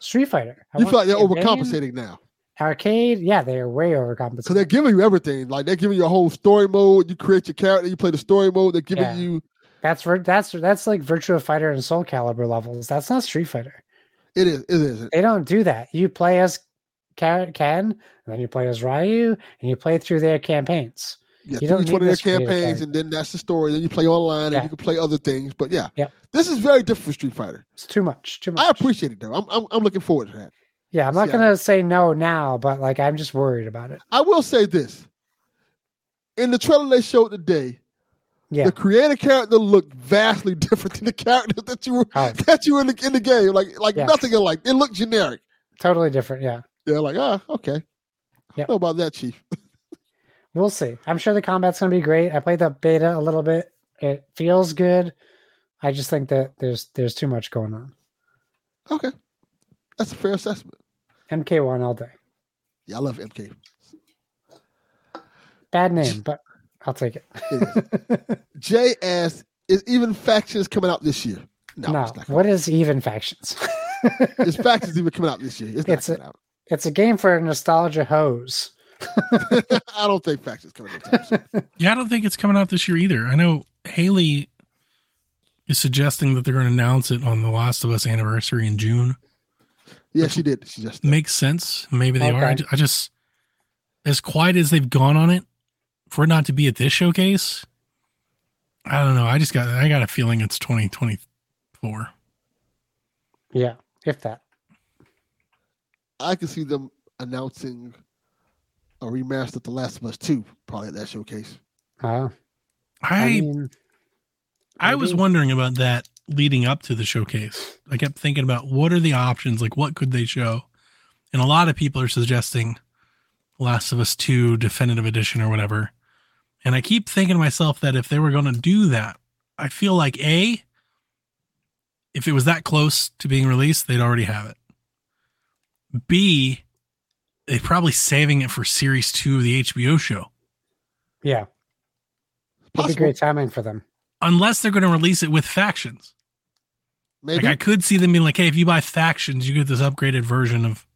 S3: Street Fighter. I
S2: You
S3: want
S2: feel like they're
S3: the game,
S2: overcompensating now.
S3: Arcade, yeah, they are way
S2: So they're
S3: overcompensating.
S2: giving you everything. Like they're giving you a whole story mode. You create your character, you play the story mode. They're giving
S3: Yeah.
S2: you
S3: That's vir- that's that's like Virtua Fighter and Soul Calibur levels. That's not Street Fighter.
S2: it is it is.
S3: They don't do that. You play as Ken, Ken, and then you play as Ryu, and you play through their campaigns.
S2: Yeah,
S3: You
S2: you
S3: don't
S2: do each one
S3: need
S2: of their
S3: this creative
S2: campaigns,
S3: thing.
S2: and then that's the story. Then you play online,
S3: Yeah.
S2: and you can play other things. But yeah,
S3: Yep.
S2: this is very different for Street Fighter.
S3: It's too much. Too much.
S2: I appreciate it though. I'm, I'm I'm looking forward to that.
S3: yeah, I'm not
S2: see, I-
S3: gonna say no now, but like I'm just worried about it.
S2: I will say this: in the trailer they showed today,
S3: Yeah.
S2: the creator character looked vastly different than the characters that you were
S3: Oh.
S2: that you were in the, in the game. Like like
S3: Yeah.
S2: nothing alike. It looked generic.
S3: Totally different. Yeah.
S2: They're like, ah, okay. I
S3: Yep.
S2: don't know about that, Chief.
S3: We'll see. I'm sure the combat's going to be great. I played the beta a little bit. It feels good. I just think that there's there's too much going on.
S2: Okay, that's a fair assessment.
S3: MK1 all day.
S2: Yeah, I love MK.
S3: Bad name, but I'll take it.
S2: Jay asks, is even factions coming out this year? No,
S3: No,
S2: it's not.
S3: what is even factions?
S2: It's factions even coming out this year. It's not
S3: It's a-
S2: coming out.
S3: it's a game for nostalgia hoes.
S2: I don't think factions coming out. This year.
S1: Yeah, I don't think it's coming out this year either. I know Haley is suggesting that they're going to announce it on the Last of Us anniversary in June.
S2: yeah, she did. She just
S1: Makes sense. Maybe they are. I
S3: Okay.
S1: ju- I just, as quiet as they've gone on it, for it not to be at this showcase, I don't know. I just got, I got a feeling it's 2024.
S3: Yeah, if that.
S2: I can see them announcing a remaster of The Last of Us 2 probably at that showcase.
S3: Uh, I,
S1: I,
S3: mean,
S1: I was
S3: maybe.
S1: wondering about that leading up to the showcase. I kept thinking about what are the options, like what could they show? And a lot of people are suggesting Last of Us 2 definitive edition or whatever. And I keep thinking to myself that if they were going to do that, I feel like A if it was that close to being released, they'd already have it. B they're probably saving it for series 2 of the HBO show.
S3: yeah, it'd be
S2: Possible.
S3: great timing for them.
S1: Unless they're going to release it with factions.
S2: Maybe.
S1: Like I could see them being like, "Hey, if you buy factions, you get this upgraded version of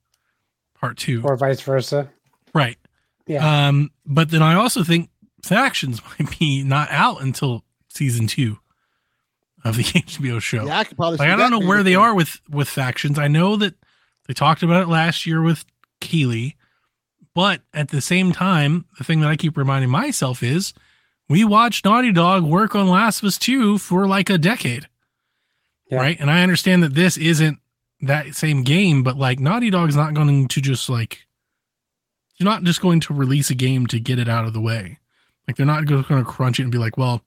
S1: part two.
S3: Or vice versa.
S1: right?
S3: Yeah.
S1: Um, but then I also think factions might be not out until season two of the HBO show.
S2: yeah, I could probably
S1: like
S2: see
S1: I don't
S2: that
S1: know
S2: being
S1: where
S2: the
S1: they
S2: thing.
S1: are with with factions. I know that they talked about it last year with Keeley, but at the same time, the thing that I keep reminding myself is we watched Naughty Dog work on Last of Us 2 for like a decade.
S3: Yeah.
S1: Right? And I understand that this isn't that same game, but like Naughty Dog's not going to just like you're not just going to release a game to get it out of the way. Like they're not just going to crunch it and be like, "Well,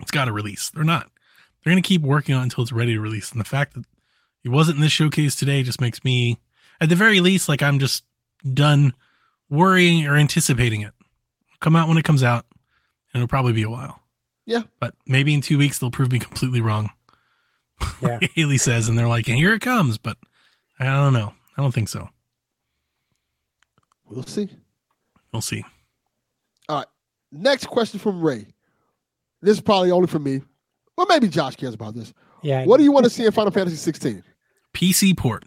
S1: it's got to release." They're not. They're going to keep working on it until it's ready to release. And the fact that it wasn't in this showcase today just makes me at the very least like I'm just done worrying or anticipating it. Come out when it comes out. and it'll probably be a while.
S2: Yeah.
S1: But maybe in two weeks they'll prove me completely wrong.
S3: Yeah.
S1: Haley says, and they're like, and here it comes. But I don't know. I don't think so.
S2: We'll see.
S1: We'll see.
S2: Next question from Ray. This is probably only for me. Well, maybe Josh cares about this.
S3: Yeah.
S2: What do you want to see in Final Fantasy 16?
S1: PC port.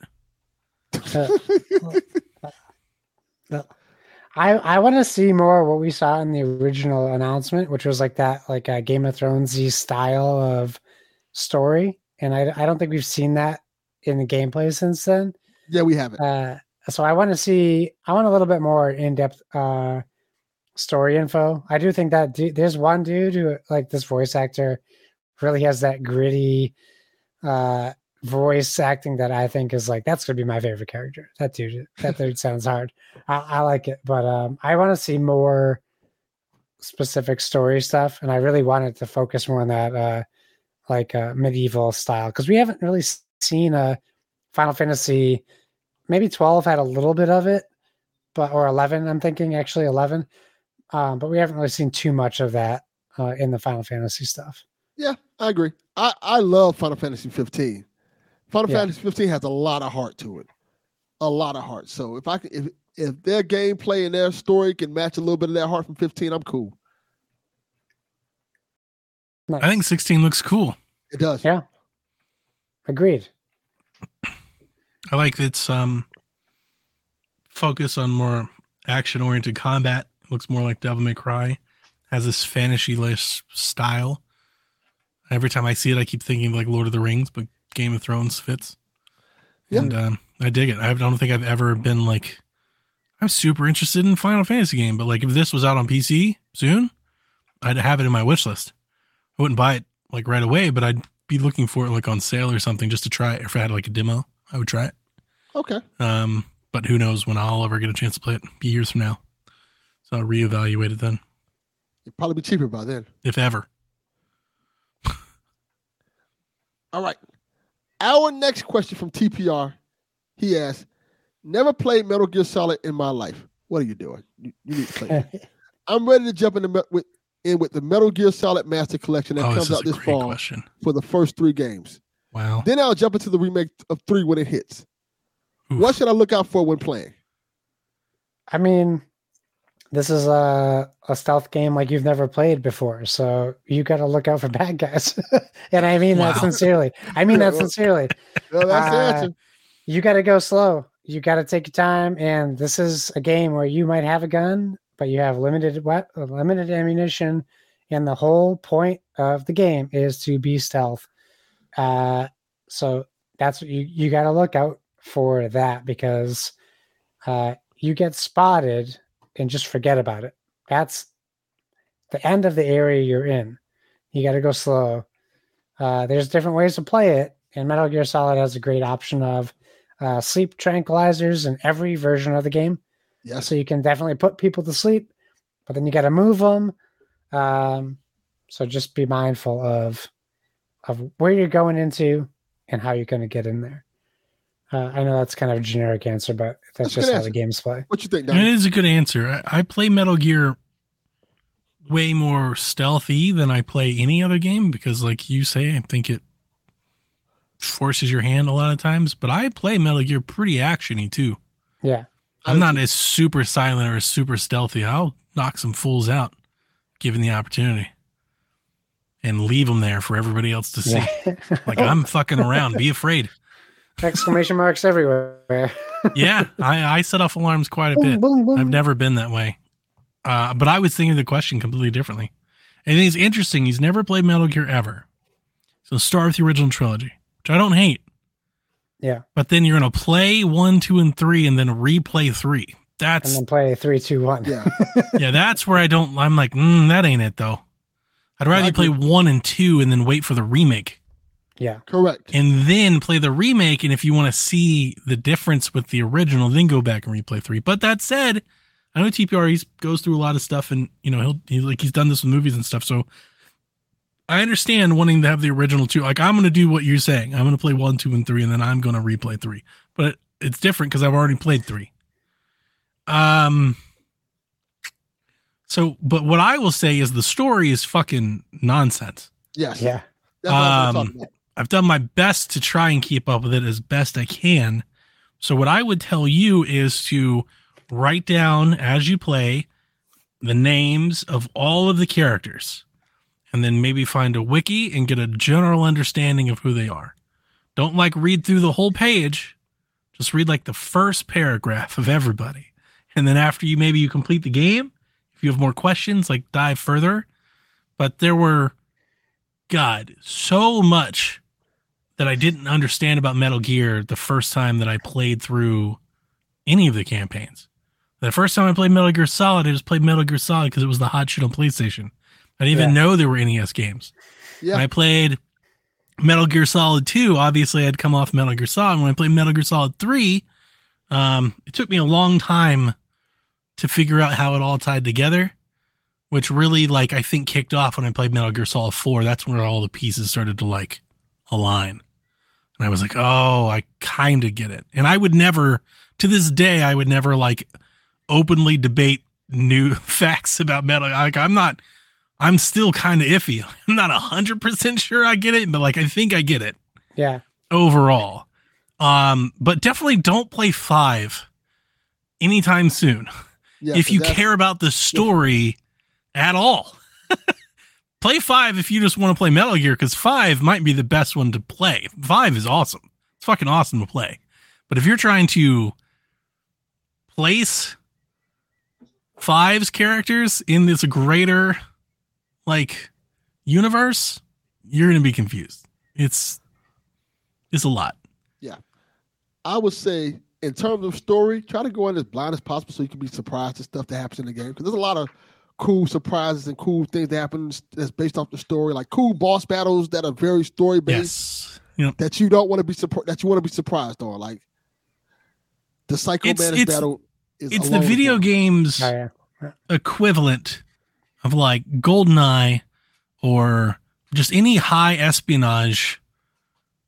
S3: I I want to see more what we saw in the original announcement, which was like that like a Game of Thronesy style of story, and I I don't think we've seen that in the gameplay since then.
S2: Yeah, we have it.
S3: Uh, so I want to see I want a little bit more in depth uh story info. I do think that du- there's one dude who like this voice actor really has that gritty uh voice acting that I think is like that's gonna be my favorite character. That dude that dude sounds hard. I, I like it, but um I want to see more specific story stuff and I really wanted to focus more on that uh like uh medieval style because we haven't really s- seen a Final Fantasy maybe 12 had a little bit of it but or 11 I'm thinking actually 11 um but we haven't really seen too much of that uh in the Final Fantasy stuff.
S2: Yeah, I agree. I, I love Final Fantasy 15. Final
S3: Yeah.
S2: Fantasy 15 has a lot of heart to it. A lot of heart. So if I can, if if their gameplay and their story can match a little bit of that heart from 15, I'm cool.
S1: I think 16 looks cool.
S2: It does.
S3: Yeah. Agreed.
S1: I like its um focus on more action oriented combat. looks more like Devil May Cry. Has this fantasy less style. Every time I see it, I keep thinking of like Lord of the Rings, but Game of Thrones fits.
S2: Yeah.
S1: And um, I dig it. I don't think I've ever been like, I'm super interested in Final Fantasy game, but like if this was out on PC soon, I'd have it in my wish list. I wouldn't buy it like right away, but I'd be looking for it like on sale or something just to try it. If I had like a demo, I would try it.
S2: Okay.
S1: Um, but who knows when I'll ever get a chance to play it? Be years from now, so I'll reevaluate it then,
S2: It'd probably be cheaper by then.
S1: if ever.
S2: All right. Our next question from TPR. He asks, Never played Metal Gear Solid in my life. What are you doing? You, you need to play. it. I'm ready to jump in, the, me- with, in with the Metal Gear Solid Master Collection that
S1: oh, this
S2: comes
S1: is
S2: out
S1: a
S2: this
S1: great
S2: fall
S1: question.
S2: for the first three games.
S1: Wow.
S2: Then I'll jump into the remake of three when it hits.
S1: Oof.
S2: What should I look out for when playing?
S3: I mean, this is a, a stealth game like you've never played before, so you got to look out for bad guys. and I mean that
S1: Wow.
S3: sincerely. I mean that
S2: Well,
S3: sincerely.
S2: Well, that's the
S3: Uh,
S2: answer.
S3: You got to go slow. You got to take your time. And this is a game where you might have a gun, but you have limited what limited ammunition, and the whole point of the game is to be stealth. Uh, so that's what you you got to look out for that because uh, you get spotted and just forget about it. That's the end of the area you're in. You got to go slow. Uh, there's different ways to play it, and Metal Gear Solid has a great option of uh, sleep tranquilizers in every version of the game.
S2: Yes.
S3: So you can definitely put people to sleep, but then you got to move them. Um, so just be mindful of of where you're going into and how you're going to get in there. Uh, I know that's kind of a generic answer, but
S2: That's a
S3: that's
S2: good
S3: just how
S2: answer.
S3: the games play.
S2: What you think,
S1: And
S2: Donnie?
S1: it is a good answer. I, I play Metal Gear way more stealthy than I play any other game because, like you say, I think it forces your hand a lot of times. But I play Metal Gear pretty actiony too.
S3: Yeah.
S2: I
S1: I'm
S2: do
S1: not as super silent or as super stealthy. I'll knock some fools out given the opportunity and leave them there for everybody else to see. Like, I'm fucking around. Be afraid.
S3: Exclamation marks everywhere.
S1: Yeah, I, I set off alarms quite a
S3: Boom,
S1: bit.
S3: boom, boom.
S1: I've never been that way. Uh, but I was thinking of the question completely differently. And it's interesting. He's never played Metal Gear ever. So start with the original trilogy, which I don't hate.
S3: Yeah.
S1: But then you're going to play one, two, and three, and then replay three.
S3: And
S1: That's
S3: then play three, two, one.
S2: Yeah.
S1: yeah, that's where I don't. I'm like, mm, that ain't it though. I'd rather you play one and two and then wait for the remake
S3: Yeah.
S2: Correct.
S1: and then play the remake. And if you want to see the difference with the original, then go back and replay three. But that said, I know TPR he's, goes through a lot of stuff and you know, he'll he, like, he's done this with movies and stuff. So I understand wanting to have the original two. Like, I'm going to do what you're saying. I'm going to play one, two, and three, and then I'm going to replay three. But it's different because I've already played three. Um, So, but what I will say is the story is fucking nonsense.
S2: Yes.
S3: Yeah.
S2: That's what I was gonna
S1: Um,
S2: talk about.
S1: I've done my best to try and keep up with it as best I can. So, what I would tell you is to write down as you play the names of all of the characters and then maybe find a wiki and get a general understanding of who they are. Don't like read through the whole page, just read like the first paragraph of everybody. And then after you maybe you complete the game, if you have more questions, like dive further. But there were God, so much that I didn't understand about Metal Gear the first time that I played through any of the campaigns. The first time I played Metal Gear Solid, I just played Metal Gear Solid because it was the hot shit on PlayStation. I didn't even
S3: Yeah.
S1: know there were NES games.
S2: Yeah.
S1: When I played Metal Gear Solid 2, obviously I'd come off Metal Gear Solid. When I played Metal Gear Solid 3, um, it took me a long time to figure out how it all tied together which really like I think kicked off when I played Metal Gear Solid 4. That's where all the pieces started to like align. And I was like, "Oh, I kind of get it." And I would never to this day I would never like openly debate new facts about Metal like I'm not I'm still kind of iffy. I'm not 100% sure I get it, but like I think I get it
S3: Yeah.
S1: overall. Um, but definitely don't play 5 anytime soon
S2: Yeah,
S1: if
S2: 'cause
S1: you
S2: that's-
S1: care about the story at all. play five if you just want to play Metal Gear, because five might be the best one to play. Five is awesome. It's fucking awesome to play. But if you're trying to place five's characters in this greater like universe, you're gonna be confused. It's it's a lot.
S2: I would say, in terms of story, try to go in as blind as possible so you can be surprised at stuff that happens in the game. Because there's a lot of cool surprises and cool things that happen that's based off the story, like cool boss battles that are very story based
S1: Yes. You know,
S2: that you don't want to be surprised that you want to be surprised on. Like the Psycho
S1: It's-
S2: Bandits
S1: it's-
S2: battle is
S1: it's
S2: a
S1: the
S2: long
S1: video
S2: one.
S1: games.
S3: Oh, yeah.
S1: equivalent of like Goldeneye or just any high espionage,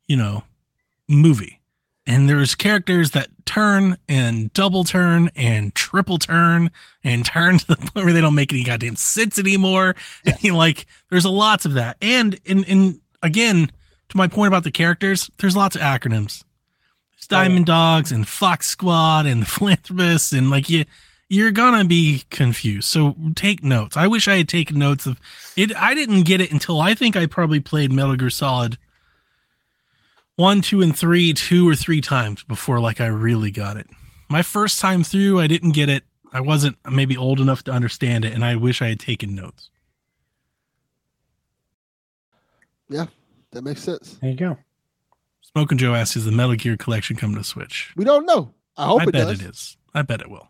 S1: you know, movie. And there's characters that turn and double turn and triple turn and turn to the point where they don't make any goddamn sense anymore. And you like, there's a lots of that. And and and again, to my point about the characters, there's lots of acronyms. It's
S3: yeah.
S1: Diamond Dogs and Fox Squad and the Philanthropists and like you you're gonna be confused. So take notes. I wish I had taken notes of it. I didn't get it until I think I probably played Metal Gear Solid one, two, and three, two or three times before like I really got it. My first time through, I didn't get it. I wasn't maybe old enough to understand it, and I wish I had taken notes.
S2: That makes sense.
S3: There you go.
S1: Smoke and Joe asks, "Is the Metal Gear collection coming to Switch?"
S2: We don't know. I hope
S1: I
S2: it
S1: bet
S2: does.
S1: it is. I bet it will.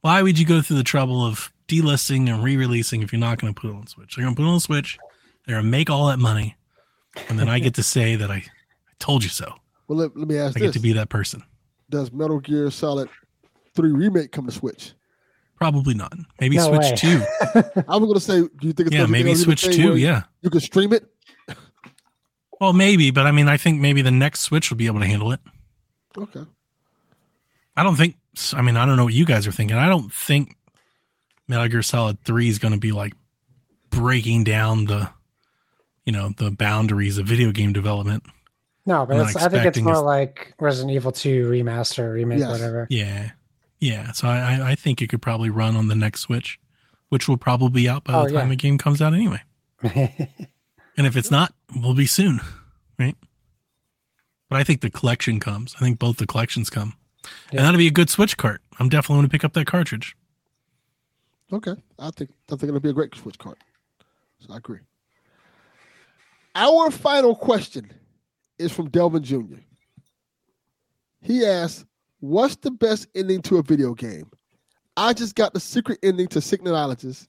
S1: Why would you go through the trouble of delisting and re-releasing if you're not going to put it on Switch? They're going to put it on Switch. They're going to make all that money, and then I get to say that I, I told you so.
S2: Well, let, let me ask
S1: I get
S2: this:
S1: to be that person.
S2: Does Metal Gear Solid Three remake come to Switch?
S1: Probably not. Maybe
S3: No
S1: Switch
S3: way.
S1: Two.
S2: I was gonna say, do you think it's
S1: yeah,
S2: gonna be
S1: maybe
S2: gonna be the
S1: Switch
S2: thing
S1: Two.
S2: where
S1: Yeah.
S2: you can stream it.
S1: Well, maybe, but I mean, I think maybe the next Switch will be able to handle it.
S2: Okay,
S1: I don't think. I mean, I don't know what you guys are thinking. I don't think Metal Gear Solid Three is going to be like breaking down the, you know, the boundaries of video game development.
S3: No, but
S1: Not
S3: it's, I think it's
S1: expecting
S3: more
S1: is-
S3: like Resident Evil 2 remaster, remake,
S2: Yes.
S3: whatever.
S1: Yeah, yeah. So I, I, I think it could probably run on the next Switch, which will probably be out by
S3: Oh,
S1: the time
S3: yeah.
S1: the game comes out anyway. And if it's not, we'll be soon, right? But I think the collection comes. I think both the collections come,
S3: Yeah.
S1: and that'll be a good Switch cart. I'm definitely going to pick up that cartridge.
S2: okay. I think I think it'll be a great Switch card. So I agree. Our final question is from Delvin Jr. He asks, "What's the best ending to a video game?" I just got the secret ending to Signalologist.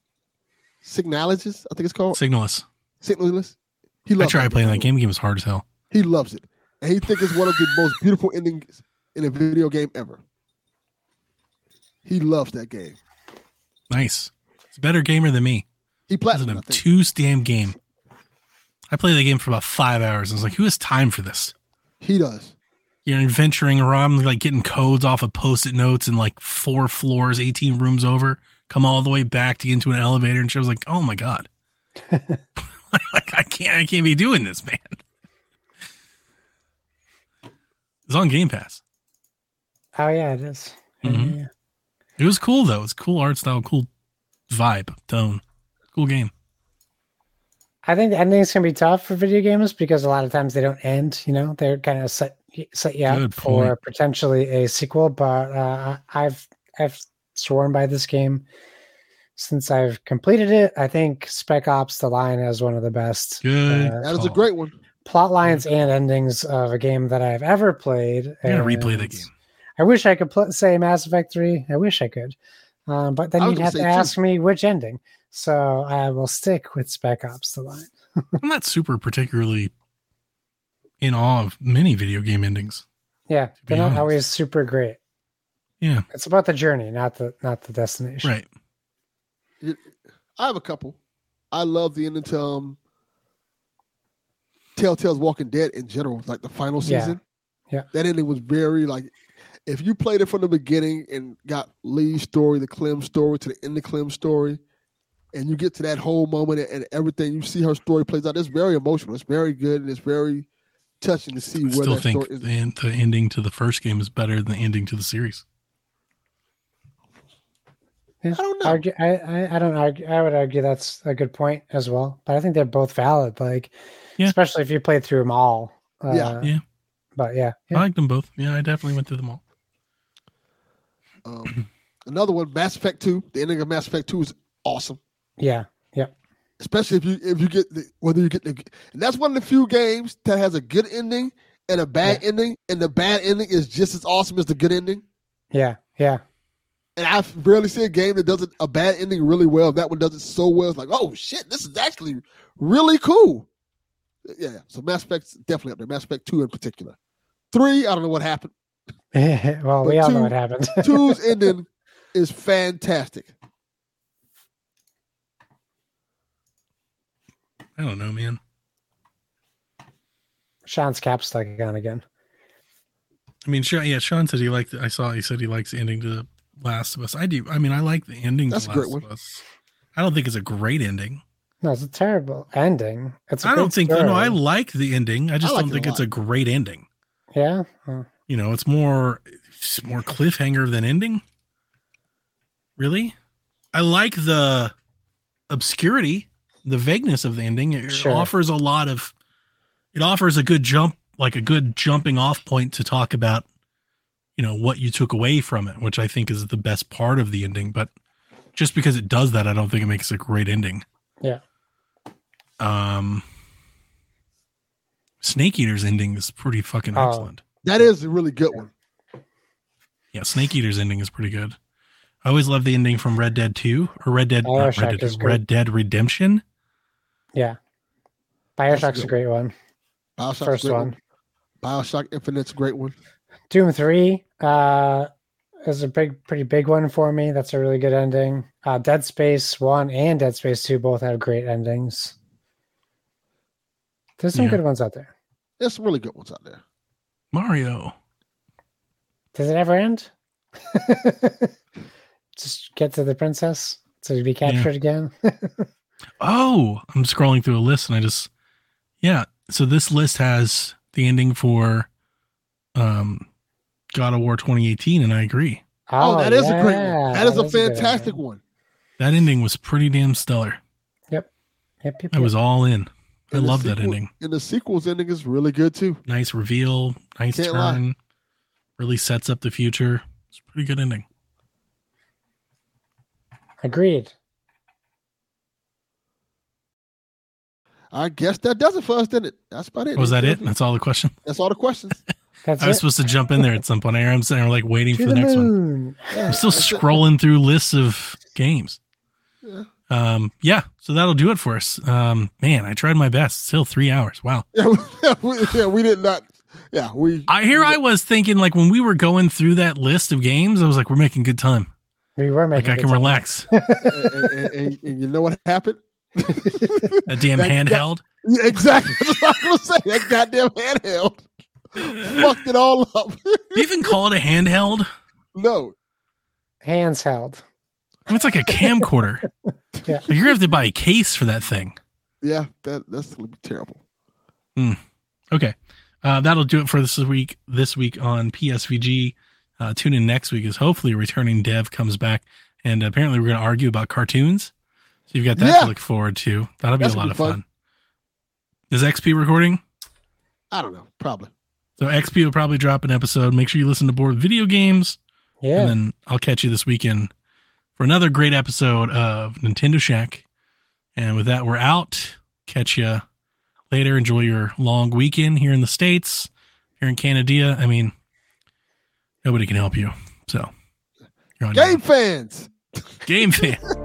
S2: Signalologist, I think it's called.
S1: Signal us.
S2: Signalist. He
S1: I
S2: loves
S1: tried
S2: that
S1: playing that game.
S2: game.
S1: The game was hard as hell.
S2: He loves it. And he thinks it's one of the most beautiful endings in a video game ever. He loves that game.
S1: Nice. He's a better gamer than me.
S2: He
S1: That's
S2: platinum,
S1: an
S2: I think.
S1: obtuse damn game. I played the game for about five hours. I was like, who has time for this?
S2: He does.
S1: You're adventuring around, like getting codes off of post it notes and like four floors, 18 rooms over. come all the way back to get into an elevator. And she was like, oh my God. like, I can't, I can't be doing this, man. It's on Game Pass.
S3: Oh yeah, it is.
S1: Mhm.
S2: Mm-hmm.
S3: Yeah.
S1: It was cool though. It's cool art style, cool vibe, tone, cool game.
S3: I think the ending's gonna be tough for video games because a lot of times they don't end. You know, they're kind of set set you up
S1: Good
S3: for
S1: point.
S3: potentially a sequel. But uh, I've I've sworn by this game since I've completed it. I think Spec Ops: The Line is one of the best
S1: Good.
S3: Uh,
S2: That is a
S1: call.
S2: great one.
S3: plot lines and endings of a game that I've ever played.
S1: I gotta replay that
S3: and
S1: game.
S3: I wish I could pl- say Mass Effect Three. I wish I could, um, but then
S2: I was
S3: you'd
S2: gonna
S3: have to
S2: say, too.
S3: ask me which ending. So I will stick with Spec Ops: The Line.
S1: I'm not super particularly in awe of many video game endings.
S3: Yeah,
S1: be
S3: they're not
S1: honest.
S3: always super great.
S1: Yeah,
S3: It's about the journey, not the not the destination.
S1: right.
S2: I have a couple. I love the ending to um, Telltale's Walking Dead in general, like the final
S3: Yeah.
S2: season.
S3: Yeah.
S2: That ending was very like, if you played it from the beginning and got Lee's story, the Clem story to the end of Clem's story, and you get to that whole moment and, and everything, you see her story plays out. It's very emotional. It's very good and it's very touching to see
S1: I
S2: where
S1: still
S2: that
S1: think
S2: story
S1: the,
S2: is.
S1: en- the ending to the first game is better than the ending to the series.
S3: Yeah.
S2: I don't know.
S3: Argue, I, I I don't argue. I would argue that's a good point as well. But I think they're both valid. Like,
S1: Yeah.
S3: especially if you played through them all. Uh,
S2: Yeah.
S1: Yeah.
S3: But yeah,
S1: I
S3: yeah.
S1: like them both. Yeah, I definitely went through them all.
S2: Um, another one, Mass Effect 2. The ending of Mass Effect 2 is awesome.
S3: yeah.
S2: especially if you if you get the, whether you get the and that's one of the few games that has a good ending and a bad ending and the bad ending is just as awesome as the good ending
S3: Yeah. Yeah.
S2: and i rarely see a game that does it, a bad ending really well that one does it so well it's like oh shit this is actually really cool yeah so mass effect's definitely up there mass effect 2 in particular 3 i don't know what happened
S3: well, we
S2: But
S3: all
S2: two-
S3: know what happened.
S2: 2's ending is fantastic
S1: I don't know, man.
S3: Sean's cap stuck on again.
S1: I mean, Sean, yeah, Sean said he liked. I saw he said he likes the ending to The Last of Us. I do. I mean, I like the ending
S2: That's
S1: to
S2: a
S1: Last
S2: great one.
S1: of Us. I don't think it's a great ending.
S3: No, it's a terrible ending. It's. I
S1: I don't think. No, I
S3: Story.
S1: like the ending. I just
S2: like
S1: don't
S2: it a
S1: think it's
S2: lot.
S1: a great ending.
S3: Yeah. Oh,
S1: you know it's more it's more cliffhanger than ending really i like the obscurity the vagueness of the ending it
S3: Sure.
S1: offers a lot of it offers a good jump like a good jumping off point to talk about you know what you took away from it which i think is the best part of the ending but just because it does that i don't think it makes it a great ending
S3: Yeah.
S1: um snake eater's ending is pretty fucking
S3: Oh.
S1: excellent
S2: that is a really good one
S1: yeah, Snake Eater's ending is pretty good. I always love the ending from Red Dead 2 or Red
S2: Oh,
S1: Dead, not
S3: Bioshock
S1: Red,
S3: is
S1: Dead
S3: great.
S1: Red Dead Redemption.
S3: yeah. Bioshock's a
S2: good.
S3: great one.
S2: bioshock's a
S3: First
S2: great
S3: one.
S2: bioshock infinite's a great one
S3: Doom three uh, is a big, pretty big one for me. That's a really good ending. Uh, Dead Space one and Dead Space two both have great endings. There's some
S1: Yeah.
S3: good ones out there.
S2: there's some really good ones out there
S1: Mario.
S3: Does it ever end? Just get to the princess to be captured again.
S1: Oh, I'm scrolling through a list and I just yeah. So this list has the ending for um God of War 2018, and I agree.
S2: Oh, that is a great
S3: yeah,
S2: one. That is a
S3: good
S2: fantastic
S3: ending.
S2: one.
S1: That ending was pretty damn stellar.
S3: Yep, yep,
S1: I was
S3: yep.
S1: all in. I
S2: And the
S1: love that
S2: sequel-
S1: ending.
S2: And the sequel's ending is really good too.
S1: Nice reveal, nice
S2: Can't lie.
S1: turn. Really sets up the future. It's a pretty good ending.
S3: agreed.
S2: I guess that does it for us, didn't it? That's about it.
S1: Was Oh, that it?
S2: That's,
S1: That's all the question.
S2: all the questions.
S3: That's
S1: I was
S3: it.
S1: supposed to jump in there at some point. I am sitting there like waiting
S3: To
S1: for the, next one.
S3: moon.
S2: Yeah,
S1: I'm still
S2: that's it.
S1: scrolling through lists of games.
S2: Yeah.
S1: Um, yeah, so that'll do it for us. Um, man, I tried my best. Still three hours. Wow.
S2: Yeah, we, yeah, we did not. Yeah, we.
S1: I here I was thinking like when we were going through that list of games, I was like, we're making good time.
S3: We were
S1: Like
S3: making.
S1: I
S3: good
S1: can
S3: time.
S1: relax.
S2: and, and- and- and- and you know what happened?
S1: That damn
S2: That- that-
S1: handheld.
S2: Yeah, exactly. That's what I was saying. That goddamn handheld fucked it all up.
S1: Do you even call it a handheld?
S2: no,
S3: Hands held.
S1: I mean, it's like a camcorder.
S3: Yeah.
S1: You're gonna have to buy a case for that thing.
S2: Yeah, that that's gonna be terrible.
S1: Okay. Uh, that'll do it for this week. This week on PSVG. Uh, tune in next week as hopefully returning Dev comes back, and apparently we're going to argue about cartoons. So you've got that
S2: Yeah.
S1: to look forward to. That'll be
S2: That's
S1: a lot
S2: gonna
S1: of
S2: be
S1: fun.
S2: fun.
S1: Is XP recording?
S2: I don't know. Probably.
S1: So XP will probably drop an episode. Make sure you listen to board video games,
S3: Yeah.
S1: and then I'll catch you this weekend for another great episode of Nintendo Shack. And with that, we're out. Catch you later. Enjoy your long weekend here in the states, here in Canada. I mean, nobody can help you. So, you're on your
S2: Game fans.
S1: own. game fan.